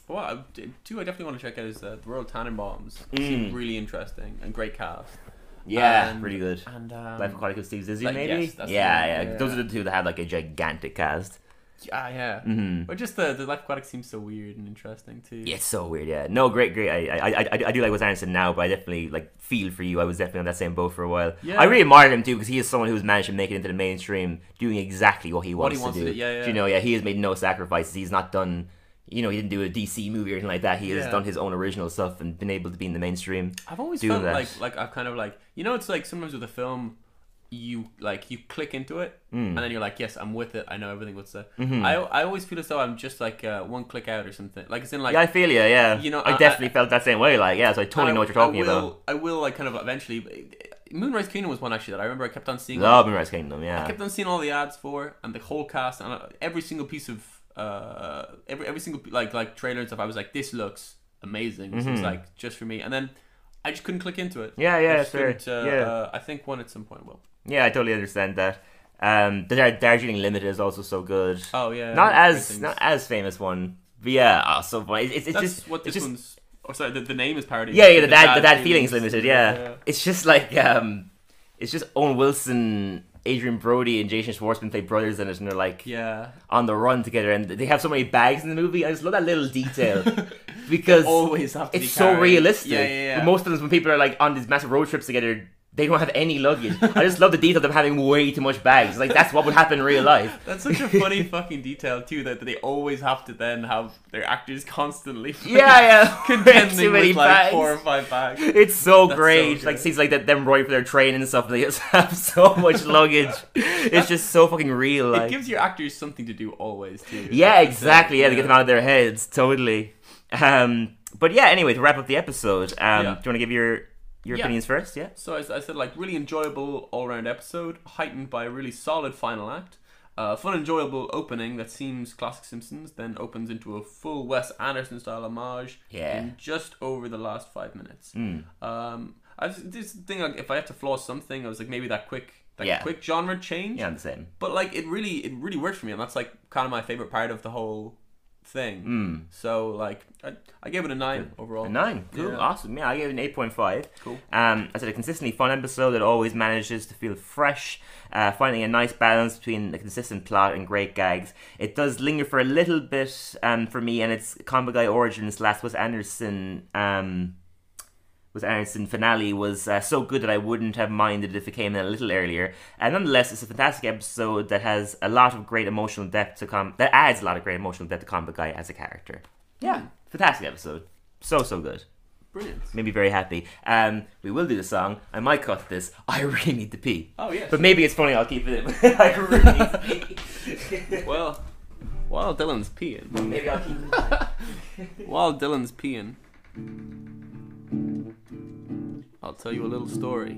Speaker 2: Well, I, two I definitely want to check out is uh, the Royal Tannenbaums. Seem really interesting and great cast.
Speaker 1: Mm. Yeah,
Speaker 2: And-
Speaker 1: pretty good.
Speaker 2: And um,
Speaker 1: Life Aquatic with Steve Zissou,
Speaker 2: like,
Speaker 1: maybe.
Speaker 2: yes, that's the
Speaker 1: yeah,
Speaker 2: one.
Speaker 1: yeah,
Speaker 2: Yeah.
Speaker 1: Those are the two that have like a gigantic cast.
Speaker 2: yeah, ah, yeah.
Speaker 1: Mm-hmm.
Speaker 2: But just the the Life Aquatic seems so weird and interesting too.
Speaker 1: Yeah, it's so weird. Yeah, no, great, great. I, I, I, I do like Wes Anderson now, but I definitely like feel for you. I was definitely on that same boat for a while.
Speaker 2: Yeah.
Speaker 1: I really admire him too because he is someone who's managed to make it into the mainstream, doing exactly what he
Speaker 2: What
Speaker 1: wants,
Speaker 2: he wants
Speaker 1: to
Speaker 2: to
Speaker 1: do.
Speaker 2: do, yeah, yeah.
Speaker 1: Do You know, yeah, he has made no sacrifices. He's not done. You know, he didn't do a DC movie or anything like that. He has
Speaker 2: Yeah.
Speaker 1: done his own original stuff and been able to be in the mainstream.
Speaker 2: I've always
Speaker 1: doing
Speaker 2: felt
Speaker 1: that.
Speaker 2: like like I've kind of like you know it's like sometimes with a film you like you click into it
Speaker 1: Mm.
Speaker 2: and then you're like yes I'm with it I know everything what's there.
Speaker 1: Mm-hmm.
Speaker 2: I I always feel as though I'm just like uh, one click out or something. Like it's in like
Speaker 1: yeah, I feel you. Yeah,
Speaker 2: You know,
Speaker 1: I,
Speaker 2: I-
Speaker 1: definitely
Speaker 2: I-
Speaker 1: felt that same way. Like, yeah, so I totally know what you're talking
Speaker 2: I will,
Speaker 1: about.
Speaker 2: I will like kind of eventually. Moonrise Kingdom was one actually that I remember I kept on seeing.
Speaker 1: Love Moonrise Kingdom. Yeah,
Speaker 2: I kept on seeing all the ads for and the whole cast and uh, every single piece of uh every every single like like trailer and stuff. I was like, this looks amazing. This looks like just for me. And then I just couldn't click into it.
Speaker 1: Mm-hmm. Yeah, yeah,
Speaker 2: I just
Speaker 1: fair.
Speaker 2: couldn't, Uh,
Speaker 1: Yeah.
Speaker 2: uh, I think one at some point will.
Speaker 1: Yeah, I totally understand that. Um, the Dar- Darjeeling Limited is also so good.
Speaker 2: Oh, yeah,
Speaker 1: not
Speaker 2: great
Speaker 1: as
Speaker 2: things.
Speaker 1: not as famous one, but yeah, oh, so funny. It's, it's, it's
Speaker 2: That's
Speaker 1: just
Speaker 2: what this
Speaker 1: it's just,
Speaker 2: one's. Oh, sorry, the, the name is parody.
Speaker 1: Yeah, yeah, the dad, the dad feelings, limited. Yeah.
Speaker 2: yeah.
Speaker 1: it's just like um, it's just Owen Wilson, Adrian Brody, and Jason Schwartzman play brothers in it, and they're like
Speaker 2: Yeah.
Speaker 1: on the run together, and they have so many bags in the movie. I just love that little detail because
Speaker 2: Always have to be
Speaker 1: it's so
Speaker 2: carried.
Speaker 1: realistic.
Speaker 2: Yeah, yeah, yeah.
Speaker 1: Most of times when people are like on these massive road trips together, they don't have any luggage. I just love the detail of them having way too much bags. Like that's what would happen in real life.
Speaker 2: That's such a funny fucking detail too that they always have to then have their actors constantly
Speaker 1: yeah, yeah.
Speaker 2: contending
Speaker 1: Too many
Speaker 2: with like
Speaker 1: bags.
Speaker 2: four or five bags.
Speaker 1: It's so
Speaker 2: That's so
Speaker 1: great. like
Speaker 2: good.
Speaker 1: seems like that them roy for their train and stuff. They just have so much luggage. It's just so fucking real. Like
Speaker 2: It gives your actors something to do always too.
Speaker 1: yeah,
Speaker 2: That's the-
Speaker 1: exactly. Yeah, to get them out of their heads. Totally. Um, but yeah. Anyway, to wrap up the episode, um,
Speaker 2: Yeah.
Speaker 1: do you want to give your your
Speaker 2: Yeah.
Speaker 1: opinions first? Yeah.
Speaker 2: So as I said, like really enjoyable all-round episode, heightened by a really solid final act. Uh, fun, enjoyable opening that seems classic Simpsons, then opens into a full Wes Anderson style homage
Speaker 1: Yeah. Hmm.
Speaker 2: in just over the last five minutes. Um, I was, this thing, like, if I had to flaw something, I was like maybe that quick, that
Speaker 1: Yeah.
Speaker 2: quick genre change.
Speaker 1: Yeah, I'm the same.
Speaker 2: but like it really it really worked for me and that's like kind of my favorite part of the whole thing mm. so like I, I gave it a nine overall
Speaker 1: Hmm. A nine. Cool.
Speaker 2: Yeah.
Speaker 1: Awesome. Yeah, I gave it an eight point five.
Speaker 2: Cool.
Speaker 1: Um, I said a consistently fun episode that always manages to feel fresh, uh, finding a nice balance between the consistent plot and great gags. It does linger for a little bit um, for me, and it's comic guy origins last was Anderson. Um, was Anderson finale was uh, so good that I wouldn't have minded if it came in a little earlier. And nonetheless, it's a fantastic episode that has a lot of great emotional depth to come. That adds a lot of great emotional depth to Combat Guy as a character. Yeah, fantastic episode. So so good.
Speaker 2: brilliant
Speaker 1: Made me very happy. Um, we will do the song. I might cut this. I really need to pee.
Speaker 2: Oh, yes.
Speaker 1: But maybe it's funny. I'll keep it. in. I really need to pee.
Speaker 2: well while dylan's peeing
Speaker 1: maybe I'll keep. It.
Speaker 2: while dylan's peeing i'll tell you a little story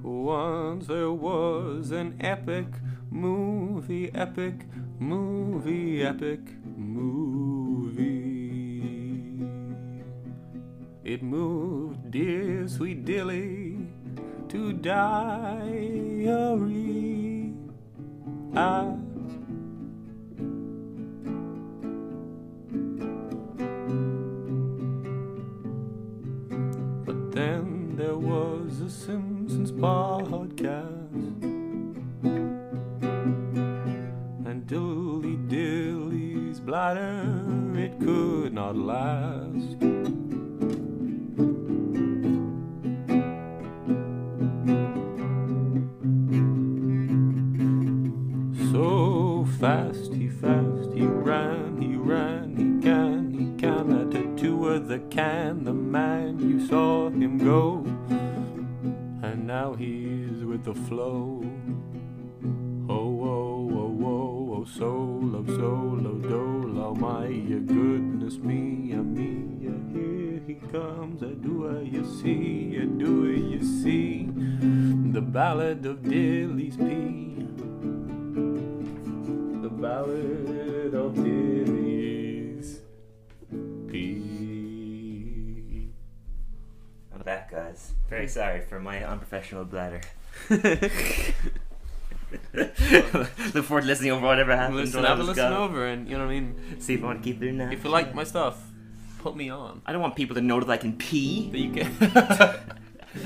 Speaker 2: Once there was an epic movie, epic movie, epic movie. It moved dear sweet Dilly to diary. I Then there was a Simpsons podcast. And dilly dilly's bladder, it could not last. So fast he fast he ran, he ran, he can, he can. A tattoo of the can, the man you saw him go. And now he's with the flow. Oh, oh, oh, oh, oh, solo, solo, dolo, my ya goodness me, a me, ya here he comes, a do a you see, a do a you see, the ballad of Dilly's P. The Ballad of Dilly's P.
Speaker 1: I'm back, guys. Very sorry for my unprofessional bladder. Look forward to listening over whatever happens.
Speaker 7: Listen,
Speaker 1: while I
Speaker 7: have a
Speaker 1: was
Speaker 7: listen
Speaker 1: gone.
Speaker 7: over, and you know what I mean.
Speaker 1: See if I want to keep doing that.
Speaker 7: If you like my stuff, put me on.
Speaker 1: I don't want people to know that I can pee.
Speaker 7: That you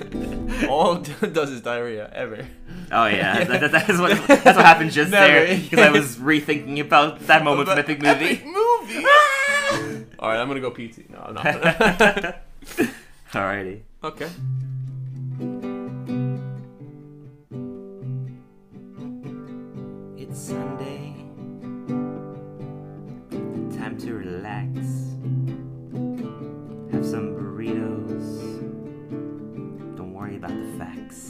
Speaker 7: can. All it does is diarrhea ever.
Speaker 1: Oh yeah, That- that- that's what that's what happened just
Speaker 7: Never.
Speaker 1: there because I was rethinking about that moment from Epic
Speaker 7: Epic
Speaker 1: Movie.
Speaker 7: movie. All right, I'm gonna go PT. No, I'm not.
Speaker 1: Alrighty.
Speaker 7: okay.
Speaker 1: It's Sunday. Time to relax. Have some burritos. Don't worry about the facts.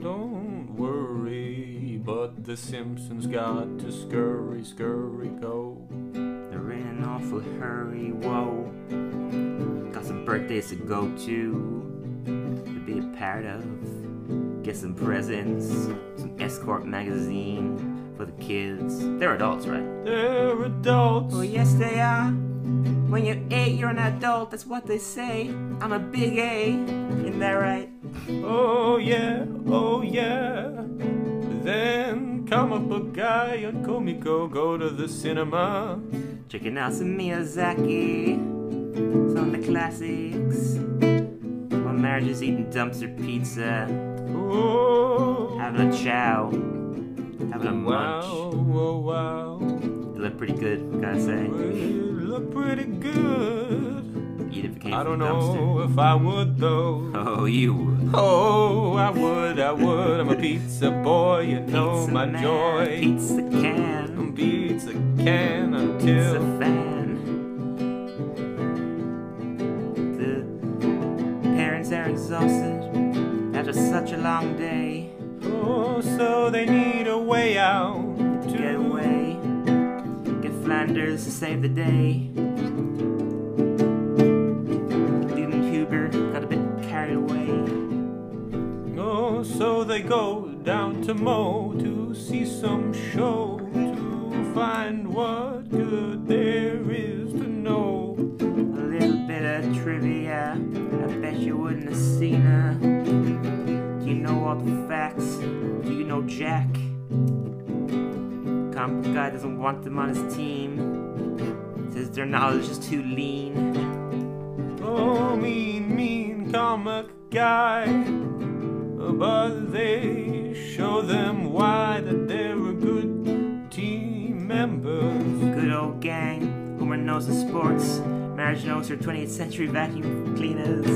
Speaker 2: Don't worry, but the Simpsons got to scurry, scurry, go.
Speaker 1: They're in an awful hurry, whoa. Got some birthdays to go to, to be a part of. Get some presents, some escort magazine for the kids. They're adults, right?
Speaker 2: They're adults.
Speaker 1: Oh, yes, they are. When you're eight, you're an adult. That's what they say. I'm a big A. Isn't that right?
Speaker 2: Oh yeah, oh yeah. Then comic book guy and Komiko go to the cinema.
Speaker 1: Checking out some Miyazaki, some of the classics. My marriage is eating dumpster pizza,
Speaker 2: Oh,
Speaker 1: having a chow, having a
Speaker 2: wow,
Speaker 1: munch.
Speaker 2: oh wow.
Speaker 1: They look pretty good, gotta say.
Speaker 2: Well, you look pretty good.
Speaker 1: Eat if it came
Speaker 2: I don't
Speaker 1: from a dumpster.
Speaker 2: know if I would though.
Speaker 1: Oh, you would.
Speaker 2: Oh, I would, I would. I'm a pizza boy, you know
Speaker 1: Pizza
Speaker 2: my
Speaker 1: man,
Speaker 2: joy.
Speaker 1: Pizza can,
Speaker 2: I'm pizza can
Speaker 1: pizza
Speaker 2: until
Speaker 1: fan. The parents are exhausted after such a long day.
Speaker 2: oh, so they need a way out. To
Speaker 1: Get away, get Flanders to save the day. Leland Huber got a bit carried away.
Speaker 2: Oh, so they go down to Mo to see some show to find what good there is to know.
Speaker 1: A little bit of trivia, I bet you wouldn't have seen her. Do you know all the facts? Do you know Jack? Comp guy doesn't want them on his team. Says their knowledge is too lean.
Speaker 2: Oh, mean, mean comic guy. But they show them why that they're a good team member.
Speaker 1: Good old gang, Homer knows the sports. Marriage knows her 20th century vacuum cleaners.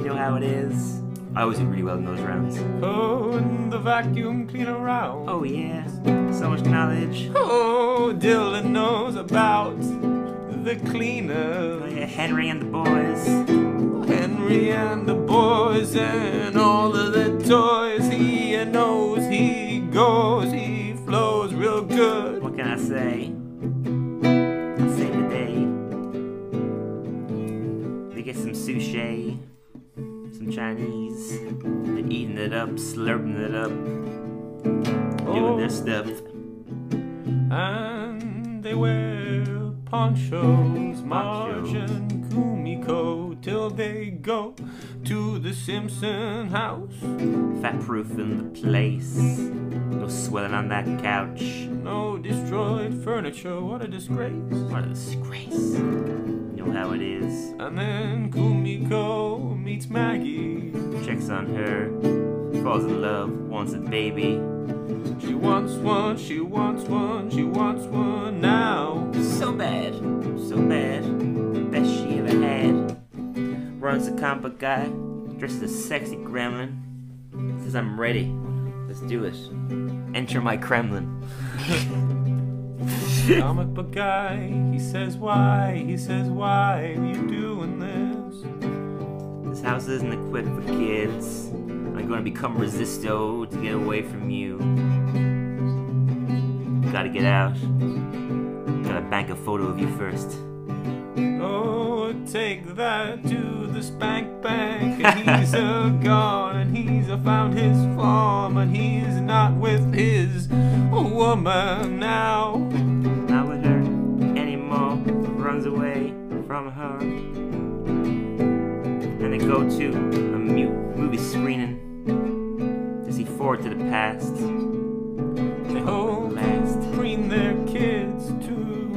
Speaker 1: You know how it is. I always do really well in those rounds.
Speaker 2: Oh, and the vacuum cleaner round.
Speaker 1: Oh yeah, so much knowledge.
Speaker 2: Oh, Dylan knows about the cleaner.
Speaker 1: Oh yeah, Henry and the boys.
Speaker 2: Henry and the boys and all of the toys. He knows, he goes, he flows real good.
Speaker 1: What can I say? I say today. They get some sushi, some Chinese. They're eating it up, slurping it up, doing
Speaker 2: Oh.
Speaker 1: their stuff.
Speaker 2: And they wear ponchos, Marge
Speaker 1: Ponchos.
Speaker 2: and Kumiko, till they go to the Simpson house.
Speaker 1: Fat proof in the place. No swelling on that couch.
Speaker 2: No destroyed furniture, what a disgrace.
Speaker 1: What a disgrace. You know how it is.
Speaker 2: And then Kumiko meets Maggie.
Speaker 1: Checks on her, falls in love, wants a baby.
Speaker 2: She wants one, she wants one, she wants one now.
Speaker 1: So bad, so bad, best she ever had. Runs a comic book guy, dresses as sexy gremlin. Says, I'm ready, let's do it. Enter my Kremlin.
Speaker 2: Comic book guy, he says why, he says why are you doing this?
Speaker 1: This house isn't equipped for kids. I'm gonna become resisto to get away from you. Gotta get out. Gotta bank a photo of you first.
Speaker 2: Oh, take that to the spank bank. And he's a gone, and he's a found his form, and he's not with his woman now.
Speaker 1: Not with her anymore. Runs away from her. And they go to a mu- movie screening to see forward to the past.
Speaker 2: They hold
Speaker 1: Last.
Speaker 2: screen Oh, their kids to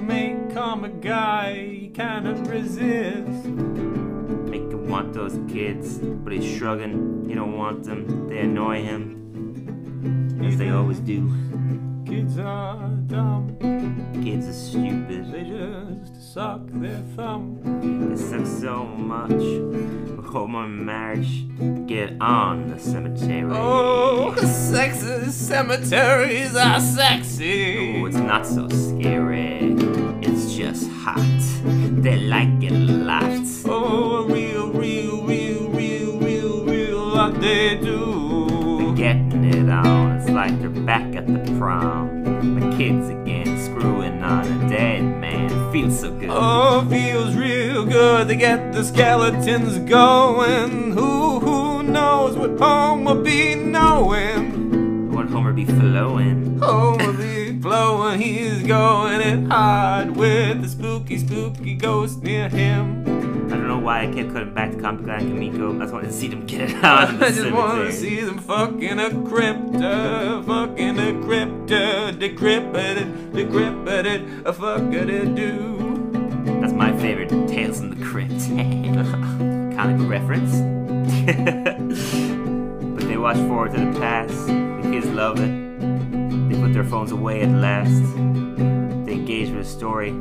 Speaker 2: make comic guy he cannot resist.
Speaker 1: Make him want those kids, but he's shrugging. He don't want them. They annoy him, as they always do.
Speaker 2: Kids are dumb,
Speaker 1: Kids are stupid.
Speaker 2: they just suck their thumb.
Speaker 1: They suck so much. Hold my marriage. Get on the cemetery.
Speaker 2: Oh, sexy cemeteries are sexy.
Speaker 1: Ooh, it's not so scary. It's just hot. They like it a lot.
Speaker 2: Oh, real, real, real, real, real, real, what they do.
Speaker 1: Getting it on, it's like they're back at the prom. The kids again, screwing on a dead man. Feels so good.
Speaker 2: Oh, feels real good. They get the skeletons going. Who, who knows what home will be knowing?
Speaker 1: What Homer be flowing?
Speaker 2: Home will be flowing. He's going it hard with the spooky, spooky ghost near him.
Speaker 1: I don't know why I kept cutting back to Comic Guy and Kamiko. I just wanted to see them get it on. in the
Speaker 2: I just wanna
Speaker 1: cemetery.
Speaker 2: see them fucking a crypta, fucking a crypta, decrypited, decrypited, a fucking do.
Speaker 1: That's my favorite Tales from the Crypt. Comic book reference. but they watch forward to the past. The kids love it. They put their phones away at last. They engage with a story.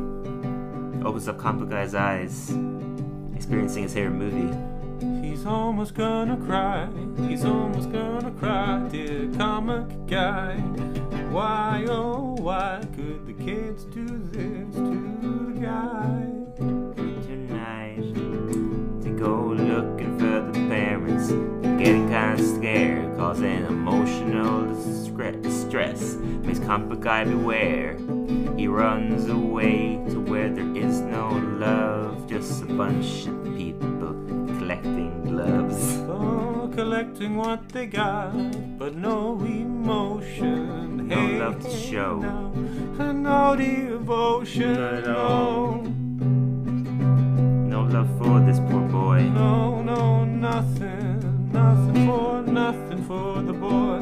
Speaker 1: Opens up Comic Book Guy's eyes. Experiencing his favorite movie.
Speaker 2: He's almost gonna cry. He's almost gonna cry, dear comic guy. Why, oh, why could the kids do this to the guy?
Speaker 1: Tonight, to go looking for the parents. Getting kinda scared, causing emotional distre- stress. Makes comic book guy beware. He runs away to where there is no love, just a bunch of people collecting gloves.
Speaker 2: Oh, collecting what they got, but no emotion.
Speaker 1: No love to show.
Speaker 2: No, and no devotion.
Speaker 1: Not at all.
Speaker 2: No,
Speaker 1: No love for this poor boy.
Speaker 2: no, no, nothing. Nothing for, nothing for the boy.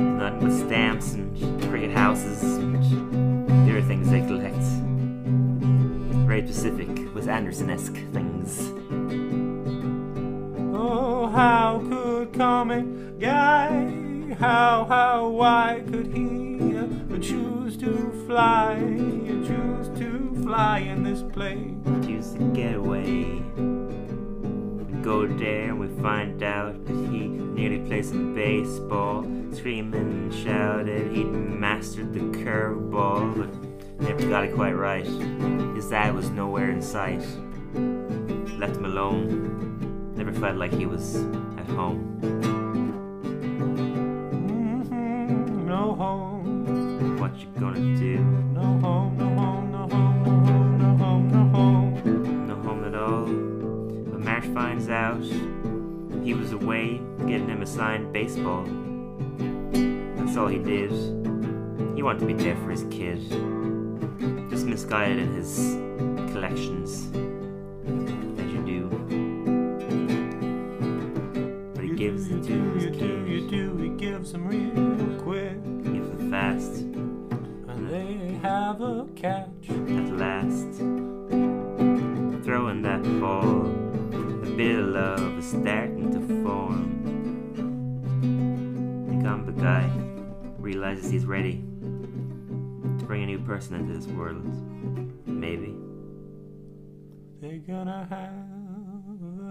Speaker 1: Nothing but stamps and cricket houses and the other things they collect. Very specific, was Anderson-esque things.
Speaker 2: Oh, how could comic guy? How, how, why could he uh, choose to fly? Choose to fly in this play.
Speaker 1: Choose the getaway. We go there and we find out that he nearly played some baseball. Screaming and shouted, he'd mastered the curveball, but never got it quite right. His dad was nowhere in sight. Left him alone, never felt like he was at home.
Speaker 2: hmm No home,
Speaker 1: What you gonna do?
Speaker 2: no home, no home, no home, no home, no home, no home.
Speaker 1: no home at all. But Marsh finds out he was away getting him a signed baseball. That's all he did. He wanted to be there for his kid. Just misguided in his collections. As you do. But he gives
Speaker 2: you
Speaker 1: it to
Speaker 2: do, you
Speaker 1: his
Speaker 2: do, you
Speaker 1: kid.
Speaker 2: do, he gives them real quick.
Speaker 1: Gives it fast,
Speaker 2: And they have a catch.
Speaker 1: at last. Throwing that ball. The bit of love is starting to form. The comic book guy realizes he's ready to bring a new person into this world. Maybe.
Speaker 8: They're gonna have a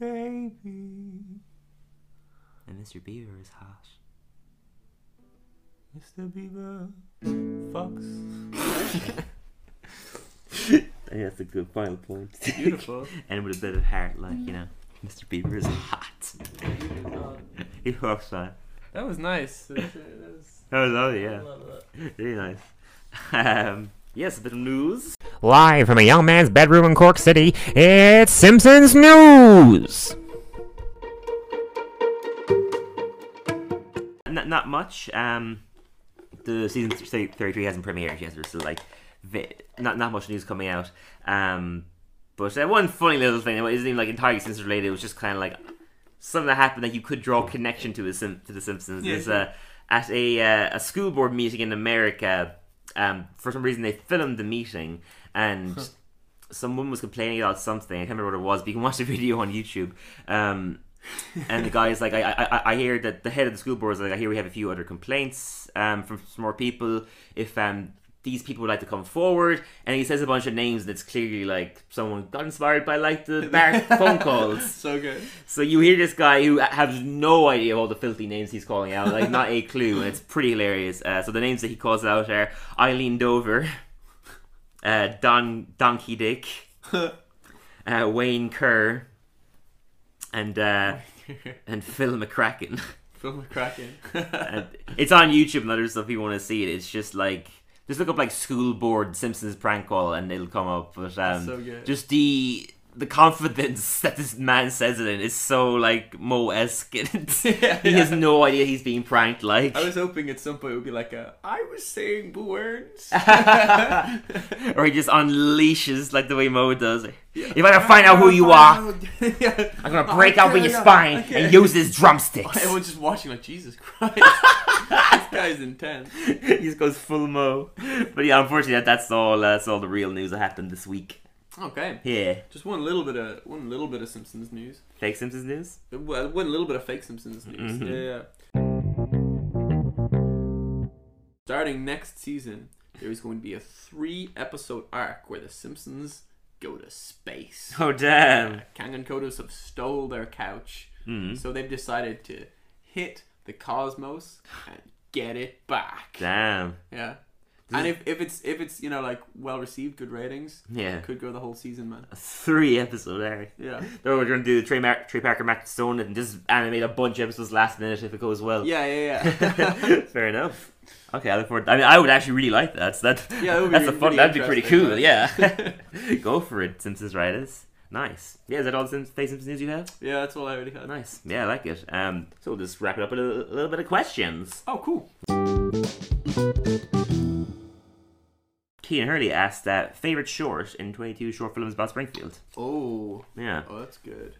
Speaker 8: baby.
Speaker 1: And Mr. Beaver is hot.
Speaker 8: Mr. Beaver fucks.
Speaker 1: I think that's a good final point.
Speaker 2: Beautiful.
Speaker 1: and with a bit of heart, like, you know, Mr. Beaver is hot. he walks on.
Speaker 2: That was nice. That was- that was-
Speaker 1: That was lovely, yeah. Very nice. Um, yes, a bit of news.
Speaker 9: Live from a young man's bedroom in Cork City, it's Simpsons News!
Speaker 1: N- not much. Um, the season th- say 33 hasn't premiered yet. There's still like vi- not not much news coming out. Um, but uh, one funny little thing that isn't even like entirely Simpsons related. It was just kind of like something that happened that you could draw a connection to the Sim- to the Simpsons. There's, uh, at a uh, a school board meeting in America. Um, for some reason they filmed the meeting and. Someone was complaining about something. I can't remember what it was, but you can watch the video on YouTube. Um, and the guy's like, I, I, I- I hear that the head of the school board is like, I hear we have a few other complaints um, from some more people. If um, these people would like to come forward, and he says a bunch of names, and it's clearly like someone got inspired by like the bar phone calls.
Speaker 2: so good.
Speaker 1: So you hear this guy who has no idea all the filthy names he's calling out, like not a clue, and it's pretty hilarious. Uh, so the names that he calls out are Eileen Dover, uh, Don Donkey Dick, uh, Wayne Kerr, and uh, and Phil McCracken.
Speaker 2: Phil McCracken.
Speaker 1: And it's on YouTube and other stuff if you want to see it. It's just like just look up like school board Simpsons prank call and it'll come up. But um,
Speaker 2: so good.
Speaker 1: just the the confidence that this man says it in is so like Mo esque.
Speaker 2: Yeah,
Speaker 1: he has
Speaker 2: yeah.
Speaker 1: no idea he's being pranked. Like
Speaker 2: I was hoping at some point it would be like a, I was saying words.
Speaker 1: or he just unleashes like the way Mo does. You better find out who you are.
Speaker 2: yeah.
Speaker 1: I'm gonna break out with your
Speaker 2: yeah,
Speaker 1: spine
Speaker 2: Oh, okay.
Speaker 1: and use these drumsticks.
Speaker 2: Everyone's just watching like Jesus Christ. this guy's intense.
Speaker 1: he just goes full Mo. But yeah, unfortunately, that, that's all. uh, that's all the real news that happened this week.
Speaker 2: Okay.
Speaker 1: Yeah,
Speaker 2: Just one little bit of one little bit of Simpsons news.
Speaker 1: fake Simpsons news.
Speaker 2: Well, one little bit of fake Simpsons news. Yeah, yeah. Starting next season, there is going to be a three episode arc where the Simpsons go to space.
Speaker 1: Oh damn!
Speaker 2: Kang and Kodos have stole their couch, so they've decided to hit the cosmos and get it back.
Speaker 1: Damn.
Speaker 2: Yeah. And if, if it's if it's you know like well received, good ratings,
Speaker 1: Yeah.
Speaker 2: could go the whole season, man.
Speaker 1: Three episode arc.
Speaker 2: Yeah,
Speaker 1: Then we're gonna do the Trey, Mar- Trey Parker, Matt Stone, and just animate a bunch of episodes last minute if it goes well.
Speaker 2: yeah, yeah, yeah.
Speaker 1: Fair enough. Okay, I look forward. I mean, I would actually really like that. So that
Speaker 2: Yeah, that would be
Speaker 1: that's a fun.
Speaker 2: really
Speaker 1: that'd be pretty cool.
Speaker 2: interesting,
Speaker 1: Yeah. Go for it, Simpsons writers. Nice. Yeah, is that all the Simps- fake Simpsons news you have?
Speaker 2: yeah, that's all I already had.
Speaker 1: Nice. Yeah, I like it. Um, so we'll just wrap it up with a little, a little bit of questions.
Speaker 2: Oh, cool.
Speaker 1: Keen Hurley asked, uh, favorite short in 22 short films about Springfield?
Speaker 2: Oh,
Speaker 1: Yeah.
Speaker 2: oh, that's good.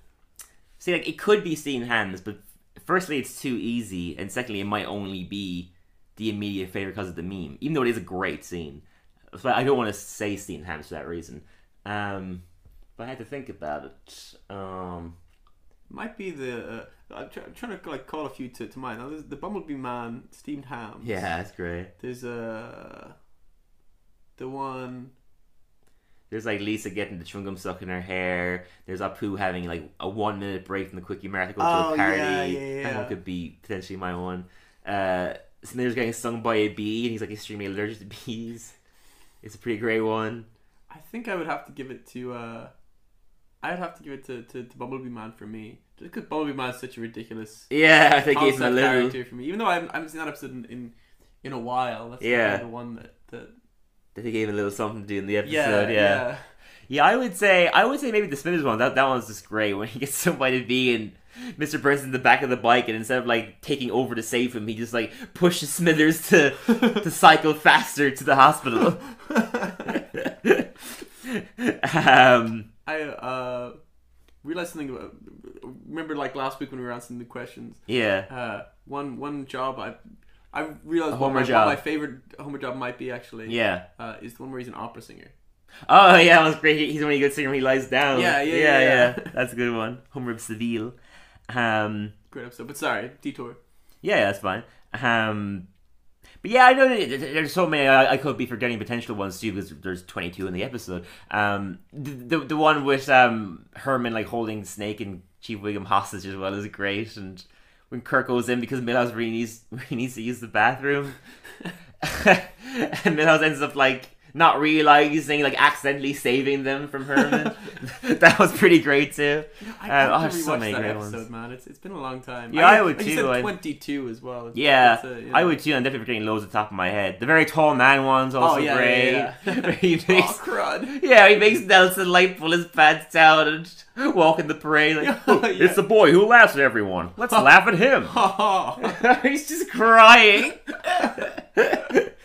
Speaker 1: See, like it could be seen hands, but firstly, it's too easy, and secondly, it might only be the immediate favorite because of the meme, even though it is a great scene. So I don't want to say seen hands for that reason. Um, but I had to think about it. Um,
Speaker 2: Might be the uh, I'm, try- I'm trying to like call a few to, to mind. Now, there's the Bumblebee Man steamed ham.
Speaker 1: yeah, that's great.
Speaker 2: There's uh the one.
Speaker 1: There's like Lisa getting the chewing gum stuck in her hair. There's Apu having like a one minute break from the quickie marathon to
Speaker 2: Oh,
Speaker 1: a
Speaker 2: yeah,
Speaker 1: party.
Speaker 2: yeah,
Speaker 1: That
Speaker 2: yeah.
Speaker 1: one could be potentially my one. Uh, Smithers getting stung by a bee, and he's like extremely allergic to bees. It's a pretty great one.
Speaker 2: I think I would have to give it to. uh I'd have to give it to, to, to Bumblebee Man for me, just because Bumblebee Man's such a ridiculous
Speaker 1: Yeah, I think he's a
Speaker 2: concept
Speaker 1: little.
Speaker 2: character for me. Even though I haven't, I haven't seen that episode in in, in a while, that's
Speaker 1: Yeah.
Speaker 2: yeah. the one that that
Speaker 1: They gave him a little something to do in the episode.
Speaker 2: yeah
Speaker 1: Yeah, yeah. I would say, I would say maybe the Smithers one. That that one's just great when he gets somebody to be and Mr. Burns in the back of the bike, and instead of like taking over to save him, he just like pushes Smithers to to cycle faster to the hospital. um,
Speaker 2: I uh realized something about. Remember, like last week when we were answering the questions.
Speaker 1: yeah.
Speaker 2: Uh, one one job I I
Speaker 1: A
Speaker 2: realized what
Speaker 1: Homer
Speaker 2: my, what
Speaker 1: job.
Speaker 2: my favorite Homer job might be actually.
Speaker 1: Yeah.
Speaker 2: Uh, is the one where he's an opera singer.
Speaker 1: Oh yeah, that was great. He- He's the only good singer when he lies down.
Speaker 2: Yeah, yeah, yeah, yeah.
Speaker 1: That's a good one. Homer of Seville. Um,
Speaker 2: Great episode, but sorry, detour.
Speaker 1: yeah, yeah, that's fine. Um, but yeah, I know that th- th- there's so many. I, I could be forgetting potential ones too because there's 22 in the episode. Um, the the, the one with um Herman like holding Snake and Chief Wiggum hostage as well is great. And when Kirk goes in because Milhouse really needs really needs to use the bathroom, and Milhouse ends up like not realizing, like accidentally saving them from Herman. that was pretty great too.
Speaker 2: I
Speaker 1: Uh,
Speaker 2: have
Speaker 1: oh,
Speaker 2: to
Speaker 1: there's so
Speaker 2: rewatch
Speaker 1: many
Speaker 2: that
Speaker 1: great
Speaker 2: episode,
Speaker 1: ones.
Speaker 2: man. It's, it's been a long time.
Speaker 1: Yeah, I would
Speaker 2: like
Speaker 1: too,
Speaker 2: You said
Speaker 1: I-
Speaker 2: 22 as well. It's-
Speaker 1: Yeah,
Speaker 2: it's a- you
Speaker 1: I
Speaker 2: know.
Speaker 1: would too. I'm definitely forgetting loads at the top of my head. The very tall man one's also
Speaker 2: Oh yeah,
Speaker 1: great.
Speaker 2: yeah, yeah.
Speaker 1: Where he
Speaker 2: oh
Speaker 1: makes,
Speaker 2: crud.
Speaker 1: yeah, he makes Nelson like pull his pants down and walk in the parade. Like, "Oh,
Speaker 2: Yeah.
Speaker 1: it's the boy who laughs at everyone. Let's laugh at him.
Speaker 2: Oh,
Speaker 1: He's just crying.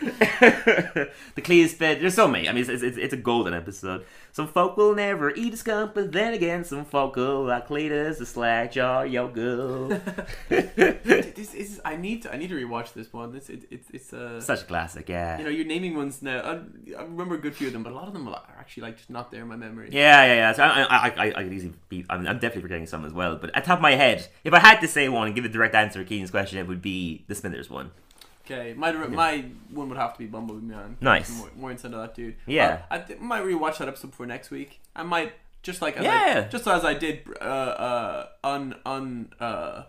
Speaker 1: the cleanest bed. There's so many. I mean, it's, it's, it's a golden episode. Some folk will never eat a skunk, but then again, some folk will like Cletus, the slack jaw, yoga.
Speaker 2: this is. I need to. I need to rewatch this one. It's. It, it's. It's a.
Speaker 1: Such a classic, yeah.
Speaker 2: you know, you're naming ones now. I, I remember a good few of them, but a lot of them are actually like just not there in my memory.
Speaker 1: Yeah, yeah, yeah. So I, I, I, I could easily be. I mean, I'm definitely forgetting some as well. But at the top of my head, if I had to say one and give a direct answer to Keenan's question, it would be the Smithers one.
Speaker 2: Okay, my dir- my one would have to be Bumblebee Man.
Speaker 1: Nice.
Speaker 2: More, more instead of that dude.
Speaker 1: Yeah.
Speaker 2: Uh, I th- might rewatch that episode for next week. I might just like as
Speaker 1: Yeah.
Speaker 2: I, just as I did uh uh un un uh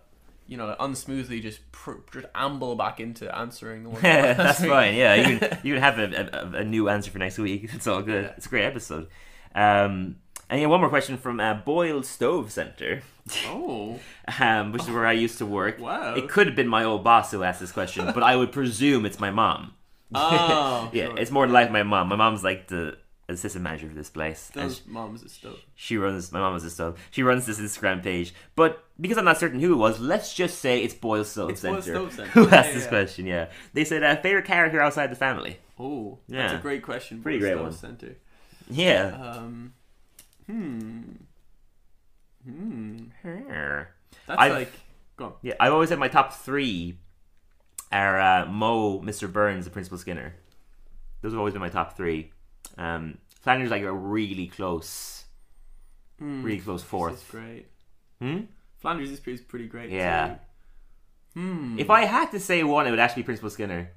Speaker 2: you know unsmoothly just pr- just amble back into answering the one.
Speaker 1: That's fine. Yeah, you can, you can have a, a, a new answer for next week. It's all good. It's a great episode. Um, and yeah, one more question from uh, Boyle Stove Center,
Speaker 2: Oh,
Speaker 1: um, which is where I used to work.
Speaker 2: Wow.
Speaker 1: It could have been my old boss who asked this question, but I would presume it's my mom.
Speaker 2: oh,
Speaker 1: Yeah,
Speaker 2: sure.
Speaker 1: it's more like my mom. My mom's like the assistant manager for this place. and
Speaker 2: those moms is dope.
Speaker 1: she runs my mom was just up. She runs this Instagram page. But because I'm not certain who it was, let's just say it's Boyle Stove
Speaker 2: It's Boyle
Speaker 1: Center.
Speaker 2: Stove Center.
Speaker 1: Who asked
Speaker 2: Yeah,
Speaker 1: this
Speaker 2: yeah.
Speaker 1: question, yeah. They said uh, favorite character outside the family.
Speaker 2: Oh,
Speaker 1: Yeah.
Speaker 2: that's a great question.
Speaker 1: Pretty
Speaker 2: for
Speaker 1: great
Speaker 2: Stone
Speaker 1: one.
Speaker 2: Center.
Speaker 1: Yeah.
Speaker 2: Um, hmm, hmm.
Speaker 1: Her.
Speaker 2: That's
Speaker 1: I've-
Speaker 2: like go on.
Speaker 1: yeah, I've always said my top three are uh, Mo, Mr. Burns, and Principal Skinner. Those have always been my top three. Um Flanders like a really close
Speaker 2: Hmm.
Speaker 1: really close
Speaker 2: This is
Speaker 1: fourth.
Speaker 2: great.
Speaker 1: Hmm?
Speaker 2: Flanders is pretty, pretty great.
Speaker 1: Yeah.
Speaker 2: too. Hmm.
Speaker 1: If I had to say one, it would actually be Principal Skinner.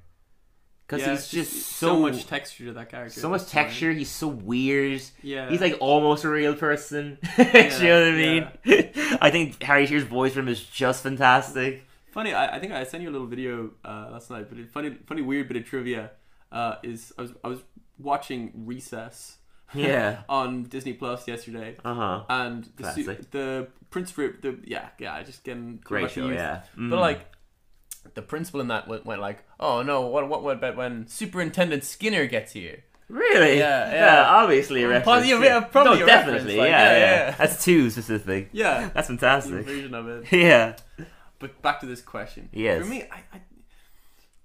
Speaker 1: Because
Speaker 2: Yeah,
Speaker 1: he's
Speaker 2: it's
Speaker 1: just
Speaker 2: it's
Speaker 1: so,
Speaker 2: much texture to that character.
Speaker 1: so much
Speaker 2: that's fine.
Speaker 1: texture. He's so weird.
Speaker 2: Yeah.
Speaker 1: He's like almost a real person. Do you know what I mean? I think Harry Shear's voice from is just fantastic.
Speaker 2: Funny, I, I think I sent you a little video uh, last night, but it, funny, funny, weird bit of trivia uh, is I was I was watching Recess.
Speaker 1: Yeah.
Speaker 2: on Disney Plus yesterday.
Speaker 1: Uh huh.
Speaker 2: and the su-
Speaker 1: Classic.
Speaker 2: the Prince Ru- the yeah yeah I just getting too
Speaker 1: Great
Speaker 2: much
Speaker 1: show,
Speaker 2: used.
Speaker 1: yeah.
Speaker 2: But
Speaker 1: Mm.
Speaker 2: like the principal in that went, went like, oh no, what what what about when Superintendent Skinner gets here?
Speaker 1: Really?
Speaker 2: Yeah, yeah.
Speaker 1: obviously a reference.
Speaker 2: Positive-
Speaker 1: yeah.
Speaker 2: yeah, probably
Speaker 1: no,
Speaker 2: a reference,
Speaker 1: definitely.
Speaker 2: like,
Speaker 1: yeah,
Speaker 2: yeah,
Speaker 1: yeah,
Speaker 2: yeah.
Speaker 1: That's two specific.
Speaker 2: Yeah,
Speaker 1: That's fantastic.
Speaker 2: version of it.
Speaker 1: yeah.
Speaker 2: But back to this question.
Speaker 1: Yes.
Speaker 2: For me, I, I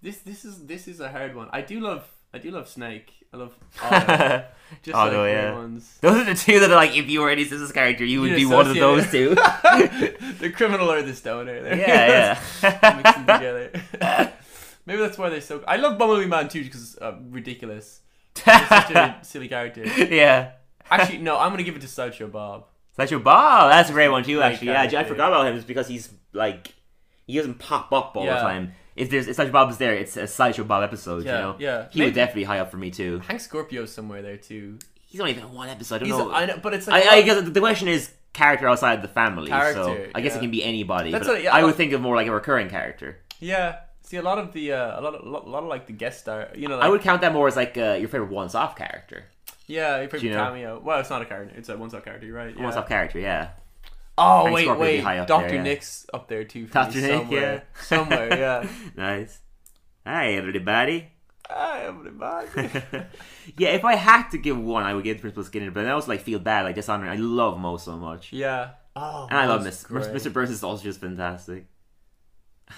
Speaker 2: this this is this is a hard one. I do love I do love Snake. I love Otto. just
Speaker 1: Otto,
Speaker 2: like
Speaker 1: yeah.
Speaker 2: the ones.
Speaker 1: Those are the two that are like, if you were any Simpsons character, you would
Speaker 2: You'd
Speaker 1: be one of
Speaker 2: associate
Speaker 1: those two.
Speaker 2: The criminal or the stoner. There.
Speaker 1: yeah, yeah.
Speaker 2: mix them together. Maybe that's why they're so. I love Bumblebee Man too because it's uh, ridiculous. He's such a silly character.
Speaker 1: yeah.
Speaker 2: Actually, no, I'm gonna give it to Sideshow Bob.
Speaker 1: Sideshow Bob. That's a great one too.
Speaker 2: Great
Speaker 1: Actually, yeah, I
Speaker 2: character.
Speaker 1: forgot about him. It's because he's like he doesn't pop up all the
Speaker 2: Yeah.
Speaker 1: time. If there's if Sideshow Bob's there, it's a Sideshow Bob episode.
Speaker 2: Yeah,
Speaker 1: you know,
Speaker 2: yeah.
Speaker 1: he
Speaker 2: Maybe-
Speaker 1: would definitely be high up for me too.
Speaker 2: Hank Scorpio's somewhere there too.
Speaker 1: He's only been in one episode. I don't
Speaker 2: He's
Speaker 1: know.
Speaker 2: I know, but it's like
Speaker 1: I, I guess the question is character outside the family. so
Speaker 2: Character,
Speaker 1: I guess it
Speaker 2: yeah.
Speaker 1: can be anybody.
Speaker 2: That's
Speaker 1: but
Speaker 2: what- yeah,
Speaker 1: I
Speaker 2: I-
Speaker 1: would think of more like a recurring character.
Speaker 2: yeah. See a lot of the uh, a lot of a lot, lot of like the guest star. You know, like,
Speaker 1: I would count that more as like uh, your favorite once-off character.
Speaker 2: yeah. You put
Speaker 1: you know?
Speaker 2: cameo. Well, it's not a character. It's a one-off character, you're right? Yeah.
Speaker 1: Once-off character, yeah.
Speaker 2: Oh
Speaker 1: Hank
Speaker 2: wait,
Speaker 1: Scorpio would be
Speaker 2: wait.
Speaker 1: high up
Speaker 2: Doctor
Speaker 1: there, yeah.
Speaker 2: Nick's up there too. For
Speaker 1: Doctor
Speaker 2: me,
Speaker 1: Nick,
Speaker 2: somewhere.
Speaker 1: yeah.
Speaker 2: somewhere. Yeah.
Speaker 1: Nice. Hi everybody.
Speaker 2: I am the man.
Speaker 1: yeah, if I had to give one, I would give Principal Skinner, but I also like feel bad, like dishonoring. I love Mo so much,
Speaker 2: yeah. Oh,
Speaker 1: and I love
Speaker 2: that's
Speaker 1: Miss, Mr.
Speaker 2: great.
Speaker 1: Mr. Burns is also just fantastic.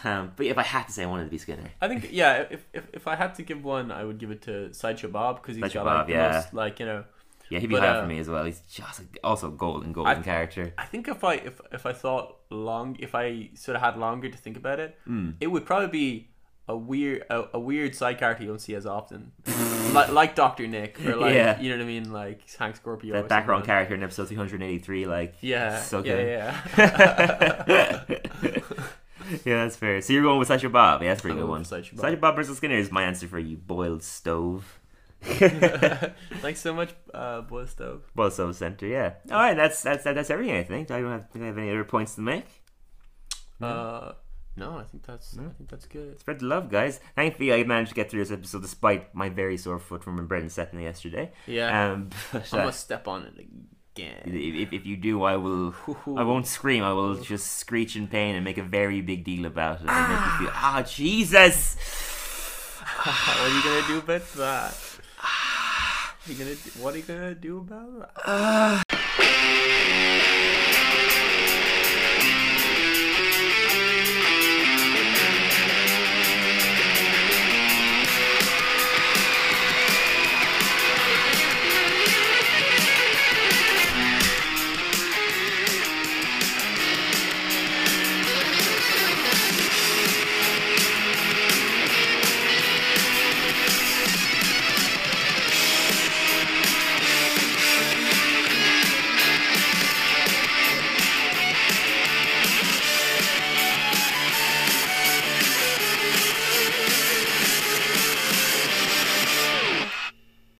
Speaker 1: Um, but if I had to say, I wanted to be Skinner.
Speaker 2: I think yeah. If, if if I had to give one, I would give it to Sideshow Bob because he's
Speaker 1: Sideshow
Speaker 2: got like
Speaker 1: Bob,
Speaker 2: the
Speaker 1: yeah.
Speaker 2: most like you know.
Speaker 1: Yeah, he'd be
Speaker 2: But,
Speaker 1: high up
Speaker 2: uh,
Speaker 1: for me as well. He's just a- also a golden, golden
Speaker 2: I-
Speaker 1: character.
Speaker 2: I think if I if if I thought long, if I sort of had longer to think
Speaker 1: Hmm.
Speaker 2: about it, it would probably be a weird a, a weird side character you don't see as often. like, like Doctor Nick or like
Speaker 1: Yeah.
Speaker 2: you know what I mean, like Hank Scorpio. or
Speaker 1: that background
Speaker 2: something.
Speaker 1: character in episode 383, like,
Speaker 2: Yeah,
Speaker 1: so
Speaker 2: yeah,
Speaker 1: good.
Speaker 2: yeah.
Speaker 1: yeah, that's fair. So you're going with Sideshow Bob. Yeah, that's a pretty
Speaker 2: I'm
Speaker 1: good
Speaker 2: going
Speaker 1: one.
Speaker 2: with Sideshow
Speaker 1: Sideshow
Speaker 2: Bob.
Speaker 1: Bob. Bob versus Skinner is my answer for you. Boiled stove.
Speaker 2: Thanks so much, uh, Boy Stove.
Speaker 1: Boiled stove center. Yeah. All right. That's that's that's everything. I think. I don't have, think I have any other points to make.
Speaker 2: Uh, no, I think that's I think that's good.
Speaker 1: Spread the love, guys. Thankfully, I managed to get threnn this episode despite my very sore foot from Brendan Setting yesterday.
Speaker 2: Yeah.
Speaker 1: Um, but,
Speaker 2: I'm
Speaker 1: uh,
Speaker 2: gonna step on it again.
Speaker 1: if, if- if you do, I will. I won't scream. I will just screech in pain and make a very big deal about it. and make you feel, ah, Jesus!
Speaker 2: what are you gonna do about that? You gonna do, what are you gonna do about that?